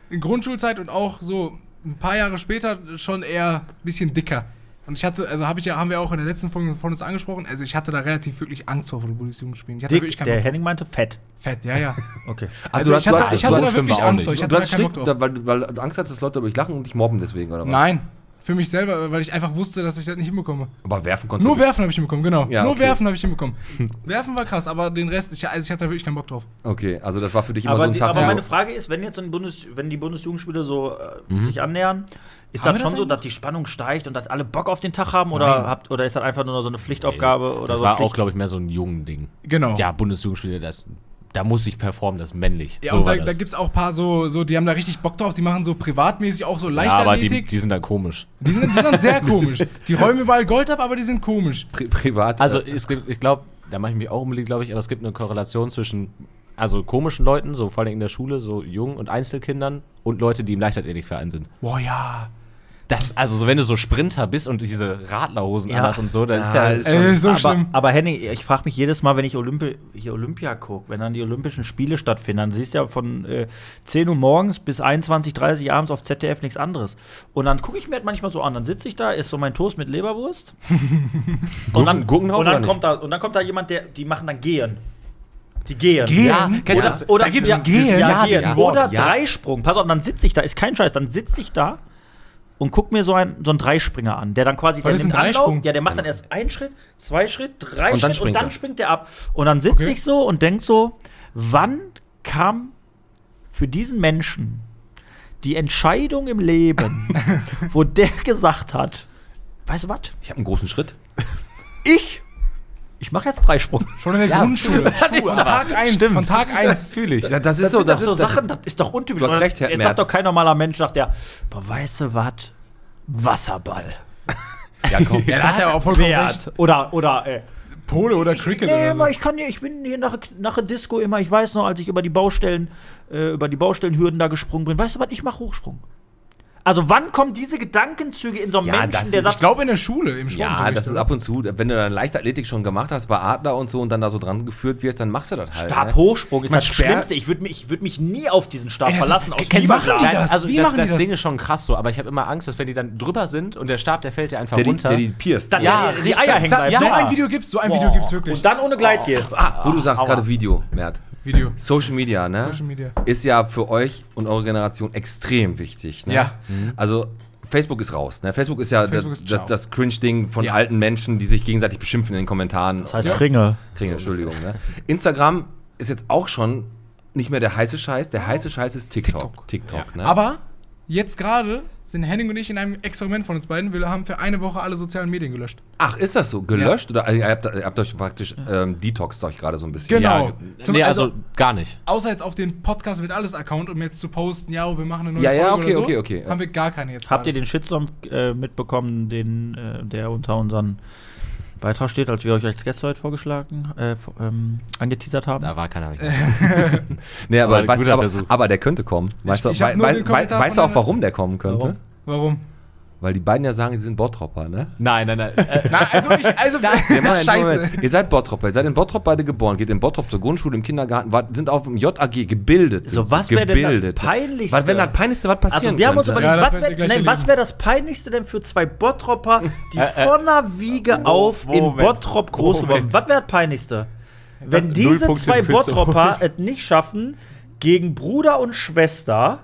[SPEAKER 4] in Grundschulzeit und auch so ein paar Jahre später schon eher ein bisschen dicker. Und ich hatte, also habe ich ja, haben wir auch in der letzten Folge von uns angesprochen, also ich hatte da relativ wirklich Angst vor vor den Bundesjugendspielen. Ich hatte wirklich
[SPEAKER 2] Dick,
[SPEAKER 4] keinen
[SPEAKER 2] der
[SPEAKER 4] Bock.
[SPEAKER 2] Henning meinte fett.
[SPEAKER 4] Fett, ja, ja.
[SPEAKER 2] Okay.
[SPEAKER 1] du
[SPEAKER 4] Also, ich
[SPEAKER 1] hast- du
[SPEAKER 4] hatte,
[SPEAKER 1] hast-
[SPEAKER 4] ich
[SPEAKER 1] du
[SPEAKER 4] hatte
[SPEAKER 1] hast-
[SPEAKER 4] da wirklich
[SPEAKER 5] auch
[SPEAKER 4] Angst vor.
[SPEAKER 5] nicht.
[SPEAKER 4] Ich
[SPEAKER 1] Du
[SPEAKER 4] hatte da
[SPEAKER 1] hast
[SPEAKER 4] keinen Bock
[SPEAKER 1] schlicht,
[SPEAKER 4] drauf.
[SPEAKER 1] da, weil, weil du Angst hast, dass Leute über dich lachen und dich mobben deswegen, oder was?
[SPEAKER 4] Nein, für mich selber, weil ich einfach wusste, dass ich das nicht hinbekomme.
[SPEAKER 1] Aber werfen konntest
[SPEAKER 4] Nur
[SPEAKER 1] du.
[SPEAKER 4] werfen habe ich hinbekommen, genau.
[SPEAKER 1] Ja,
[SPEAKER 4] Nur
[SPEAKER 1] okay.
[SPEAKER 4] werfen habe ich hinbekommen. werfen war krass, aber den Rest, ich, also ich hatte da wirklich keinen Bock drauf.
[SPEAKER 1] Okay, also das war für dich immer
[SPEAKER 2] Aber,
[SPEAKER 1] so ein
[SPEAKER 2] die,
[SPEAKER 1] Tag.
[SPEAKER 2] aber
[SPEAKER 1] wo-
[SPEAKER 2] meine Frage ist, wenn jetzt so ein Bundes, wenn die Bundesjugendspiele so äh,
[SPEAKER 1] Mhm.
[SPEAKER 2] sich annähern, ist
[SPEAKER 4] Haben
[SPEAKER 2] das
[SPEAKER 4] wir das
[SPEAKER 2] schon so,
[SPEAKER 4] eigentlich?
[SPEAKER 2] dass die Spannung steigt und dass alle Bock auf den Tag haben oder habt oder ist das einfach nur so eine Pflichtaufgabe oder
[SPEAKER 5] das
[SPEAKER 2] so?
[SPEAKER 5] war
[SPEAKER 2] Pflicht-
[SPEAKER 5] auch, glaube ich, mehr so ein jungen Ding.
[SPEAKER 4] Genau.
[SPEAKER 5] Ja, Bundesjugendspiele, das, da muss ich performen, das ist männlich.
[SPEAKER 4] Ja,
[SPEAKER 5] so
[SPEAKER 4] und
[SPEAKER 5] war
[SPEAKER 4] da, da
[SPEAKER 5] das.
[SPEAKER 4] gibt es auch ein paar so, so, die haben da richtig Bock drauf, die machen so privatmäßig auch so
[SPEAKER 5] ja, aber die,
[SPEAKER 4] Leichtathletik.
[SPEAKER 5] die sind dann komisch.
[SPEAKER 4] die, sind, die sind sehr komisch. Die räumen überall Gold ab, aber die sind komisch.
[SPEAKER 1] Pri privat.
[SPEAKER 5] Also
[SPEAKER 1] äh,
[SPEAKER 5] es gibt, ich glaube, da mache ich mich auch um unbedingt, glaube ich, aber es gibt eine Korrelation zwischen also komischen Leuten, so vor allem in der Schule, so jungen und Einzelkindern und Leute, die im Leichtathletikverein sind.
[SPEAKER 4] Boah, ja.
[SPEAKER 5] Das, also so, wenn du so Sprinter bist und diese Radlerhosen
[SPEAKER 2] Ja.
[SPEAKER 5] anhast und so, dann
[SPEAKER 1] Ah,
[SPEAKER 5] ist ja ist
[SPEAKER 1] äh,
[SPEAKER 5] schon,
[SPEAKER 4] Ey, so
[SPEAKER 2] aber,
[SPEAKER 4] schlimm.
[SPEAKER 2] aber Henning, ich frage mich jedes Mal, wenn ich Olympi hier Olympia gucke, wenn dann die Olympischen Spiele stattfinden, dann siehst du ja von äh, 10 Uhr morgens bis 21.30 Uhr abends auf ZDF nichts anderes. Und dann gucke ich mir das manchmal so an, dann sitze ich da, esse so mein Toast mit Leberwurst. und, dann,
[SPEAKER 1] Gurken- Gurkenhaufen
[SPEAKER 2] und,
[SPEAKER 1] oder
[SPEAKER 2] dann
[SPEAKER 1] nicht?
[SPEAKER 2] kommt da, und dann kommt da jemand, der, die machen dann Gehen. Die gehen.
[SPEAKER 4] Gehen?
[SPEAKER 5] Ja, kennst du
[SPEAKER 2] Oder,
[SPEAKER 5] das?
[SPEAKER 2] oder
[SPEAKER 4] Da gibt's
[SPEAKER 2] ja,
[SPEAKER 4] Gehen.
[SPEAKER 2] Ja,
[SPEAKER 4] Ja,
[SPEAKER 2] gehen.
[SPEAKER 1] diesen
[SPEAKER 2] Oder
[SPEAKER 1] Wort, ja.
[SPEAKER 2] Dreisprung. Pass auf, dann sitze ich da, ist kein Scheiß, dann sitze ich da und guck mir so einen, so einen Dreispringer an, der dann quasi
[SPEAKER 4] Was
[SPEAKER 2] der
[SPEAKER 4] ist ein
[SPEAKER 2] nimmt Anlauf,
[SPEAKER 4] Dreisprung?
[SPEAKER 2] ja, der macht dann erst einen Schritt, zwei Schritt, drei
[SPEAKER 1] Und dann
[SPEAKER 2] Schritt und
[SPEAKER 1] springt
[SPEAKER 2] dann
[SPEAKER 1] er.
[SPEAKER 2] springt er ab. Und dann sitze
[SPEAKER 4] Okay.
[SPEAKER 2] ich so und denk so, wann kam für diesen Menschen die Entscheidung im Leben, wo der gesagt hat, weißt du was,
[SPEAKER 1] ich habe einen großen Schritt.
[SPEAKER 2] ich, ich mache jetzt Dreisprung.
[SPEAKER 4] Schon in der Grundschule. Von Tag 1.
[SPEAKER 2] Stimmt.
[SPEAKER 4] Von Tag 1.
[SPEAKER 1] Natürlich. Ja, das ist so,
[SPEAKER 2] sind
[SPEAKER 1] das,
[SPEAKER 2] doch so
[SPEAKER 1] ist, das
[SPEAKER 2] Sachen, das ist doch untypisch.
[SPEAKER 1] Du hast
[SPEAKER 2] Oder
[SPEAKER 1] recht, Herr
[SPEAKER 2] Jetzt
[SPEAKER 1] Merz.
[SPEAKER 2] sagt doch kein normaler Mensch, sagt der, boah, weißt du was? Wasserball.
[SPEAKER 1] Ja, komm.
[SPEAKER 4] Ja, da hat er auch vollkommen recht.
[SPEAKER 2] Wert. Oder, oder, äh,
[SPEAKER 4] Pole oder Cricket
[SPEAKER 2] nee,
[SPEAKER 4] oder
[SPEAKER 2] immer,
[SPEAKER 4] so.
[SPEAKER 2] ich kann ja, ich bin hier nach, nach der Disco immer, ich weiß noch, als ich über die Baustellen, äh, über die Baustellenhürden da gesprungen bin, weißt du was, ich mache Hochsprung. Also wann kommen diese Gedankenzüge in so einem
[SPEAKER 1] Ja, das
[SPEAKER 2] Menschen, der
[SPEAKER 1] ist-
[SPEAKER 4] Ich
[SPEAKER 2] sagt,
[SPEAKER 4] glaube in der Schule, im
[SPEAKER 1] Ja,
[SPEAKER 4] Sportunterricht.
[SPEAKER 1] ah, das ist ab und zu, wenn du dann Leichtathletik schon gemacht hast bei Adler und so und dann da so dran geführt wirst, dann machst du das halt.
[SPEAKER 2] Stab
[SPEAKER 1] ne?
[SPEAKER 2] Hochsprung ist
[SPEAKER 1] Man
[SPEAKER 2] das
[SPEAKER 1] sperrt-
[SPEAKER 2] Schlimmste. Ich würde mich, ich würd mich nie auf diesen Stab
[SPEAKER 4] Ey, das ist-
[SPEAKER 2] verlassen.
[SPEAKER 4] ey,
[SPEAKER 2] aus
[SPEAKER 4] kennst du
[SPEAKER 2] Liebe
[SPEAKER 4] das?
[SPEAKER 2] klar.
[SPEAKER 4] Das-
[SPEAKER 5] also
[SPEAKER 4] wie
[SPEAKER 5] das,
[SPEAKER 4] machen die
[SPEAKER 5] das,
[SPEAKER 4] das?
[SPEAKER 5] Ding ist schon krass so, aber ich habe immer Angst, dass wenn die dann drüber sind und der Stab, der fällt dir einfach
[SPEAKER 1] Der, die,
[SPEAKER 5] runter.
[SPEAKER 1] der die pierst.
[SPEAKER 2] Dann
[SPEAKER 5] Ja,
[SPEAKER 2] die, die
[SPEAKER 5] richtig.
[SPEAKER 2] Eier hängen
[SPEAKER 4] Da,
[SPEAKER 2] bleiben. Oh.
[SPEAKER 4] So
[SPEAKER 2] Ja.
[SPEAKER 4] ein Video gibt's, so ein Video gibt's wirklich.
[SPEAKER 2] Und dann ohne Gleitgel.
[SPEAKER 1] Ah, wo du sagst gerade Video, Mert.
[SPEAKER 4] Video.
[SPEAKER 1] Social Media, ne?
[SPEAKER 4] Social Media.
[SPEAKER 1] Ist ja für euch und eure Generation extrem wichtig. Ne?
[SPEAKER 4] Ja.
[SPEAKER 2] Mhm.
[SPEAKER 1] Also Facebook ist raus. Ne? Facebook ist ja
[SPEAKER 4] Facebook
[SPEAKER 1] das,
[SPEAKER 4] ist
[SPEAKER 1] das,
[SPEAKER 4] ciao.
[SPEAKER 1] das Cringe-Ding von
[SPEAKER 4] Ja.
[SPEAKER 1] alten Menschen, die sich gegenseitig beschimpfen in den Kommentaren.
[SPEAKER 2] Das heißt
[SPEAKER 4] Ja.
[SPEAKER 2] Kringe.
[SPEAKER 1] Kringel, Entschuldigung. Ne? Instagram ist jetzt auch schon nicht mehr der heiße Scheiß. Der heiße Scheiß ist TikTok. TikTok, ne?
[SPEAKER 4] Aber Jetzt gerade sind Henning und ich in einem Experiment von uns beiden. Wir haben für eine Woche alle sozialen Medien gelöscht.
[SPEAKER 1] Ach, ist das so? Gelöscht? Oder also, ihr habt, ihr habt euch praktisch ähm, detoxt euch gerade so ein bisschen.
[SPEAKER 4] Genau.
[SPEAKER 5] Ja,
[SPEAKER 4] Zum-
[SPEAKER 5] nee, also,
[SPEAKER 4] also-
[SPEAKER 5] gar nicht.
[SPEAKER 4] Außer jetzt auf den Podcast mit alles Account, um jetzt zu posten, ja, wir machen eine neue
[SPEAKER 1] Ja, ja,
[SPEAKER 4] Folge
[SPEAKER 1] okay,
[SPEAKER 4] oder so,
[SPEAKER 1] okay, okay.
[SPEAKER 4] Haben wir gar keine jetzt.
[SPEAKER 2] Habt ihr
[SPEAKER 4] gerade.
[SPEAKER 2] den Shitstorm äh, mitbekommen, den, äh, der unter unseren Beitrag steht, als wir euch als Gäste heute vorgeschlagen, äh, v- ähm, angeteasert haben?
[SPEAKER 5] Da war keiner. hab ich
[SPEAKER 1] Nee, aber,
[SPEAKER 5] Aber ein
[SPEAKER 1] weißt,
[SPEAKER 5] guter
[SPEAKER 1] aber,
[SPEAKER 5] Versuch.
[SPEAKER 1] aber der könnte kommen. Weißt du
[SPEAKER 4] ich hab
[SPEAKER 1] wei-
[SPEAKER 4] nur
[SPEAKER 1] weißt-
[SPEAKER 4] den
[SPEAKER 1] wei-
[SPEAKER 4] Kommentar
[SPEAKER 1] weißt du
[SPEAKER 4] von
[SPEAKER 1] auch, warum der kommen könnte?
[SPEAKER 2] Warum?
[SPEAKER 4] Warum?
[SPEAKER 1] Weil die beiden ja sagen, sie sind Bottropper, ne?
[SPEAKER 5] Nein, nein, nein. Äh,
[SPEAKER 4] Na, also ich, also das ist scheiße.
[SPEAKER 1] Moment, ihr seid Bottropper, ihr seid in Bottrop beide geboren, geht in Bottrop zur Grundschule, im Kindergarten, wart, sind auf dem JAG gebildet.
[SPEAKER 2] So,
[SPEAKER 1] sind
[SPEAKER 2] was
[SPEAKER 1] sie,
[SPEAKER 2] wär denn das
[SPEAKER 1] gebildet.
[SPEAKER 2] Peinlichste?
[SPEAKER 1] Was, wenn das Peinlichste, was passieren
[SPEAKER 2] Also wir haben uns
[SPEAKER 1] könnte?
[SPEAKER 2] überlegt,
[SPEAKER 4] Ja, das
[SPEAKER 2] was
[SPEAKER 4] werdet ihr
[SPEAKER 2] wäre
[SPEAKER 4] gleich
[SPEAKER 2] nein,
[SPEAKER 4] erleben.
[SPEAKER 2] was wär das Peinlichste denn für zwei Bottropper, die von der Wiege auf in
[SPEAKER 5] Äh, Moment.
[SPEAKER 2] Bottrop groß geworden
[SPEAKER 5] Moment.
[SPEAKER 2] Was wäre das Peinlichste? Wenn
[SPEAKER 5] Null
[SPEAKER 2] diese
[SPEAKER 5] Punkte
[SPEAKER 2] zwei
[SPEAKER 5] im Quiz.
[SPEAKER 2] Bottropper es nicht schaffen, gegen Bruder und Schwester,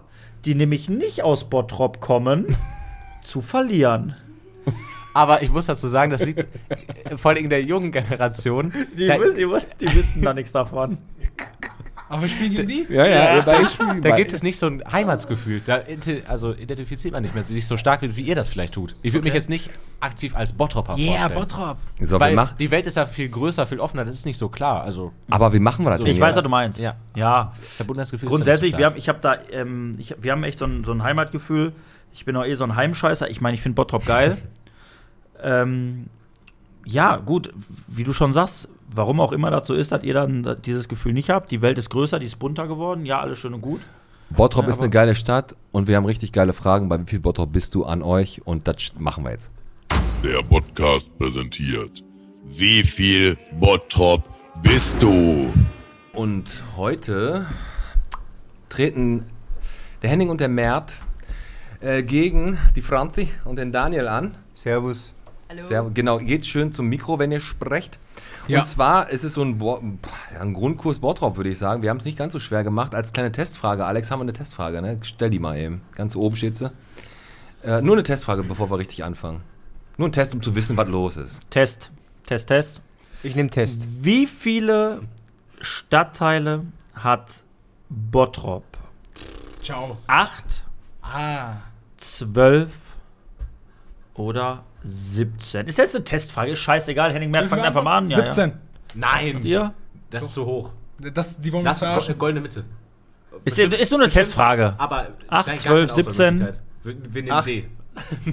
[SPEAKER 2] die nämlich nicht aus Bottrop kommen, zu verlieren.
[SPEAKER 5] aber ich muss dazu sagen, das liegt äh, vor allem in der jungen Generation.
[SPEAKER 2] Die,
[SPEAKER 5] da,
[SPEAKER 2] wissen- die, wissen- die wissen da nichts davon.
[SPEAKER 4] Aber wir spielen gegen die?
[SPEAKER 1] ja, ja, ihr beide spielen
[SPEAKER 5] da
[SPEAKER 1] beide.
[SPEAKER 5] gibt es nicht so ein Heimatsgefühl. Da inte- also identifiziert man nicht mehr sich so stark, wie wie ihr das vielleicht tut. Ich würde mich jetzt nicht aktiv als Bottropper
[SPEAKER 4] Ja,
[SPEAKER 5] vorstellen.
[SPEAKER 4] Bottrop.
[SPEAKER 1] so, wir
[SPEAKER 5] Weil
[SPEAKER 1] mach,
[SPEAKER 5] die Welt ist ja viel größer, viel offener, das ist nicht so klar. Also,
[SPEAKER 1] aber wie machen wir das denn
[SPEAKER 2] Ich weiß, was
[SPEAKER 1] jetzt?
[SPEAKER 2] du meinst.
[SPEAKER 5] Ja.
[SPEAKER 2] ja.
[SPEAKER 5] Verbundenheitsgefühl
[SPEAKER 2] Grundsätzlich,
[SPEAKER 5] ist
[SPEAKER 2] wir
[SPEAKER 5] ja
[SPEAKER 2] haben, ich habe da, ähm, ich, wir haben echt so ein, so ein Heimatgefühl. Ich bin auch eh so ein Heimscheißer. Ich meine, ich finde Bottrop geil. ähm, ja, gut, wie du schon sagst, warum auch immer das so ist, dass ihr dann dieses Gefühl nicht habt. Die Welt ist größer, die ist bunter geworden. Ja, alles schön und gut.
[SPEAKER 1] Bottrop
[SPEAKER 2] Ja,
[SPEAKER 1] ist
[SPEAKER 2] aber-
[SPEAKER 1] eine geile Stadt und wir haben richtig geile Fragen, bei wie viel Bottrop bist du an euch und das sch- machen wir jetzt.
[SPEAKER 8] Der Podcast präsentiert. Wie viel Bottrop bist du?
[SPEAKER 1] Und heute treten der Henning und der Mert äh, gegen die Franzi und den Daniel an.
[SPEAKER 9] Servus.
[SPEAKER 1] Sehr, genau, geht schön zum Mikro, wenn ihr sprecht.
[SPEAKER 4] Ja.
[SPEAKER 1] Und zwar ist es so ein, Bo- ja, ein Grundkurs Bottrop, würde ich sagen. Wir haben es nicht ganz so schwer gemacht. Als kleine Testfrage, Alex, haben wir eine Testfrage, ne? Stell die mal eben. Ganz oben steht sie. Äh, nur eine Testfrage, bevor wir richtig anfangen. Nur ein Test, um zu wissen, was los ist.
[SPEAKER 2] Test, Test, Test.
[SPEAKER 9] Ich nehme Test.
[SPEAKER 2] Wie viele Stadtteile hat Bottrop?
[SPEAKER 4] Ciao.
[SPEAKER 2] Acht,
[SPEAKER 4] Ah.
[SPEAKER 2] zwölf oder 17? Ist jetzt eine Testfrage, ist scheißegal. Henning Merz fängt einfach mal an. Ja, ja.
[SPEAKER 4] 17.
[SPEAKER 5] Nein,
[SPEAKER 2] Ihr?
[SPEAKER 5] das ist zu hoch.
[SPEAKER 4] Das, die wollen
[SPEAKER 5] Das
[SPEAKER 4] uns
[SPEAKER 5] ist eine
[SPEAKER 4] verarschen.
[SPEAKER 5] goldene Mitte.
[SPEAKER 2] Ist, ist nur eine Testfrage.
[SPEAKER 5] Aber
[SPEAKER 2] Acht,
[SPEAKER 5] nein, gar
[SPEAKER 2] zwölf,
[SPEAKER 5] keine
[SPEAKER 2] 17.
[SPEAKER 5] Auswahlmöglichkeit. Wir, wir nehmen
[SPEAKER 1] Acht.
[SPEAKER 5] D.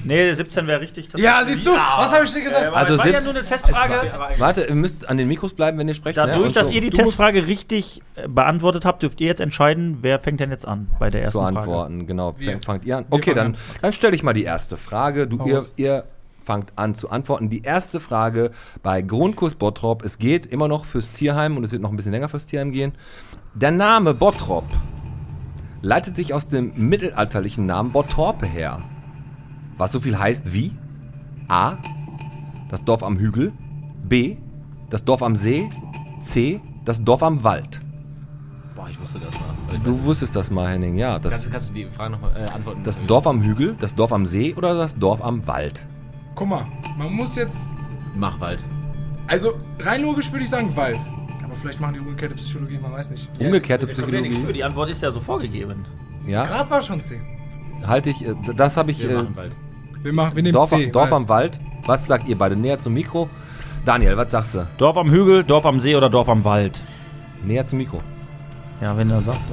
[SPEAKER 2] Nee, 17 wäre richtig.
[SPEAKER 4] Ja, siehst du, was habe ich dir gesagt?
[SPEAKER 1] Also
[SPEAKER 2] Also war ja
[SPEAKER 1] sieb-
[SPEAKER 2] nur eine Testfrage.
[SPEAKER 1] Warte, ihr müsst an den Mikros bleiben, wenn ihr sprecht. ne?
[SPEAKER 2] Dadurch,
[SPEAKER 1] Und
[SPEAKER 2] dass
[SPEAKER 1] so.
[SPEAKER 2] ihr die
[SPEAKER 1] Du musst
[SPEAKER 2] Testfrage richtig äh, beantwortet habt, dürft ihr jetzt entscheiden, wer fängt denn jetzt an bei der ersten
[SPEAKER 1] zu
[SPEAKER 2] Frage.
[SPEAKER 1] antworten, genau.
[SPEAKER 4] Wir-
[SPEAKER 1] Fang- Fangt ihr an?
[SPEAKER 4] wir
[SPEAKER 1] Okay,
[SPEAKER 4] fangen
[SPEAKER 1] dann, dann stelle ich mal die erste Frage. Du,
[SPEAKER 4] Hau
[SPEAKER 1] ihr,
[SPEAKER 4] raus.
[SPEAKER 1] ihr fangt an zu antworten. Die erste Frage bei Grundkurs Bottrop. Es geht immer noch fürs Tierheim und es wird noch ein bisschen länger fürs Tierheim gehen. Der Name Bottrop leitet sich aus dem mittelalterlichen Namen Bottorpe her. Was so viel heißt wie A. Das Dorf am Hügel. B. Das Dorf am See. C. Das Dorf am Wald.
[SPEAKER 5] Boah, ich wusste das mal.
[SPEAKER 1] Du wusstest das mal, Henning, ja. Das,
[SPEAKER 5] kannst, kannst du die Frage nochmal äh, antworten?
[SPEAKER 1] das Dorf am Hügel, das Dorf am See oder das Dorf am Wald?
[SPEAKER 4] Guck mal, man muss jetzt.
[SPEAKER 5] Machwald.
[SPEAKER 4] Also, rein logisch würde ich sagen Wald. Aber vielleicht machen die umgekehrte Psychologie, man weiß nicht.
[SPEAKER 1] Umgekehrte
[SPEAKER 2] Für
[SPEAKER 1] Psychologie.
[SPEAKER 2] die Antwort ist ja so vorgegeben.
[SPEAKER 1] Ja,
[SPEAKER 4] Grad war schon C.
[SPEAKER 1] halte ich, äh, das habe ich.
[SPEAKER 5] Wir
[SPEAKER 1] Äh,
[SPEAKER 5] machen Wald.
[SPEAKER 4] Wir, machen, wir nehmen
[SPEAKER 1] Dorf,
[SPEAKER 4] C.
[SPEAKER 1] Dorf am Wald. Was sagt ihr beide? Näher zum Mikro. Daniel, was sagst du?
[SPEAKER 2] Dorf am Hügel, Dorf am See oder Dorf am Wald?
[SPEAKER 1] Näher zum Mikro.
[SPEAKER 2] Ja, wenn du sagst.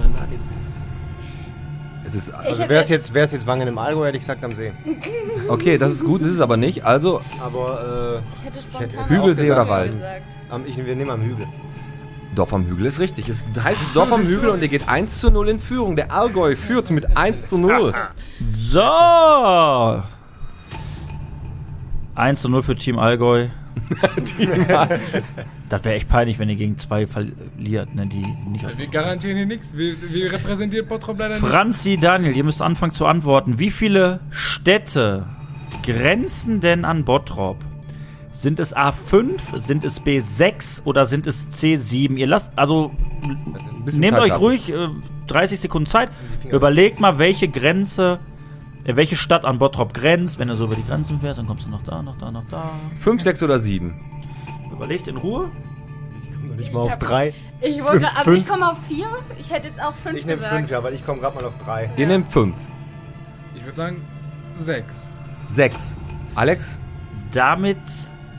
[SPEAKER 1] Es ist,
[SPEAKER 9] Also wäre es jetzt, wär's jetzt Wangen im Allgäu, hätte ich gesagt am See.
[SPEAKER 1] okay, das ist gut, ist es aber nicht. Also,
[SPEAKER 9] Aber äh,
[SPEAKER 10] Ich hätte
[SPEAKER 9] hätte
[SPEAKER 10] spontan
[SPEAKER 9] Hügel,
[SPEAKER 10] auch
[SPEAKER 9] See
[SPEAKER 10] Hügel
[SPEAKER 9] oder
[SPEAKER 1] Wald?
[SPEAKER 10] gesagt.
[SPEAKER 9] äh, am, ich, wir nehmen am Hügel.
[SPEAKER 1] Dorf am Hügel ist richtig. Es heißt Dorf am Hügel und ihr geht 1 zu 0 in Führung. Der Allgäu führt mit 1 zu 0.
[SPEAKER 2] So! 1 zu 0 für Team Allgäu. das wäre echt peinlich, wenn ihr gegen zwei verliert, ne, die nicht
[SPEAKER 4] Wir garantieren hier nichts. Wir, wir repräsentieren Bottrop leider nicht.
[SPEAKER 2] Franzi, Daniel, ihr müsst anfangen zu antworten. Wie viele Städte grenzen denn an Bottrop? Sind es A5, sind es B6 oder sind es C7? Ihr lasst, also
[SPEAKER 1] bisschen
[SPEAKER 2] nehmt
[SPEAKER 1] Zeit
[SPEAKER 2] euch
[SPEAKER 1] lassen.
[SPEAKER 2] ruhig äh, 30 Sekunden Zeit. Überlegt mal, welche Grenze, äh, welche Stadt an Bottrop grenzt. Wenn du so über die Grenzen fährst, dann kommst du noch da, noch da, noch da.
[SPEAKER 1] 5, 6 oder 7?
[SPEAKER 2] Überlegt in Ruhe.
[SPEAKER 9] Ich
[SPEAKER 10] mal auf hab-
[SPEAKER 9] drei.
[SPEAKER 10] Ich wollte, aber
[SPEAKER 9] Fünf.
[SPEAKER 10] ich komme auf vier. Ich hätte jetzt auch fünf
[SPEAKER 9] Ich nehme
[SPEAKER 10] gesagt.
[SPEAKER 9] fünf, ja, weil ich komme gerade mal auf drei.
[SPEAKER 1] Ihr nehmt 5.
[SPEAKER 4] würde sagen sechs.
[SPEAKER 1] 6. Alex?
[SPEAKER 2] Damit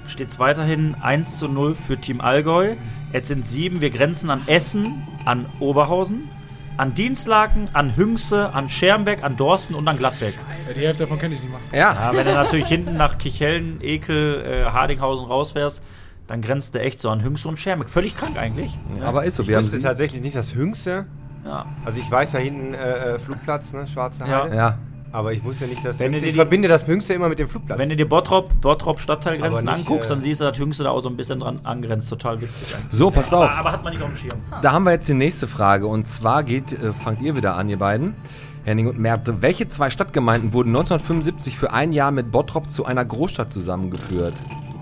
[SPEAKER 2] steht es weiterhin 1 zu 0 für Team Allgäu. Jetzt sind sieben. Wir grenzen an Essen, an Oberhausen, an Dienstlaken, an Hüngse, an Schermbeck, an Dorsten und an Gladbeck.
[SPEAKER 4] Ja, die Hälfte davon kann ich nicht machen.
[SPEAKER 1] Ja.
[SPEAKER 2] Ja, wenn du natürlich hinten nach Kichellen, Ekel, äh, Hardinghausen rausfährst, dann grenzt du echt so an Hüngse und Schermbeck. Völlig krank eigentlich.
[SPEAKER 1] Aber ist so.
[SPEAKER 9] Ich
[SPEAKER 1] Wir haben
[SPEAKER 9] wüsste
[SPEAKER 1] sie.
[SPEAKER 9] tatsächlich nicht das Höchste.
[SPEAKER 2] Ja.
[SPEAKER 9] Also ich weiß da hinten äh, äh, Flugplatz, ne? Schwarze
[SPEAKER 2] Ja.
[SPEAKER 9] Heide.
[SPEAKER 1] Ja.
[SPEAKER 9] Aber ich wusste nicht, dass
[SPEAKER 2] Wenn
[SPEAKER 9] Höchste-
[SPEAKER 2] ihr
[SPEAKER 9] Ich
[SPEAKER 2] die-
[SPEAKER 9] verbinde das Höchste immer mit dem
[SPEAKER 1] Also
[SPEAKER 9] Flugplatz.
[SPEAKER 2] Wenn du dir Bottrop, Bottrop Stadtteilgrenzen
[SPEAKER 9] Aber nicht,
[SPEAKER 2] anguckst,
[SPEAKER 9] äh,
[SPEAKER 2] dann siehst du, dass Hüngse da auch so ein bisschen dran angrenzt. Total witzig eigentlich.
[SPEAKER 1] So, passt
[SPEAKER 2] Aber,
[SPEAKER 1] auf.
[SPEAKER 2] aber hat man nicht auf dem Schirm.
[SPEAKER 1] Da haben wir jetzt die nächste Frage. Und zwar geht, äh, fangt ihr wieder an, ihr beiden. Henning und Merte. Welche zwei Stadtgemeinden wurden 1975 für ein Jahr mit Bottrop zu einer Großstadt zusammengeführt?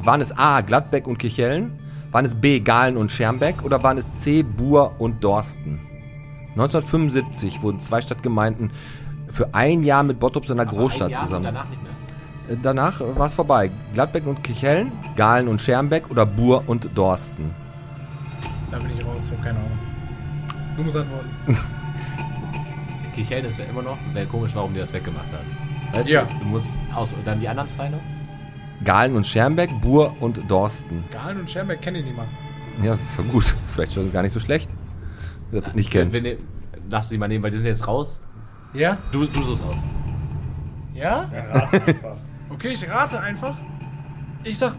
[SPEAKER 1] Waren es A. Gladbeck und Kirchhellen? Waren es B. Galen und Schermbeck? Oder waren es C. Buhr und Dorsten? 1975 wurden zwei Stadtgemeinden für ein Jahr mit Bottrop zu einer Großstadt zusammen.
[SPEAKER 5] Danach nicht mehr.
[SPEAKER 1] Äh, Danach war es vorbei. Gladbeck und Kirchhellen, Galen und Schermbeck oder Buhr und Dorsten?
[SPEAKER 4] Da bin ich raus, ich hab keine Ahnung. Du musst antworten.
[SPEAKER 5] Kichel ist ja immer noch. Wäre komisch, warum die das weggemacht haben. Weißt
[SPEAKER 4] Ja.
[SPEAKER 5] du? Du musst aus. Und dann die anderen zwei noch?
[SPEAKER 1] Galen und Schermbeck, Buhr und Dorsten.
[SPEAKER 4] Galen und Schermbeck kenne ich nicht mal.
[SPEAKER 1] Ja, das ist so gut. Vielleicht schon gar nicht so schlecht. Wenn du das nicht kennst.
[SPEAKER 5] Wenn, wenn, lass sie mal nehmen, weil die sind jetzt raus.
[SPEAKER 4] Ja?
[SPEAKER 5] Du, du suchst aus.
[SPEAKER 4] Ja? okay, ich rate einfach. Ich sag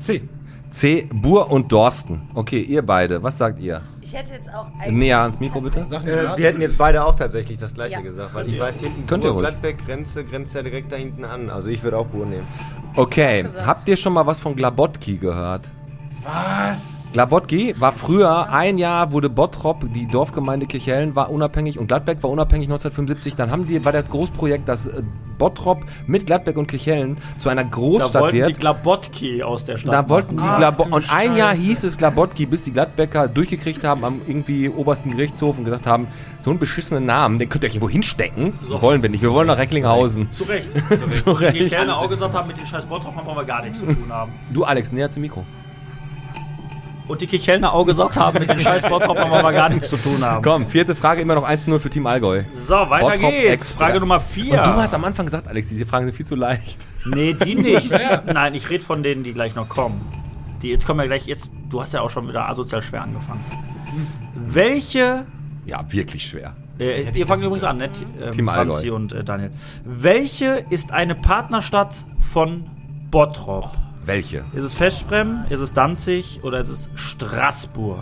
[SPEAKER 4] C.
[SPEAKER 2] ne-
[SPEAKER 1] C. Buhr und Dorsten. Okay, ihr beide. Was sagt ihr?
[SPEAKER 6] Ich hätte jetzt auch
[SPEAKER 1] Näher ans Mikro bitte.
[SPEAKER 4] Sag nicht
[SPEAKER 9] äh,
[SPEAKER 4] raten.
[SPEAKER 9] wir hätten jetzt beide auch tatsächlich das gleiche
[SPEAKER 6] Ja.
[SPEAKER 9] gesagt, weil ich weiß hinten
[SPEAKER 1] Könnt ihr
[SPEAKER 9] Ruhr,
[SPEAKER 1] ruhig.
[SPEAKER 9] Gladbeck Grenze grenzt ja direkt da hinten an. Also ich würde auch Ruhr nehmen.
[SPEAKER 1] Okay,
[SPEAKER 6] gesagt.
[SPEAKER 1] habt ihr schon mal was von Glabotki gehört?
[SPEAKER 4] Was?
[SPEAKER 1] Glabotki war früher, ein Jahr wurde Bottrop, die Dorfgemeinde Kirchhellen war unabhängig und Gladbeck war unabhängig 1975. Dann haben die, war das Großprojekt, dass äh, Bottrop mit Gladbeck und Kirchhellen zu einer
[SPEAKER 2] Da
[SPEAKER 1] Großstadt
[SPEAKER 2] wollten
[SPEAKER 1] wird.
[SPEAKER 2] die Glabotki aus der Stadt.
[SPEAKER 1] Da wollten die
[SPEAKER 2] machen.
[SPEAKER 1] Glabo
[SPEAKER 4] du
[SPEAKER 1] und ein Jahr
[SPEAKER 4] Scheiße.
[SPEAKER 1] hieß es Glabotki, bis die Gladbecker durchgekriegt haben am irgendwie obersten Gerichtshof und gesagt haben, so einen beschissenen Namen, den könnt ihr euch irgendwo hinstecken. Wollen wir nicht, wir wollen nach Recklinghausen.
[SPEAKER 2] Ah, Zu Recht. Zu
[SPEAKER 1] Recht.
[SPEAKER 2] Die Kellner auch gesagt haben, mit den scheiß Bottrop haben wir gar nichts zu tun haben.
[SPEAKER 1] Du Alex, näher zum Mikro.
[SPEAKER 2] Und die Kichelner auch gesagt haben, mit den scheiß Bottrop haben wir aber gar nichts zu tun haben.
[SPEAKER 1] Komm, vierte Frage, immer noch 1-0 für Team Allgäu.
[SPEAKER 2] So, weiter
[SPEAKER 1] Bottrop
[SPEAKER 2] geht's.
[SPEAKER 1] Express.
[SPEAKER 2] Frage Nummer
[SPEAKER 1] Und
[SPEAKER 2] 4.
[SPEAKER 1] du hast am Anfang gesagt, Alex, diese Fragen sind viel zu leicht.
[SPEAKER 2] Nee, die nicht. Nein, ich rede von denen, die gleich noch kommen. Die jetzt kommen ja gleich, jetzt, du hast ja auch schon wieder asozial schwer angefangen. Welche.
[SPEAKER 1] Ja, wirklich schwer.
[SPEAKER 2] Äh, ihr fangt übrigens an, ne? T- ähm,
[SPEAKER 1] Team
[SPEAKER 2] Franzi
[SPEAKER 1] Allgäu.
[SPEAKER 2] und äh, Daniel. Welche ist eine Partnerstadt von Bottrop?
[SPEAKER 1] Welche?
[SPEAKER 2] Ist es Feschbrem, ist es Danzig oder ist es Straßburg?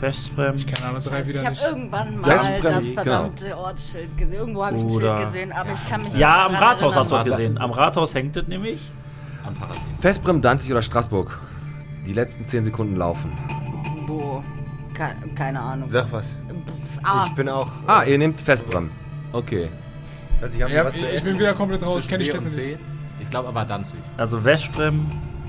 [SPEAKER 2] Feschbrem.
[SPEAKER 4] Ich kenne alle drei
[SPEAKER 6] Ich
[SPEAKER 4] wieder
[SPEAKER 6] habe
[SPEAKER 4] nicht.
[SPEAKER 6] irgendwann mal
[SPEAKER 1] Das ist
[SPEAKER 6] das,
[SPEAKER 1] Bremli,
[SPEAKER 6] verdammte
[SPEAKER 9] genau.
[SPEAKER 6] Ortsschild gesehen. Irgendwo habe ich ein
[SPEAKER 2] Oder-
[SPEAKER 6] Schild gesehen, aber ich kann mich nicht
[SPEAKER 2] Ja,
[SPEAKER 6] mehr
[SPEAKER 2] am
[SPEAKER 6] dran
[SPEAKER 2] Rathaus hast du
[SPEAKER 6] erinnern.
[SPEAKER 2] auch gesehen. Am Rathaus hängt es nämlich.
[SPEAKER 5] Am Paradies.
[SPEAKER 1] Veszprem, Danzig oder Straßburg? Die letzten 10 Sekunden laufen.
[SPEAKER 6] Boah, Ke keine Ahnung.
[SPEAKER 9] Sag was.
[SPEAKER 6] Pff, ah,
[SPEAKER 9] Ich bin auch.
[SPEAKER 1] Ah, ihr nehmt Veszprem. Okay.
[SPEAKER 9] Also ich habe
[SPEAKER 4] Ja,
[SPEAKER 9] was
[SPEAKER 4] ich,
[SPEAKER 9] zu
[SPEAKER 4] ich
[SPEAKER 9] essen.
[SPEAKER 4] bin wieder komplett raus,
[SPEAKER 5] Zwischen
[SPEAKER 4] kenne die
[SPEAKER 5] B und
[SPEAKER 4] Städte nicht.
[SPEAKER 5] C. Ich glaube aber Danzig.
[SPEAKER 2] Also Veszprem,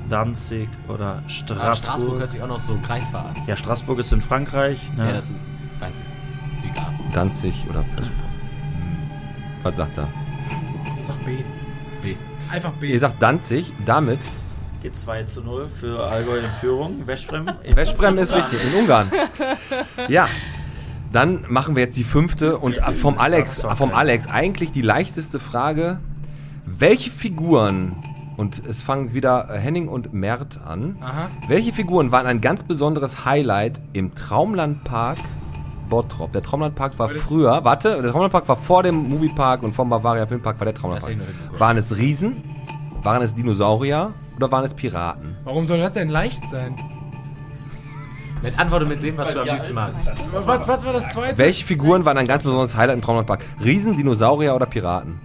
[SPEAKER 2] Danzig oder
[SPEAKER 5] Aber
[SPEAKER 2] Straßburg.
[SPEAKER 5] Straßburg hört sich auch noch so greifbar an.
[SPEAKER 2] ja, Straßburg ist in Frankreich. Ne?
[SPEAKER 5] Ja, das ist, weiß ich. Egal.
[SPEAKER 1] Danzig oder Veszprem? Was sagt er?
[SPEAKER 4] Sag B.
[SPEAKER 5] B.
[SPEAKER 4] Einfach B.
[SPEAKER 1] Ihr sagt Danzig, damit
[SPEAKER 2] Geht 2 zu 0 für Allgäu in Führung. Veszprem.
[SPEAKER 1] Veszprem ist richtig, in Ungarn. Ja. Dann machen wir jetzt die fünfte und vom Alex, vom Alex eigentlich die leichteste Frage. Welche Figuren, und es fangen wieder Henning und Mert an,
[SPEAKER 4] Aha.
[SPEAKER 1] welche Figuren waren ein ganz besonderes Highlight im Traumlandpark Bottrop? Der Traumlandpark war früher, warte, der Traumlandpark war vor dem Moviepark und vom Bavaria Filmpark war der Traumlandpark.
[SPEAKER 5] Deswegen nur
[SPEAKER 1] Waren es Riesen? Waren es Dinosaurier? Oder waren es Piraten?
[SPEAKER 4] Warum soll das denn leicht sein?
[SPEAKER 5] Mit Antworten mit dem, was du am liebsten magst.
[SPEAKER 4] Was, was war das zweite?
[SPEAKER 1] Welche Figuren waren ein ganz besonderes Highlight im Traumlandpark? Riesen, Dinosaurier oder Piraten?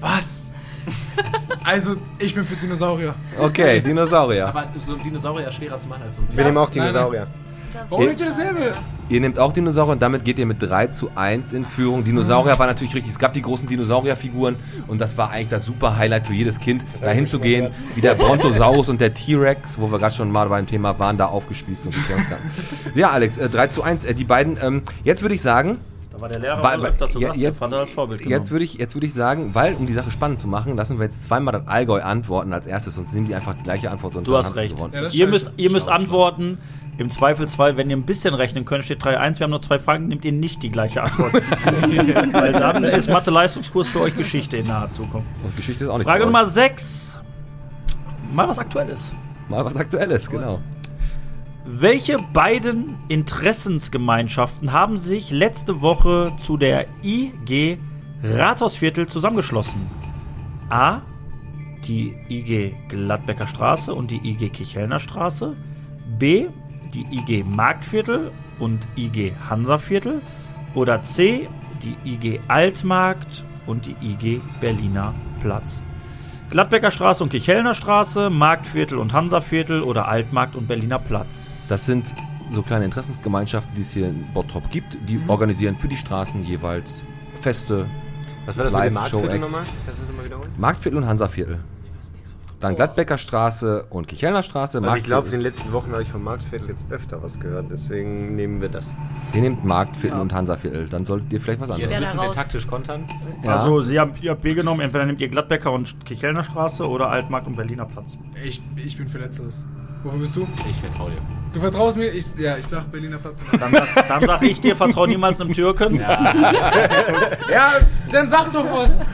[SPEAKER 4] Was? also, ich bin für Dinosaurier.
[SPEAKER 1] Okay, Dinosaurier.
[SPEAKER 5] Aber so ein Dinosaurier ist schwerer zu machen als so ein
[SPEAKER 9] Wir nehmen auch
[SPEAKER 4] nein, nein.
[SPEAKER 9] Dinosaurier.
[SPEAKER 4] Warum nehmt ihr dasselbe?
[SPEAKER 1] Ihr nehmt auch Dinosaurier und damit geht ihr mit 3 zu 1 in Führung.
[SPEAKER 2] Mhm.
[SPEAKER 1] Dinosaurier war natürlich richtig. Es gab die großen Dinosaurierfiguren und das war eigentlich das super Highlight für jedes Kind, da hinzugehen, wie der Brontosaurus und der T-Rex, wo wir gerade schon mal beim Thema waren, da aufgespießt und gekämpft haben. Ja, Alex, äh, 3 zu 1, äh, die beiden. Ähm, jetzt würde ich sagen,
[SPEAKER 11] Aber der Lehrer
[SPEAKER 1] Weil-
[SPEAKER 11] war öfter zu
[SPEAKER 1] ja,
[SPEAKER 11] Gast, der
[SPEAKER 1] jetzt-
[SPEAKER 11] Vater hat das Vorbild
[SPEAKER 2] Genau.
[SPEAKER 11] genommen.
[SPEAKER 1] Jetzt würde ich, jetzt würd ich sagen, weil, um die Sache spannend zu machen, lassen wir jetzt zweimal das Allgäu antworten als erstes, sonst nehmen die einfach die gleiche Antwort und
[SPEAKER 2] Du hast
[SPEAKER 1] haben sie
[SPEAKER 2] recht.
[SPEAKER 1] gewonnen.
[SPEAKER 4] Ja, das
[SPEAKER 2] ihr
[SPEAKER 4] scheiße.
[SPEAKER 2] müsst, ihr müsst antworten. Im Zweifelsfall, wenn ihr ein bisschen rechnen könnt, steht 3-1. Wir haben nur zwei Fragen, nehmt ihr nicht die gleiche Antwort. Weil dann ist Mathe-Leistungskurs für euch Geschichte in naher Zukunft.
[SPEAKER 1] Und Geschichte ist auch nicht
[SPEAKER 2] Frage
[SPEAKER 1] für euch.
[SPEAKER 2] Nummer 6. Mal was Aktuelles.
[SPEAKER 1] Mal was Aktuelles, genau.
[SPEAKER 2] Welche beiden Interessensgemeinschaften haben sich letzte Woche zu der IG Rathausviertel zusammengeschlossen? A. Die IG Gladbecker Straße und die IG Kichelner Straße. B. Die IG Marktviertel und IG Hansaviertel. Oder C. Die IG Altmarkt und die IG Berliner Platz. Gladbecker Straße und Kichelner Straße, Marktviertel und Hansaviertel oder Altmarkt und Berliner Platz.
[SPEAKER 1] Das sind so kleine Interessensgemeinschaften, die es hier in Bottrop gibt. Die organisieren für die Straßen jeweils Feste.
[SPEAKER 9] Was war das mit
[SPEAKER 1] Live,
[SPEAKER 9] dem Marktviertel
[SPEAKER 1] Show-Acts.
[SPEAKER 9] nochmal? Kannst du das nochmal wiederholen?
[SPEAKER 1] Marktviertel und Hansaviertel. Dann Gladbecker Straße und Kichelner Straße.
[SPEAKER 9] Also ich glaube, in
[SPEAKER 1] Marktviertel.
[SPEAKER 9] den letzten Wochen habe ich vom Marktviertel jetzt öfter was gehört, deswegen nehmen wir das.
[SPEAKER 1] Ihr nehmt Marktviertel
[SPEAKER 12] Ja.
[SPEAKER 1] und Hansaviertel. Dann solltet ihr vielleicht was
[SPEAKER 5] Jetzt
[SPEAKER 1] anderes.
[SPEAKER 12] Wer da
[SPEAKER 5] müssen wir
[SPEAKER 12] raus?
[SPEAKER 5] taktisch kontern.
[SPEAKER 1] Ja.
[SPEAKER 2] Also, Sie haben ihr habt B genommen, entweder nehmt ihr Gladbecker und Kichelner Straße oder Altmarkt und Berliner Platz.
[SPEAKER 4] Ich, ich bin für Letzteres. Wofür bist du?
[SPEAKER 5] Ich vertraue dir.
[SPEAKER 4] Du vertraust mir? Ich, ja, ich sag Berliner Platz.
[SPEAKER 2] Dann, sag- dann sage ich dir, vertrau niemals einem Türken.
[SPEAKER 4] ja, dann sag doch was.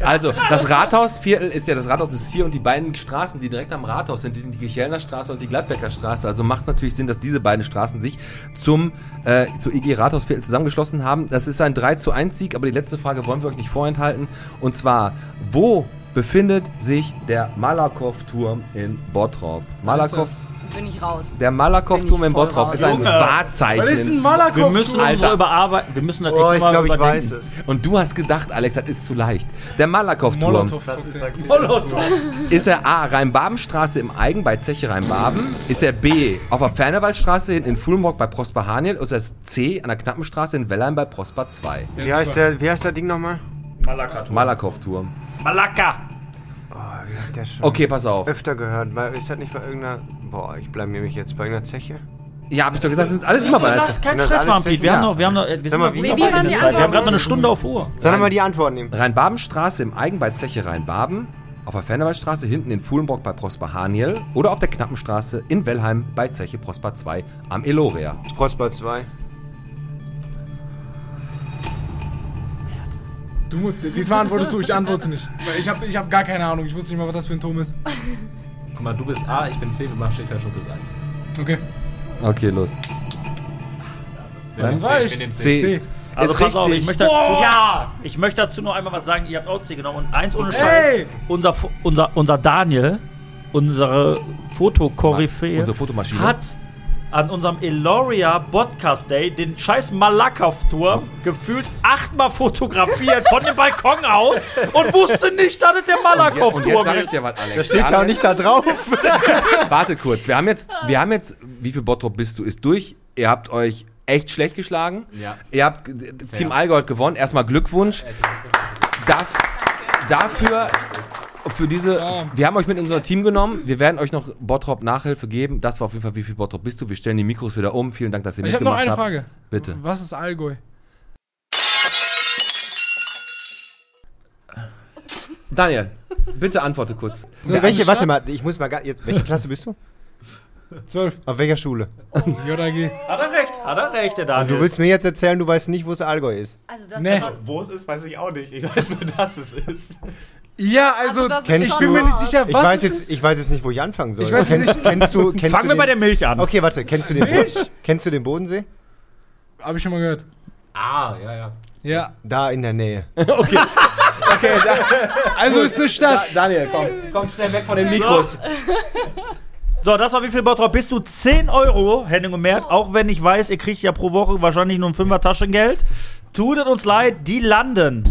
[SPEAKER 1] Also, das Rathausviertel ist ja, das Rathaus ist hier und die beiden Straßen, die direkt am Rathaus sind, die sind die Kichelner Straße und die Gladbecker Straße. Also macht es natürlich Sinn, dass diese beiden Straßen sich zum, äh, zur IG Rathausviertel zusammengeschlossen haben. Das ist ein 3 zu 1 Sieg, aber die letzte Frage wollen wir euch nicht vorenthalten. Und zwar, wo befindet sich der Malakow-Turm in Bottrop? Malakow,
[SPEAKER 4] ist
[SPEAKER 12] Bin ich raus.
[SPEAKER 1] der Malakow-Turm
[SPEAKER 12] Bin ich
[SPEAKER 1] in
[SPEAKER 12] voll
[SPEAKER 1] Bottrop
[SPEAKER 12] raus.
[SPEAKER 1] ist ein
[SPEAKER 2] Junge,
[SPEAKER 1] Wahrzeichen.
[SPEAKER 4] Was ist ein
[SPEAKER 1] in-
[SPEAKER 2] Wir
[SPEAKER 4] Malakow?
[SPEAKER 2] müssen unsere
[SPEAKER 1] Alter.
[SPEAKER 2] überarbeiten. Wir müssen das
[SPEAKER 9] Oh,
[SPEAKER 2] echt
[SPEAKER 9] ich
[SPEAKER 2] mal
[SPEAKER 9] glaube, ich
[SPEAKER 2] überdenken.
[SPEAKER 9] weiß es.
[SPEAKER 1] Und du hast gedacht, Alex, das ist zu leicht. Der Malakow-Turm.
[SPEAKER 4] Molotow, das ist
[SPEAKER 1] Ist er A. Rheinbabenstraße im Eigen bei Zeche Rheinbaben? Ist er B. auf der Fernewaldstraße hinten in Fulmrock bei Prosper Haniel? Oder ist es C. an der Knappenstraße in Wellheim bei Prosper 2?
[SPEAKER 9] Wie, heißt der, wie heißt der Ding nochmal?
[SPEAKER 2] Malaka.
[SPEAKER 1] Malakow-Turm.
[SPEAKER 2] Malaka.
[SPEAKER 9] Der schon
[SPEAKER 1] Okay, pass auf.
[SPEAKER 9] öfter gehört, weil ist das nicht bei irgendeiner. Boah, ich bleibe nämlich jetzt bei irgendeiner Zeche.
[SPEAKER 1] Ja, hab ich doch gesagt, das sind alles immer mal.
[SPEAKER 2] Lass keinen
[SPEAKER 9] das
[SPEAKER 2] Stress
[SPEAKER 9] alles
[SPEAKER 2] machen, Piet. Wir
[SPEAKER 9] ja.
[SPEAKER 2] haben noch, wir haben noch, wir sind
[SPEAKER 9] mal,
[SPEAKER 2] noch
[SPEAKER 9] wie-
[SPEAKER 2] gut
[SPEAKER 9] wie
[SPEAKER 2] auf
[SPEAKER 12] waren
[SPEAKER 2] der
[SPEAKER 12] die
[SPEAKER 2] Zeit. Wir haben
[SPEAKER 12] Antworten?
[SPEAKER 2] gerade noch eine Stunde auf Uhr.
[SPEAKER 9] Sag nochmal die Antwort nehmen.
[SPEAKER 1] Rheinbabenstraße im Eigen bei Zeche Rheinbaben, auf der Fernewaldstraße hinten in Fulenbrock bei Prosper Haniel oder auf der Knappenstraße in Wellheim bei Zeche Prosper 2 am Eloria.
[SPEAKER 9] Prosper 2.
[SPEAKER 4] Du musst, diesmal antwortest du, ich antworte nicht. Weil ich habe ich hab gar keine Ahnung, ich wusste nicht mal, was das für ein Turm ist.
[SPEAKER 5] Guck mal, du bist A, ich bin C, wir machen Schicker schon gesagt.
[SPEAKER 4] Okay.
[SPEAKER 1] Okay, los.
[SPEAKER 5] Wir nehmen
[SPEAKER 4] Das war
[SPEAKER 5] C,
[SPEAKER 4] ich.
[SPEAKER 5] wir nehmen C.
[SPEAKER 1] C.
[SPEAKER 4] C.
[SPEAKER 2] Also
[SPEAKER 1] ist
[SPEAKER 2] pass auf, ich
[SPEAKER 1] richtig.
[SPEAKER 2] möchte, dazu, ja, ich möchte dazu nur einmal was sagen. Ihr habt Outzi genommen und eins ohne Scheiß.
[SPEAKER 4] Ey!
[SPEAKER 2] Unser, Fo- unser, unser Daniel, unsere Fotokoryphäe,
[SPEAKER 1] Unsere Fotomaschine.
[SPEAKER 2] hat an unserem Eloria Podcast Day den scheiß Malakow-Turm
[SPEAKER 1] Oh.
[SPEAKER 2] gefühlt achtmal fotografiert von dem Balkon aus und wusste nicht, dass es der
[SPEAKER 1] Und jetzt
[SPEAKER 2] Malakow-Turm
[SPEAKER 1] sag ich
[SPEAKER 2] ist.
[SPEAKER 1] dir was, Alex.
[SPEAKER 9] Steht ja auch nicht da drauf.
[SPEAKER 1] Warte kurz, wir haben jetzt, wir haben jetzt, wie viel Bottrop bist du? Ist durch. Ihr habt euch echt schlecht geschlagen.
[SPEAKER 5] Ja.
[SPEAKER 1] Ihr habt äh, Team Allgäu hat gewonnen. Erstmal Glückwunsch. Darf, dafür, für diese, wir haben euch mit in unser Team genommen. Wir werden euch noch Bottrop Nachhilfe geben. Das war auf jeden Fall, wie viel Bottrop bist du? Wir stellen die Mikros wieder um. Vielen Dank, dass ihr
[SPEAKER 4] Ich habe noch
[SPEAKER 1] mitgemacht
[SPEAKER 4] eine
[SPEAKER 1] habt.
[SPEAKER 4] Frage.
[SPEAKER 1] Bitte.
[SPEAKER 4] Was ist Allgäu?
[SPEAKER 1] Daniel, bitte antworte kurz.
[SPEAKER 9] Welche, warte mal, ich muss mal. ga- Jetzt, welche Klasse bist du?
[SPEAKER 4] Zwölf.
[SPEAKER 9] Auf welcher Schule?
[SPEAKER 4] JAG.
[SPEAKER 2] Hat er recht, hat er recht, der
[SPEAKER 9] Du
[SPEAKER 2] Daniel.
[SPEAKER 9] willst mir jetzt erzählen, du weißt nicht, wo es Allgäu ist.
[SPEAKER 12] Also das
[SPEAKER 4] Nee.
[SPEAKER 12] ist schon.
[SPEAKER 5] Wo es ist, weiß ich auch nicht. Ich weiß nur, dass es ist.
[SPEAKER 4] Ja, also,
[SPEAKER 12] Also, das ist
[SPEAKER 4] ich
[SPEAKER 9] schon
[SPEAKER 4] bin mir nicht
[SPEAKER 12] hart.
[SPEAKER 4] sicher, was
[SPEAKER 9] Ich weiß,
[SPEAKER 4] es
[SPEAKER 9] jetzt,
[SPEAKER 4] ist.
[SPEAKER 9] ich weiß jetzt nicht, wo ich anfangen soll.
[SPEAKER 4] Ich weiß
[SPEAKER 9] kennst, kennst du, kennst
[SPEAKER 2] Fangen
[SPEAKER 9] du
[SPEAKER 2] wir bei der
[SPEAKER 9] den-
[SPEAKER 2] Milch an.
[SPEAKER 9] Okay, warte, kennst du den, Bo kennst du den Bodensee?
[SPEAKER 4] Habe ich schon mal gehört.
[SPEAKER 5] Ah, ja, ja.
[SPEAKER 4] Ja.
[SPEAKER 9] Da in der Nähe.
[SPEAKER 4] Also ist eine Stadt.
[SPEAKER 1] Daniel, komm, komm schnell weg von den Mikros.
[SPEAKER 2] So, das war wie viel Bottrop? Bist du 10 Euro, Henning und Mert, auch wenn ich weiß, ihr kriegt ja pro Woche wahrscheinlich nur ein Fünfer Taschengeld. Tut es uns leid, die landen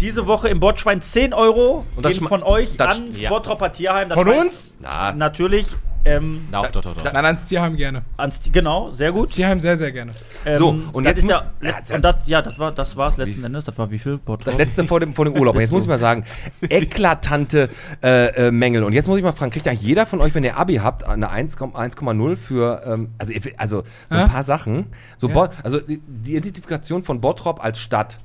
[SPEAKER 2] diese Woche im Botschwein 10 Euro
[SPEAKER 1] das
[SPEAKER 2] gehen
[SPEAKER 1] schma-
[SPEAKER 2] von euch
[SPEAKER 1] das-
[SPEAKER 2] ans
[SPEAKER 1] ja.
[SPEAKER 2] Bottroper Tierheim. Das
[SPEAKER 4] Von
[SPEAKER 2] schmeißt-
[SPEAKER 4] uns?
[SPEAKER 1] Na,
[SPEAKER 2] Natürlich Ähm,
[SPEAKER 5] Doch, doch, doch. doch.
[SPEAKER 4] Nein, ans Tierheim gerne.
[SPEAKER 2] ans, genau, sehr gut.
[SPEAKER 4] Tierheim sehr, sehr gerne.
[SPEAKER 2] Ähm,
[SPEAKER 1] So, und
[SPEAKER 2] das
[SPEAKER 1] jetzt
[SPEAKER 2] ist ja,
[SPEAKER 1] muss-
[SPEAKER 2] letzt, und das, ja, das war das war's letzten Endes. Das war wie viel? Podcast?
[SPEAKER 1] Letzte vor dem, vor dem Urlaub. Und jetzt muss ich mal sagen, eklatante äh, äh, Mängel. Und jetzt muss ich mal fragen, kriegt eigentlich jeder von euch, wenn ihr Abi habt, eine 1, 1,0 für, ähm, also, ihr- also so ein
[SPEAKER 4] Hä?
[SPEAKER 1] paar Sachen. So Bo- Also die die Identifikation von Bottrop als Stadt,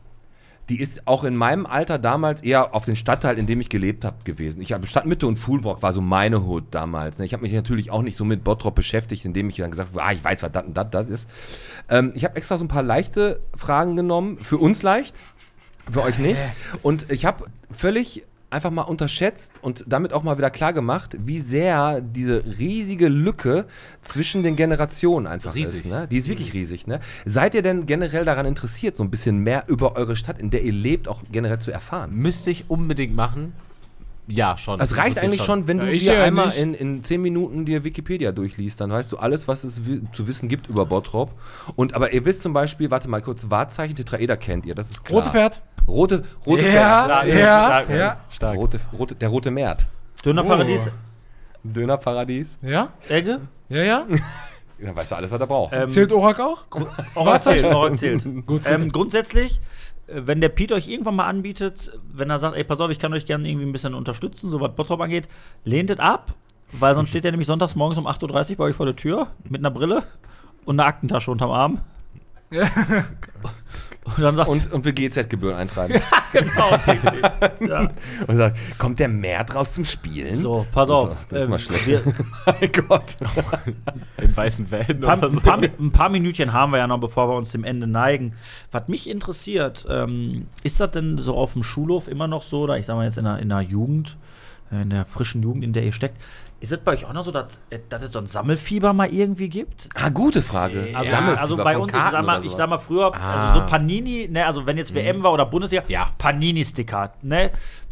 [SPEAKER 1] die ist auch in meinem Alter damals eher auf den Stadtteil, in dem ich gelebt habe, gewesen. Ich habe Stadtmitte und Fulbrock war so meine Hood damals. Ne? Ich habe mich natürlich auch nicht so mit Bottrop beschäftigt, indem ich dann gesagt habe, ah, ich weiß, was das und das ist. Ähm, ich habe extra so ein paar leichte Fragen genommen, für uns leicht, für euch nicht. Und ich habe völlig einfach mal unterschätzt und damit auch mal wieder klar gemacht, wie sehr diese riesige Lücke zwischen den Generationen einfach ist.
[SPEAKER 5] Riesig.
[SPEAKER 1] Ne? Die ist wirklich riesig. Ne? Seid ihr denn generell daran interessiert, so ein bisschen mehr über eure Stadt, in der ihr lebt, auch generell zu erfahren?
[SPEAKER 5] Müsste ich unbedingt machen? Ja, schon.
[SPEAKER 1] Es reicht
[SPEAKER 5] Interessiert
[SPEAKER 1] eigentlich schon, wenn
[SPEAKER 4] Ja,
[SPEAKER 1] du
[SPEAKER 4] ich
[SPEAKER 1] dir
[SPEAKER 4] ja
[SPEAKER 1] einmal
[SPEAKER 4] nicht.
[SPEAKER 1] in, in 10 Minuten dir Wikipedia durchliest, dann weißt du alles, was es wi- zu wissen gibt über Bottrop. Und aber ihr wisst zum Beispiel, warte mal kurz, Wahrzeichen Tetraeder kennt ihr, das ist klar.
[SPEAKER 4] Rote Pferd.
[SPEAKER 1] Rote, rote
[SPEAKER 4] Ja,
[SPEAKER 5] Stark,
[SPEAKER 4] ja,
[SPEAKER 5] stark,
[SPEAKER 4] ja.
[SPEAKER 1] Pferd. Rote, rote, der rote Mert.
[SPEAKER 2] Oh. Dönerparadies,
[SPEAKER 1] Dönerparadies.
[SPEAKER 4] Ja,
[SPEAKER 2] Egge,
[SPEAKER 4] ja, ja.
[SPEAKER 1] Da weißt du alles, was er braucht.
[SPEAKER 2] ähm,
[SPEAKER 4] Zählt Orak auch?
[SPEAKER 2] Oral zählt, Oral zählt.
[SPEAKER 4] gut.
[SPEAKER 2] Ähm, grundsätzlich, äh, wenn der Pete euch irgendwann mal anbietet, wenn er sagt, ey, pass auf, ich kann euch gerne irgendwie ein bisschen unterstützen, so was Bottrop angeht, lehnt es ab, weil sonst steht er nämlich sonntags morgens um 8.30 Uhr bei euch vor der Tür mit einer Brille und einer Aktentasche unterm Arm. und dann sagt
[SPEAKER 1] und, und wir GEZ-Gebühren eintreiben.
[SPEAKER 2] genau, irgendwie. ja.
[SPEAKER 1] und sagt, kommt der Mert raus zum Spielen?
[SPEAKER 2] So, pass auf.
[SPEAKER 1] Also,
[SPEAKER 2] ähm,
[SPEAKER 1] das ist mal schlecht.
[SPEAKER 2] Wir,
[SPEAKER 1] mein Gott.
[SPEAKER 5] Im weißen Van
[SPEAKER 2] paar,
[SPEAKER 5] oder so.
[SPEAKER 2] ein, paar, ein paar Minütchen haben wir ja noch, bevor wir uns dem Ende neigen. Was mich interessiert, ähm, ist das denn so auf dem Schulhof immer noch so, oder ich sag mal jetzt in der, in der Jugend, äh, in der frischen Jugend, in der ihr steckt, ist das bei euch auch noch so, dass, äh, dass es so ein Sammelfieber mal irgendwie gibt?
[SPEAKER 1] Ah, gute Frage.
[SPEAKER 2] Also,
[SPEAKER 1] Sammelfieber
[SPEAKER 2] also bei
[SPEAKER 1] von
[SPEAKER 2] uns, ich
[SPEAKER 1] Karten
[SPEAKER 2] sag, mal,
[SPEAKER 1] oder
[SPEAKER 2] ich
[SPEAKER 1] sowas.
[SPEAKER 2] sag mal früher, also so Panini, ne, also wenn jetzt WM war oder Bundesliga,
[SPEAKER 5] Ah. Mhm. Ja.
[SPEAKER 2] Panini-Sticker, ne?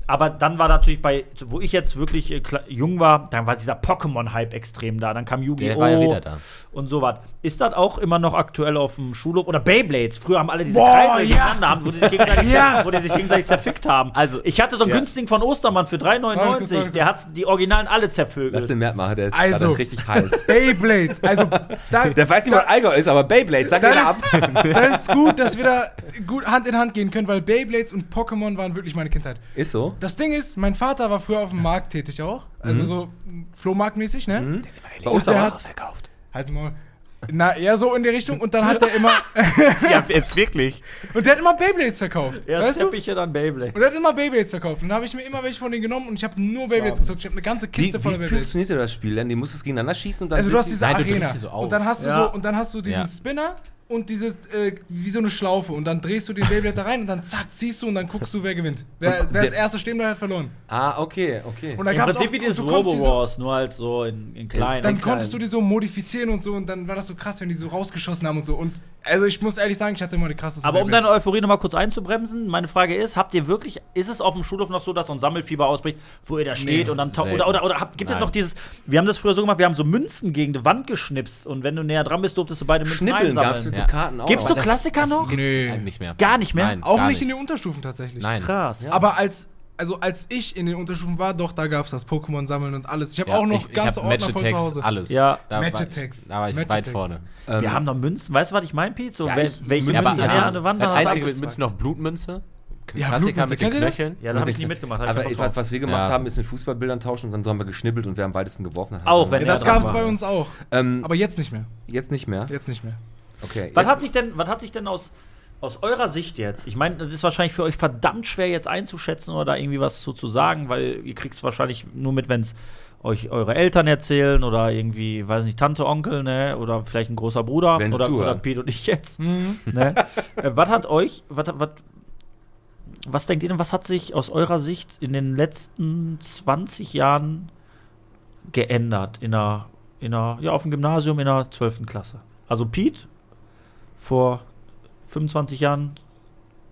[SPEAKER 2] Aber dann war natürlich bei, wo ich jetzt wirklich äh, kle- jung war, dann war dieser Pokémon-Hype extrem da. Dann kam Yu-Gi-Oh!
[SPEAKER 5] Der war ja wieder da.
[SPEAKER 2] Und sowas. Ist das auch immer noch aktuell auf dem Schulhof? Oder Beyblades? Früher haben alle diese
[SPEAKER 4] Boah,
[SPEAKER 2] Kreise
[SPEAKER 4] ja.
[SPEAKER 2] gegeneinander, haben, wo, die sich gegenseitig,
[SPEAKER 4] Ja.
[SPEAKER 2] wo die sich gegenseitig zerfickt haben. Also, ich hatte so einen
[SPEAKER 5] ja.
[SPEAKER 2] günstigen von Ostermann für
[SPEAKER 4] Warte kurz,
[SPEAKER 2] 3,99.
[SPEAKER 4] warte
[SPEAKER 2] Der
[SPEAKER 4] kurz.
[SPEAKER 2] hat die Originalen alle
[SPEAKER 1] Lass
[SPEAKER 2] zervögelt.
[SPEAKER 1] den Mert machen, der ist
[SPEAKER 4] Also.
[SPEAKER 1] gerade richtig heiß.
[SPEAKER 4] Beyblades. Also, da,
[SPEAKER 1] Der weiß nicht, was Allgäu ist, aber Beyblade, sag mir
[SPEAKER 4] das
[SPEAKER 1] ab.
[SPEAKER 4] ist, das ist gut, dass wir da gut Hand in Hand gehen können, weil Beyblades und Pokémon waren wirklich meine Kindheit.
[SPEAKER 1] Ist so.
[SPEAKER 4] Das Ding ist, mein Vater war früher auf dem Markt tätig auch. Also so mm, Flohmarktmäßig, ne?
[SPEAKER 1] Bei
[SPEAKER 4] Und der
[SPEAKER 1] Ostermann.
[SPEAKER 4] hat. Halt's mal. Na, eher so in die Richtung. Und dann hat der immer.
[SPEAKER 5] Ja, jetzt wirklich.
[SPEAKER 4] und der hat immer Beyblades verkauft.
[SPEAKER 2] Erst
[SPEAKER 4] weißt du?
[SPEAKER 2] Teppiche, dann Beyblades.
[SPEAKER 4] Und er hat immer Beyblades verkauft. Und dann habe ich mir immer welche von denen genommen und ich habe nur Beyblades gezockt. Ich habe eine ganze
[SPEAKER 1] Wie,
[SPEAKER 4] Kiste voller
[SPEAKER 1] wie
[SPEAKER 4] Beyblades.
[SPEAKER 1] funktioniert denn das Spiel denn? Die musst es gegeneinander schießen und dann.
[SPEAKER 4] Also du hast
[SPEAKER 1] sind
[SPEAKER 4] diese
[SPEAKER 5] Nein, du
[SPEAKER 4] Arena.
[SPEAKER 5] drehst die so auf.
[SPEAKER 4] und dann hast du
[SPEAKER 2] Ja.
[SPEAKER 4] so und dann hast du diesen
[SPEAKER 5] Ja.
[SPEAKER 4] Spinner und diese äh, wie so eine Schlaufe und dann drehst du den Beyblade da rein und dann zack ziehst du und dann guckst du wer gewinnt. Wer, wer als
[SPEAKER 1] der-
[SPEAKER 4] erster stehen bleibt hat verloren.
[SPEAKER 1] die- Ah, okay, okay.
[SPEAKER 4] Und dann
[SPEAKER 2] Also Im
[SPEAKER 4] gab's
[SPEAKER 2] Prinzip wie
[SPEAKER 4] und
[SPEAKER 2] dieses
[SPEAKER 4] du konntest die so-
[SPEAKER 2] Robo-Wars, nur halt so in, in klein.
[SPEAKER 4] Dann
[SPEAKER 2] in klein.
[SPEAKER 4] konntest du die so modifizieren und so und dann war das so krass, wenn die so rausgeschossen haben und so. Und also ich muss ehrlich sagen, ich hatte immer die krassesten
[SPEAKER 2] Aber um deine
[SPEAKER 4] Beyblades.
[SPEAKER 2] Euphorie nochmal kurz einzubremsen, meine Frage ist, habt ihr wirklich, ist es auf dem Schulhof noch so, dass so ein Sammelfieber ausbricht, wo ihr da steht und dann tau-
[SPEAKER 5] selten.
[SPEAKER 2] oder, oder, oder habt, gibt es
[SPEAKER 5] Nein.
[SPEAKER 2] noch dieses, wir haben das früher so gemacht, wir haben so Münzen gegen die Wand geschnipst und wenn du näher dran bist, durftest du beide Münzen
[SPEAKER 1] Schnippeln gab's
[SPEAKER 2] einsammeln.
[SPEAKER 1] mit
[SPEAKER 5] Ja.
[SPEAKER 1] so Karten auch.
[SPEAKER 2] Gibt's
[SPEAKER 1] noch.
[SPEAKER 2] so Klassiker noch?
[SPEAKER 5] gibt's
[SPEAKER 4] Nee.
[SPEAKER 5] eigentlich nicht mehr.
[SPEAKER 2] Gar nicht mehr?
[SPEAKER 5] Nein,
[SPEAKER 4] auch
[SPEAKER 5] gar
[SPEAKER 4] nicht in den Unterstufen tatsächlich.
[SPEAKER 5] Nein.
[SPEAKER 2] Krass.
[SPEAKER 4] Aber als also als ich in den Unterstufen war, doch da gab's das Pokémon sammeln und alles. Ich habe
[SPEAKER 5] Ja,
[SPEAKER 4] auch noch
[SPEAKER 5] ich,
[SPEAKER 4] ganze
[SPEAKER 5] ich
[SPEAKER 4] Ordner
[SPEAKER 5] hab Match
[SPEAKER 4] voll zu
[SPEAKER 5] Attacks,
[SPEAKER 4] Hause.
[SPEAKER 5] alles.
[SPEAKER 2] Ja.
[SPEAKER 5] Da
[SPEAKER 4] Match
[SPEAKER 5] war-
[SPEAKER 4] Attacks.
[SPEAKER 5] Da war ich
[SPEAKER 4] Match
[SPEAKER 5] weit
[SPEAKER 4] Attacks.
[SPEAKER 5] vorne.
[SPEAKER 2] wir haben noch Münzen, weißt du, was ich meine, Pete? So,
[SPEAKER 1] Ja,
[SPEAKER 2] wel-
[SPEAKER 1] ich-
[SPEAKER 2] welche
[SPEAKER 1] Münzen,
[SPEAKER 2] Münzen
[SPEAKER 1] ja.
[SPEAKER 2] näher an der Wand
[SPEAKER 5] das
[SPEAKER 2] hast du
[SPEAKER 5] einzige
[SPEAKER 2] abgezogen?
[SPEAKER 5] Münzen noch Blutmünze. K-
[SPEAKER 4] Ja,
[SPEAKER 5] Klassiker
[SPEAKER 4] Blutmünze,
[SPEAKER 5] mit den
[SPEAKER 4] kennt ihr das?
[SPEAKER 5] Knöcheln.
[SPEAKER 2] Ja, da habe ich nie mitgemacht. hab ich
[SPEAKER 1] Aber
[SPEAKER 2] keinen Bock
[SPEAKER 1] was,
[SPEAKER 2] drauf.
[SPEAKER 1] was wir gemacht
[SPEAKER 5] Ja.
[SPEAKER 1] haben, ist mit Fußballbildern tauschen und dann haben wir geschnibbelt und wer am weitesten geworfen hat. hat
[SPEAKER 2] Auch
[SPEAKER 1] gewonnen.
[SPEAKER 2] wenn
[SPEAKER 4] Ja,
[SPEAKER 2] er
[SPEAKER 4] das
[SPEAKER 2] dran
[SPEAKER 4] gab's
[SPEAKER 2] war.
[SPEAKER 4] bei uns auch.
[SPEAKER 1] Ähm,
[SPEAKER 4] Aber jetzt nicht mehr.
[SPEAKER 1] jetzt nicht mehr.
[SPEAKER 4] Jetzt nicht mehr.
[SPEAKER 1] Okay.
[SPEAKER 2] Was
[SPEAKER 1] jetzt-
[SPEAKER 2] hat sich denn, was hat sich denn aus, aus eurer Sicht jetzt? Ich meine, das ist wahrscheinlich für euch verdammt schwer jetzt einzuschätzen oder da irgendwie was zu, zu sagen, weil ihr kriegt es wahrscheinlich nur mit, wenn es euch eure Eltern erzählen oder irgendwie, weiß nicht, Tante, Onkel, ne? Oder vielleicht ein großer Bruder
[SPEAKER 1] Wenn sie
[SPEAKER 2] oder,
[SPEAKER 1] zuhören.
[SPEAKER 2] oder Pete und ich jetzt. Ne? äh, was hat euch, was, was, was denkt ihr denn, was hat sich aus eurer Sicht in den letzten 20 Jahren geändert in der, in der, ja, auf dem Gymnasium in der 12. Klasse? Also Pete vor 25 Jahren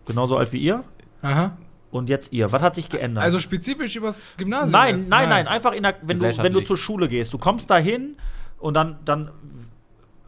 [SPEAKER 2] genauso alt wie ihr
[SPEAKER 4] Aha.
[SPEAKER 2] und jetzt ihr. Was hat sich geändert?
[SPEAKER 4] Also spezifisch übers Gymnasium.
[SPEAKER 2] nein,
[SPEAKER 4] jetzt?
[SPEAKER 2] nein, nein, einfach in der, wenn, du, wenn du
[SPEAKER 5] Gesellschaftlich.
[SPEAKER 2] zur Schule gehst, du kommst dahin und dann, dann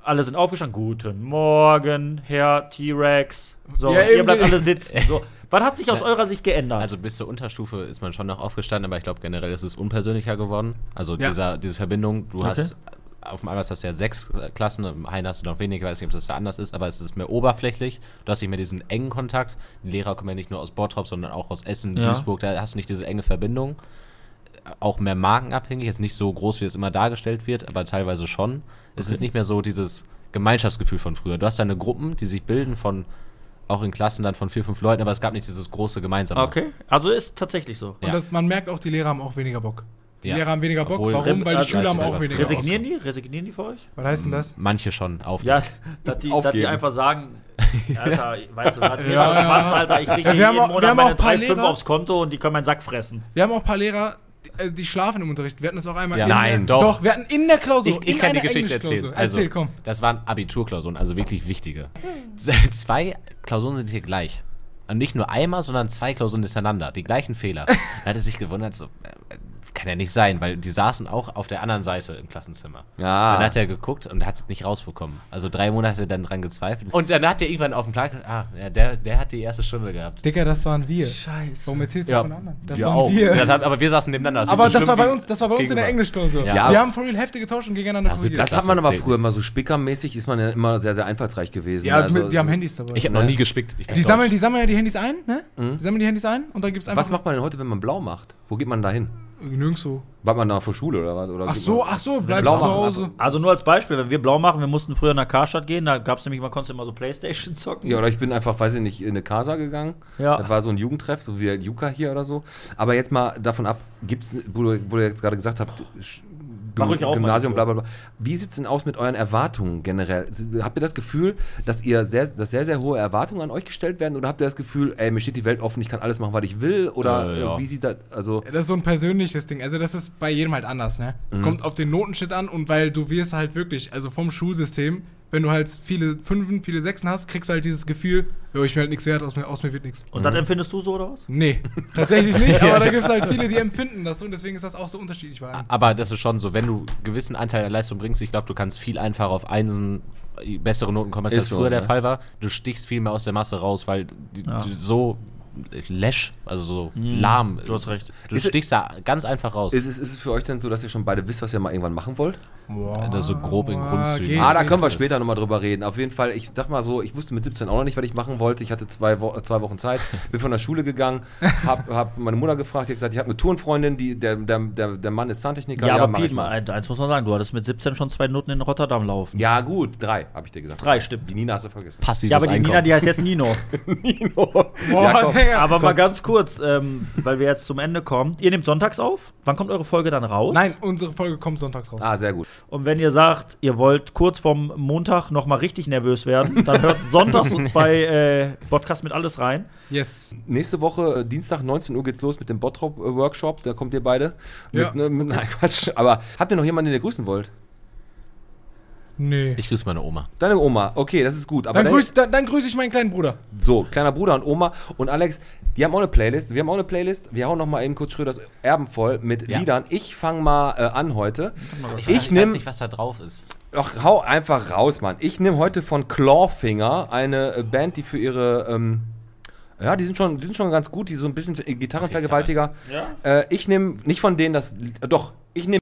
[SPEAKER 2] alle sind aufgestanden. Guten Morgen, Herr T-Rex. So,
[SPEAKER 4] Ja,
[SPEAKER 2] ihr
[SPEAKER 4] eben
[SPEAKER 2] bleibt
[SPEAKER 4] die-
[SPEAKER 2] alle sitzen. So, Was hat sich aus eurer Sicht geändert?
[SPEAKER 5] Also bis zur Unterstufe ist man schon noch aufgestanden, aber ich glaube generell ist es unpersönlicher geworden. Also
[SPEAKER 4] Ja.
[SPEAKER 5] dieser, diese Verbindung, du
[SPEAKER 2] Okay.
[SPEAKER 5] hast auf dem Albers hast du ja sechs äh, Klassen, im Hein hast du noch weniger, weiß nicht, ob das da anders ist, aber es ist mehr oberflächlich. Du hast nicht mehr diesen engen Kontakt. Die Lehrer kommen ja nicht nur aus Bottrop, sondern auch aus Essen,
[SPEAKER 2] Ja.
[SPEAKER 5] Duisburg, da hast du nicht diese enge Verbindung. Äh, Auch mehr markenabhängig, ist nicht so groß, wie es immer dargestellt wird, aber teilweise schon. Es ist nicht mehr so dieses Gemeinschaftsgefühl von früher. Du hast deine Gruppen, die sich bilden von auch in Klassen dann von vier, fünf Leuten, aber es gab nicht dieses große gemeinsame.
[SPEAKER 2] okay, also ist tatsächlich so.
[SPEAKER 5] Ja.
[SPEAKER 4] Und das, man merkt auch, die Lehrer haben auch weniger Bock. Die
[SPEAKER 5] Ja.
[SPEAKER 4] Lehrer haben weniger Bock.
[SPEAKER 5] Obwohl-
[SPEAKER 4] Warum? Weil die
[SPEAKER 2] Also-
[SPEAKER 4] Schüler haben
[SPEAKER 5] also-
[SPEAKER 4] auch weniger Bock.
[SPEAKER 2] Resignieren die? Resignieren die für euch?
[SPEAKER 4] Was heißt denn das?
[SPEAKER 5] Manche schon auf.
[SPEAKER 2] Ja, dass die, dass die
[SPEAKER 1] Aufgeben.
[SPEAKER 2] einfach sagen, Alter, weißt du was, mir
[SPEAKER 4] Ja,
[SPEAKER 2] ist das schwarz,
[SPEAKER 4] ja.
[SPEAKER 2] Alter, ich kriege
[SPEAKER 4] Ja, wir
[SPEAKER 2] jeden
[SPEAKER 4] haben auch- wir
[SPEAKER 2] Monat
[SPEAKER 4] haben
[SPEAKER 2] meine
[SPEAKER 4] auch paar
[SPEAKER 2] 3, 5
[SPEAKER 4] Lehrer-
[SPEAKER 2] aufs Konto und die können meinen Sack fressen.
[SPEAKER 4] Wir haben auch ein paar Lehrer, die, äh, die schlafen im Unterricht. Wir hatten das auch einmal.
[SPEAKER 5] Ja.
[SPEAKER 4] in der-
[SPEAKER 5] Nein,
[SPEAKER 4] doch.
[SPEAKER 5] doch.
[SPEAKER 4] wir hatten in der Klausur.
[SPEAKER 5] Ich, ich
[SPEAKER 4] in
[SPEAKER 5] kann die
[SPEAKER 4] einer
[SPEAKER 5] Geschichte
[SPEAKER 4] Englischklausur.
[SPEAKER 5] erzählen. Also,
[SPEAKER 4] Erzähl, komm.
[SPEAKER 5] Das waren Abiturklausuren, also wirklich wichtige. Zwei Klausuren sind hier gleich. Und nicht nur einmal, sondern zwei Klausuren hintereinander. Die gleichen Fehler. Da hat er sich gewundert, so, äh, äh, kann ja nicht sein, weil die saßen auch auf der anderen Seite im Klassenzimmer.
[SPEAKER 1] Ja.
[SPEAKER 5] Dann hat er geguckt und hat es nicht rausbekommen. Also drei Monate dann dran gezweifelt. Und dann hat er irgendwann auf dem Plan, gedacht, ah, ja, der, der hat die erste Stunde gehabt.
[SPEAKER 4] Digga, das waren wir.
[SPEAKER 2] Scheiße.
[SPEAKER 4] Warum erzählst du von anderen? Das
[SPEAKER 5] wir
[SPEAKER 4] waren
[SPEAKER 5] auch.
[SPEAKER 4] wir.
[SPEAKER 5] Das hat, aber wir saßen nebeneinander. ist
[SPEAKER 4] aber
[SPEAKER 5] nicht so
[SPEAKER 4] das war
[SPEAKER 5] schlimm
[SPEAKER 4] bei
[SPEAKER 5] wie
[SPEAKER 4] uns, das war bei uns in der
[SPEAKER 5] gegenüber.
[SPEAKER 4] Englischklausur.
[SPEAKER 5] Ja.
[SPEAKER 4] Wir haben for real Hefte getauscht und gegeneinander
[SPEAKER 5] Also
[SPEAKER 4] korrigiert.
[SPEAKER 5] das-
[SPEAKER 1] Das, hat man aber
[SPEAKER 5] zählt
[SPEAKER 1] früher
[SPEAKER 5] nicht.
[SPEAKER 1] immer so spickermäßig, ist man ja immer sehr, sehr einfallsreich gewesen.
[SPEAKER 4] ja,
[SPEAKER 1] Also,
[SPEAKER 4] mit, die haben Handys dabei.
[SPEAKER 5] Ich Mhm. habe noch nie gespickt. Ich bin
[SPEAKER 4] die,
[SPEAKER 5] stolz.
[SPEAKER 4] sammeln, die sammeln ja die Handys ein, ne? Die sammeln die Handys ein und dann gibt's einfach.
[SPEAKER 1] Was macht man denn heute, wenn man blau macht? Wo geht man da hin?
[SPEAKER 4] Nirgendwo. Genau.
[SPEAKER 1] Bleibt man da vor Schule oder was? Oder
[SPEAKER 4] Ach
[SPEAKER 1] geht
[SPEAKER 4] so,
[SPEAKER 1] man-
[SPEAKER 4] ach so, bleibst
[SPEAKER 1] Blau
[SPEAKER 4] du zu
[SPEAKER 1] machen,
[SPEAKER 4] Hause.
[SPEAKER 2] Also nur als Beispiel, wenn wir blau machen, wir mussten früher in der Karstadt gehen, da gab es nämlich, man konnte immer so Playstation zocken.
[SPEAKER 1] Ja, oder ich bin einfach, weiß ich nicht, in eine Casa gegangen.
[SPEAKER 2] Ja.
[SPEAKER 1] Das war so ein Jugendtreff, so wie halt Juka hier oder so. Aber jetzt mal davon ab, gibt's, wo, du- wo ihr jetzt gerade gesagt habt, Sch-
[SPEAKER 2] Mach ruhig auch mal
[SPEAKER 1] Gymnasium,
[SPEAKER 2] die
[SPEAKER 1] bla bla bla. Wie sieht's denn aus mit euren Erwartungen generell? Habt ihr das Gefühl, dass ihr sehr, dass sehr, sehr hohe Erwartungen an euch gestellt werden? Oder habt ihr das Gefühl, ey, mir steht die Welt offen, ich kann alles machen, was ich will? Oder
[SPEAKER 5] Äh, ja.
[SPEAKER 1] wie sieht das, also,
[SPEAKER 4] Das ist so ein persönliches Ding. Also, das ist bei jedem halt anders, ne?
[SPEAKER 5] Mhm.
[SPEAKER 4] Kommt auf den Notenschnitt an und weil du wirst halt wirklich, also vom Schulsystem, wenn du halt viele Fünfen, viele Sechsen hast, kriegst du halt dieses Gefühl, jo, ich bin halt nichts wert, aus mir, aus mir wird nichts.
[SPEAKER 2] Und das empfindest du so oder was?
[SPEAKER 4] Nee, tatsächlich nicht, aber da gibt's halt viele, die empfinden das so und deswegen ist das auch so unterschiedlich bei einem.
[SPEAKER 5] Aber das ist schon so, wenn du einen gewissen Anteil der Leistung bringst, ich glaube, du kannst viel einfacher auf einen bessere Noten kommen, als
[SPEAKER 1] Ist
[SPEAKER 5] das
[SPEAKER 1] so,
[SPEAKER 5] früher der
[SPEAKER 1] ne?
[SPEAKER 5] Fall war. Du stichst viel mehr aus der Masse raus, weil die, die so läsch, also so lahm.
[SPEAKER 2] du hast recht.
[SPEAKER 5] Du
[SPEAKER 1] Ist es-
[SPEAKER 5] stichst da ganz einfach raus.
[SPEAKER 1] ist, es- ist es für euch denn so, dass ihr schon beide wisst, was ihr mal irgendwann machen wollt?
[SPEAKER 5] also so grob in Grundzügen.
[SPEAKER 4] geht.
[SPEAKER 1] Ah, da können wir
[SPEAKER 5] Das ist-
[SPEAKER 1] später nochmal drüber reden. Auf jeden Fall, ich sag mal so, ich wusste mit 17 auch noch nicht, was ich machen wollte. Ich hatte zwei, Wo zwei Wochen Zeit, bin von der Schule gegangen, hab, hab meine Mutter gefragt, die hat gesagt, ich habe eine Turnfreundin, die, der, der, der, der Mann ist Zahntechniker.
[SPEAKER 2] Ja, aber
[SPEAKER 1] mach
[SPEAKER 2] Piet,
[SPEAKER 1] ich mal.
[SPEAKER 2] mal, eins muss man sagen, du hattest mit 17 schon zwei Noten in Rotterdam laufen.
[SPEAKER 1] Ja, gut, drei, habe ich dir gesagt.
[SPEAKER 2] Drei, stimmt.
[SPEAKER 1] Die Nina hast du vergessen.
[SPEAKER 5] Passives
[SPEAKER 2] Ja, aber die
[SPEAKER 5] Einkaufen.
[SPEAKER 2] Nina, die heißt jetzt Nino.
[SPEAKER 1] Nino.
[SPEAKER 4] Boah,
[SPEAKER 1] Ja, komm.
[SPEAKER 4] Digga.
[SPEAKER 2] Aber mal ganz kurz, ähm, weil wir jetzt zum Ende kommen. Ihr nehmt sonntags auf. Wann kommt eure Folge dann raus?
[SPEAKER 4] Nein, unsere Folge kommt sonntags raus.
[SPEAKER 1] Ah, sehr gut.
[SPEAKER 2] Und wenn ihr sagt, ihr wollt kurz vorm Montag nochmal richtig nervös werden, dann hört sonntags bei äh, Podcast mit alles rein.
[SPEAKER 4] Yes.
[SPEAKER 1] Nächste Woche, äh, Dienstag, 19 Uhr geht's los mit dem Bottrop-Workshop. Da kommt ihr beide.
[SPEAKER 4] Ja.
[SPEAKER 1] Mit, ne, mit, nein, Quatsch. Aber habt ihr noch jemanden, den ihr grüßen wollt?
[SPEAKER 4] Nee.
[SPEAKER 5] Ich grüße meine Oma.
[SPEAKER 1] Deine Oma. Okay, das ist gut. Aber
[SPEAKER 4] Dann
[SPEAKER 1] deine-
[SPEAKER 4] grüße dann, dann grüß ich meinen kleinen Bruder.
[SPEAKER 1] So, kleiner Bruder und Oma und Alex, die haben auch eine Playlist. Wir haben auch eine Playlist. Wir hauen noch mal eben kurz Schröders Erben voll mit
[SPEAKER 5] Ja.
[SPEAKER 1] Liedern. Ich fange mal äh, an heute. Ich,
[SPEAKER 5] weiß
[SPEAKER 1] nehme,
[SPEAKER 5] nicht, was da drauf ist.
[SPEAKER 1] ach, hau einfach raus, Mann. Ich nehme heute von Clawfinger eine äh, Band, die für ihre, ähm, ja, die sind schon, die sind schon ganz gut, die so ein bisschen äh, Gitarrenvergewaltiger. äh, ich nehme nicht von denen das, Lied- äh, doch, ich nehme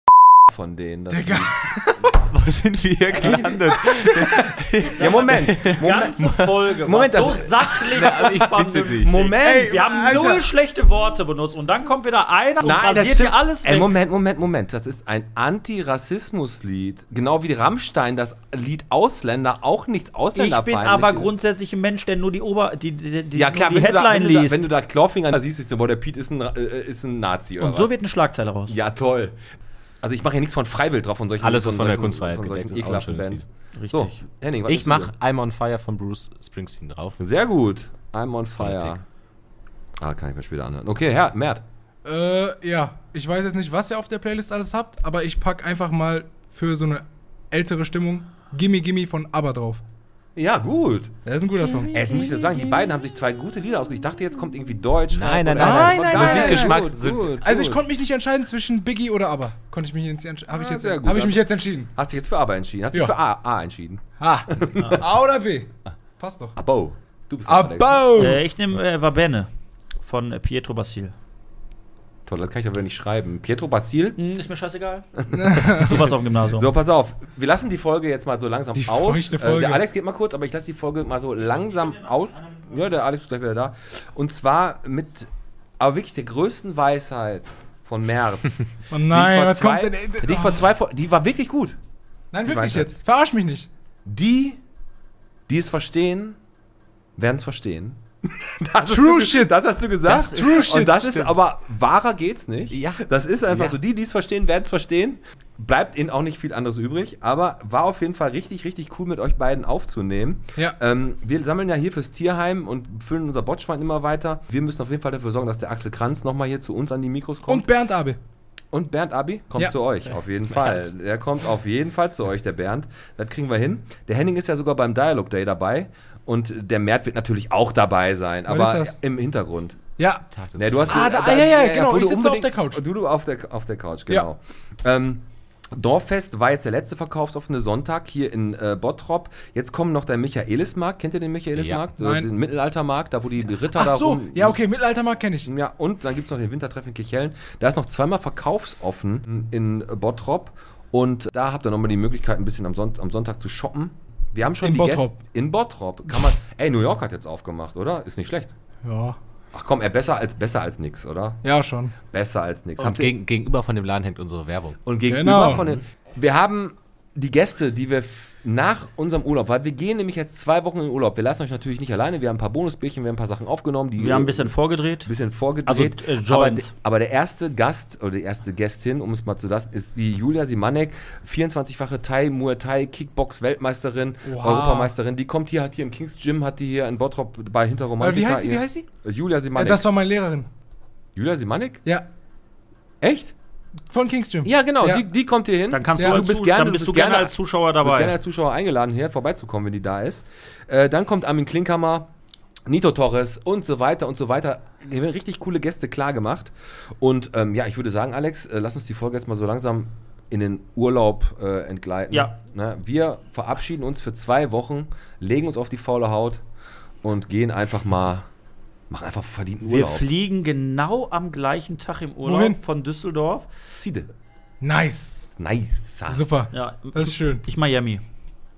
[SPEAKER 1] von denen. Das Digga.
[SPEAKER 5] Wo sind wir hier gelandet?
[SPEAKER 1] Ja, Moment, Moment,
[SPEAKER 2] Ganze Folge.
[SPEAKER 1] Moment,
[SPEAKER 2] war so
[SPEAKER 1] das- Also
[SPEAKER 2] sachlich. ich vernünftig.
[SPEAKER 1] Moment.
[SPEAKER 2] Wir haben
[SPEAKER 4] Alter.
[SPEAKER 2] null schlechte Worte benutzt und dann kommt wieder einer und rasiert hier
[SPEAKER 1] stimmt-
[SPEAKER 2] alles weg.
[SPEAKER 1] Ey, Moment, Moment, Moment. Das ist ein Antirassismuslied. Genau wie Rammstein das Lied Ausländer auch nichts
[SPEAKER 2] ich
[SPEAKER 1] ausländerfeindlich
[SPEAKER 2] bin aber
[SPEAKER 1] ist.
[SPEAKER 2] grundsätzlich ein Mensch, der nur die Ober, die, die, die,
[SPEAKER 1] ja, klar,
[SPEAKER 2] nur
[SPEAKER 1] wenn,
[SPEAKER 2] die
[SPEAKER 1] du da,
[SPEAKER 2] Headline
[SPEAKER 1] wenn, du da,
[SPEAKER 2] liest.
[SPEAKER 1] wenn du da Clawfinger siehst, ist so, boah, der Pete ist ein, Ra- äh, ist ein Nazi. Oder
[SPEAKER 2] und so
[SPEAKER 1] was?
[SPEAKER 2] wird eine Schlagzeile raus.
[SPEAKER 1] Ja, toll. Also ich mache hier nichts von Freiwild drauf und solchen
[SPEAKER 5] Alles ist
[SPEAKER 1] solchen-
[SPEAKER 5] von der
[SPEAKER 1] solchen-
[SPEAKER 5] Kunstfreiheit
[SPEAKER 1] von solchen
[SPEAKER 5] gedeckt, ist auch ein
[SPEAKER 1] ekelhaften
[SPEAKER 5] schönes
[SPEAKER 1] Bands.
[SPEAKER 2] Richtig.
[SPEAKER 1] So, Henning, was
[SPEAKER 5] Ich
[SPEAKER 1] nimmst
[SPEAKER 5] mache
[SPEAKER 1] du
[SPEAKER 5] I'm on Fire von Bruce Springsteen drauf.
[SPEAKER 1] dir? Sehr gut. I'm on
[SPEAKER 5] mein
[SPEAKER 1] fire. Ah, kann ich mir später anhören. Okay, Herr, Mert.
[SPEAKER 4] Äh, ja. Ich weiß jetzt nicht, was ihr auf der Playlist alles habt, aber ich pack einfach mal für so eine ältere Stimmung Gimme Gimme von ABBA drauf.
[SPEAKER 1] Ja, gut.
[SPEAKER 4] Das ist ein guter Song.
[SPEAKER 1] Ey, jetzt muss ich das sagen, die beiden haben sich zwei gute Lieder ausgesucht. Ich dachte, jetzt kommt irgendwie Deutsch.
[SPEAKER 5] Nein,
[SPEAKER 1] Rap
[SPEAKER 5] nein,
[SPEAKER 1] oder-
[SPEAKER 5] nein,
[SPEAKER 4] nein, nein, nein,
[SPEAKER 5] Musikgeschmack
[SPEAKER 1] gut,
[SPEAKER 5] sind-
[SPEAKER 1] gut,
[SPEAKER 4] Also ich
[SPEAKER 1] gut.
[SPEAKER 4] konnte mich nicht entscheiden zwischen Biggie oder ABBA. Konnte ich mich jetzt entscheiden. Habe ich,
[SPEAKER 1] Ah,
[SPEAKER 4] jetzt-
[SPEAKER 1] sehr gut.
[SPEAKER 4] hab ich mich jetzt entschieden.
[SPEAKER 1] Hast dich jetzt für Aber entschieden? Hast dich
[SPEAKER 4] Ja.
[SPEAKER 1] für A, A entschieden?
[SPEAKER 4] A. A oder B? Passt doch.
[SPEAKER 1] Abo. Du bist
[SPEAKER 4] Abo!
[SPEAKER 2] Äh, ich nehme äh, Vabene. von äh, Pietro Basile.
[SPEAKER 1] Toll, das kann ich aber nicht schreiben. Pietro Basil.
[SPEAKER 2] Hm, ist mir scheißegal. du warst auf dem Gymnasium.
[SPEAKER 1] So, pass auf. Wir lassen die Folge jetzt mal so langsam
[SPEAKER 4] Die
[SPEAKER 1] aus.
[SPEAKER 4] feuchte
[SPEAKER 1] Äh,
[SPEAKER 4] Folge.
[SPEAKER 1] der Alex geht mal kurz, aber ich lasse die Folge mal so langsam aus. Ja, der Alex ist gleich wieder da. Und zwar mit, aber wirklich der größten Weisheit von März.
[SPEAKER 4] Oh nein,
[SPEAKER 1] Die
[SPEAKER 4] was
[SPEAKER 1] ich vor
[SPEAKER 4] kommt
[SPEAKER 1] zwei-
[SPEAKER 4] denn? ey,
[SPEAKER 1] Die ich vor zwei Fol- die war wirklich gut.
[SPEAKER 4] Nein,
[SPEAKER 1] weiß
[SPEAKER 4] wirklich
[SPEAKER 1] das.
[SPEAKER 4] jetzt. Verarsch mich nicht.
[SPEAKER 1] Die, die es verstehen, werden es verstehen. Das hast
[SPEAKER 4] True
[SPEAKER 1] du ge-
[SPEAKER 4] shit.
[SPEAKER 1] Das hast du gesagt.
[SPEAKER 4] Das ist true
[SPEAKER 1] Und
[SPEAKER 4] shit,
[SPEAKER 1] das ist
[SPEAKER 4] stimmt.
[SPEAKER 1] aber wahrer geht's nicht.
[SPEAKER 13] Ja.
[SPEAKER 1] Das ist einfach
[SPEAKER 13] Ja.
[SPEAKER 1] so. Die, die es verstehen, werden es verstehen. Bleibt ihnen auch nicht viel anderes übrig. Aber war auf jeden Fall richtig, richtig cool mit euch beiden aufzunehmen.
[SPEAKER 4] Ja.
[SPEAKER 1] Ähm, wir sammeln ja hier fürs Tierheim und füllen unser Botschwein immer weiter. Wir müssen auf jeden Fall dafür sorgen, dass der Axel Kranz nochmal hier zu uns an die Mikros kommt.
[SPEAKER 4] Und Bernd Abel.
[SPEAKER 1] Und Bernd Abi kommt
[SPEAKER 4] Ja.
[SPEAKER 1] zu euch, auf jeden Fall. Der kommt auf jeden Fall zu euch, der Bernd. Das kriegen wir hin. Der Henning ist ja sogar beim Dialog Day dabei. Und der Mert wird natürlich auch dabei sein, aber
[SPEAKER 4] ist das?
[SPEAKER 1] im Hintergrund.
[SPEAKER 4] Ja.
[SPEAKER 5] Tag des
[SPEAKER 1] Ja, du hast
[SPEAKER 4] Ah, da- ah, ja, ja, genau,
[SPEAKER 1] wo
[SPEAKER 4] ich
[SPEAKER 1] du
[SPEAKER 4] sitze auf
[SPEAKER 1] unbedingt-
[SPEAKER 4] der Couch.
[SPEAKER 1] Du, du auf der, auf der Couch, genau. Ähm, Dorffest war jetzt der letzte verkaufsoffene Sonntag hier in äh, Bottrop. Jetzt kommen noch der Michaelismarkt. Kennt ihr den Michaelismarkt?
[SPEAKER 4] Ja. Nein.
[SPEAKER 1] Den Mittelaltermarkt, da wo die Ritter
[SPEAKER 4] Ach
[SPEAKER 1] da
[SPEAKER 4] so,
[SPEAKER 1] rum- Mhm.
[SPEAKER 4] ja, okay, Mittelaltermarkt kenne ich.
[SPEAKER 1] ja, und dann gibt es noch den Wintertreff in Kirchhellen. Da ist noch zweimal verkaufsoffen in Bottrop. Und da habt ihr nochmal die Möglichkeit, ein bisschen am, Sonnt am Sonntag zu shoppen. Wir haben schon
[SPEAKER 4] In
[SPEAKER 1] die
[SPEAKER 4] Bottrop.
[SPEAKER 1] Gäste in Bottrop. Kann man. Ey, New York hat jetzt aufgemacht, oder? Ist nicht schlecht.
[SPEAKER 4] Ja.
[SPEAKER 1] Ach komm, ey, besser als besser als nix, oder?
[SPEAKER 4] Ja, schon.
[SPEAKER 1] Besser als nix.
[SPEAKER 5] Und
[SPEAKER 1] Habt ihr-
[SPEAKER 5] gegen, gegenüber von dem Laden hängt unsere Werbung.
[SPEAKER 1] und gegenüber
[SPEAKER 4] Genau.
[SPEAKER 1] von den. Wir haben die Gäste, die wir f- nach unserem Urlaub, weil wir gehen nämlich jetzt zwei Wochen in den Urlaub. Wir lassen euch natürlich nicht alleine. Wir haben ein paar Bonusbierchen, wir haben ein paar Sachen aufgenommen. Die
[SPEAKER 2] Wir haben ein bisschen vorgedreht.
[SPEAKER 1] bisschen vorgedreht.
[SPEAKER 2] Also, äh, Joints.
[SPEAKER 1] aber, de- aber der erste Gast oder die erste Gästin, um es mal zu lassen, ist die Julia Simanek, 24-fache Thai, Muay Thai, Kickbox-Weltmeisterin,
[SPEAKER 4] Oha.
[SPEAKER 1] Europameisterin. Die kommt hier, hat hier im Kings Gym, hat die hier in Bottrop bei
[SPEAKER 4] Äh,
[SPEAKER 1] Hinterromantika.
[SPEAKER 4] Wie heißt sie? Wie
[SPEAKER 1] ihr-
[SPEAKER 4] heißt sie?
[SPEAKER 1] Äh, Julia
[SPEAKER 4] Äh,
[SPEAKER 1] Simanek.
[SPEAKER 4] das war meine Lehrerin.
[SPEAKER 1] Julia Simanek?
[SPEAKER 4] Ja,
[SPEAKER 1] Echt?
[SPEAKER 4] von King's Gym.
[SPEAKER 1] Ja, genau,
[SPEAKER 4] Ja.
[SPEAKER 1] Die, die kommt hier hin.
[SPEAKER 2] Dann kannst
[SPEAKER 4] Ja,
[SPEAKER 2] du,
[SPEAKER 4] du
[SPEAKER 2] als
[SPEAKER 1] bist
[SPEAKER 2] Zu-
[SPEAKER 1] gerne-
[SPEAKER 2] dann bist
[SPEAKER 1] du
[SPEAKER 2] du
[SPEAKER 1] bist gerne-
[SPEAKER 2] gerne, als Zuschauer
[SPEAKER 1] Du bist gerne
[SPEAKER 2] dabei.
[SPEAKER 1] als Zuschauer eingeladen, hier vorbeizukommen, wenn die da ist. Äh, dann kommt Armin Klinkhammer, Nito Torres und so weiter und so weiter. Hier werden richtig coole Gäste klar gemacht. Und ähm, ja, ich würde sagen, Alex, äh, lass uns die Folge jetzt mal so langsam in den Urlaub äh, entgleiten.
[SPEAKER 2] Ja.
[SPEAKER 1] Ne? Wir verabschieden uns für zwei Wochen, legen uns auf die faule Haut und gehen einfach mal, machen einfach verdienten
[SPEAKER 2] Wir
[SPEAKER 1] Urlaub.
[SPEAKER 2] fliegen genau am gleichen Tag im Urlaub
[SPEAKER 4] Wohin?
[SPEAKER 2] von Düsseldorf.
[SPEAKER 1] Ziele.
[SPEAKER 4] Nice.
[SPEAKER 1] Nice.
[SPEAKER 4] Super.
[SPEAKER 2] Ja,
[SPEAKER 4] Das ist schön. Oh,
[SPEAKER 2] ich Miami.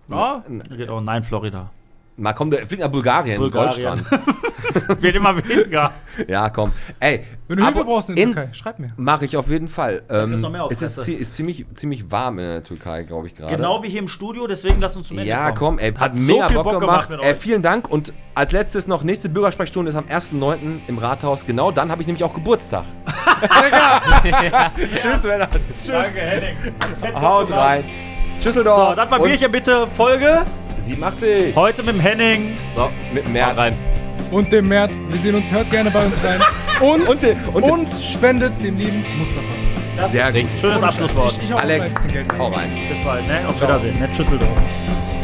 [SPEAKER 4] Ja.
[SPEAKER 2] Genau, nein, Florida.
[SPEAKER 1] Na komm, der fliegt nach Bulgarien,
[SPEAKER 2] Bulgarien.
[SPEAKER 1] Goldstrand.
[SPEAKER 2] Wird immer weniger.
[SPEAKER 1] Ja, komm. Ey,
[SPEAKER 4] Wenn du Hilfe
[SPEAKER 1] aber
[SPEAKER 4] brauchst in der Türkei, schreib mir.
[SPEAKER 1] Mache ich auf jeden Fall.
[SPEAKER 2] kriegst
[SPEAKER 1] Ähm,
[SPEAKER 2] noch mehr auf
[SPEAKER 1] es ist,
[SPEAKER 2] Fresse.
[SPEAKER 1] zie- ist ziemlich, ziemlich warm in der Türkei, glaube ich, gerade.
[SPEAKER 2] Genau wie hier im Studio, deswegen lass uns zum Ende
[SPEAKER 1] Ja, komm,
[SPEAKER 2] kommen.
[SPEAKER 1] ey, hat,
[SPEAKER 2] Hat so
[SPEAKER 1] mega
[SPEAKER 2] viel
[SPEAKER 1] Bock,
[SPEAKER 2] Bock
[SPEAKER 1] gemacht.
[SPEAKER 2] gemacht mit
[SPEAKER 1] ey,
[SPEAKER 2] euch.
[SPEAKER 1] vielen Dank und als letztes noch, nächste Bürgersprechstunde ist am 1.9. im Rathaus. Genau dann habe ich nämlich auch Geburtstag. Tschüss, Männer. Tschüss.
[SPEAKER 2] Danke, Henning.
[SPEAKER 1] Haut rein.
[SPEAKER 2] So,
[SPEAKER 1] Tschüsseldorf.
[SPEAKER 2] das war Bierchen bitte Folge.
[SPEAKER 1] 87.
[SPEAKER 2] Heute mit dem Henning.
[SPEAKER 5] So,
[SPEAKER 1] Mit mehr rein.
[SPEAKER 4] Und dem Mert. Wir sehen uns. Hört gerne bei uns rein. Und,
[SPEAKER 1] Und den- und
[SPEAKER 4] und,
[SPEAKER 1] den-
[SPEAKER 4] spendet dem lieben Mustafa.
[SPEAKER 1] Sehr gut.
[SPEAKER 2] Schönes Abschlusswort.
[SPEAKER 4] Ich, ich hau auch mal ein
[SPEAKER 1] Alex,
[SPEAKER 4] bisschen Geld rein.
[SPEAKER 1] hau rein.
[SPEAKER 2] Bis bald, ne? Auf Wiedersehen. Ne? Tschüsseldorf.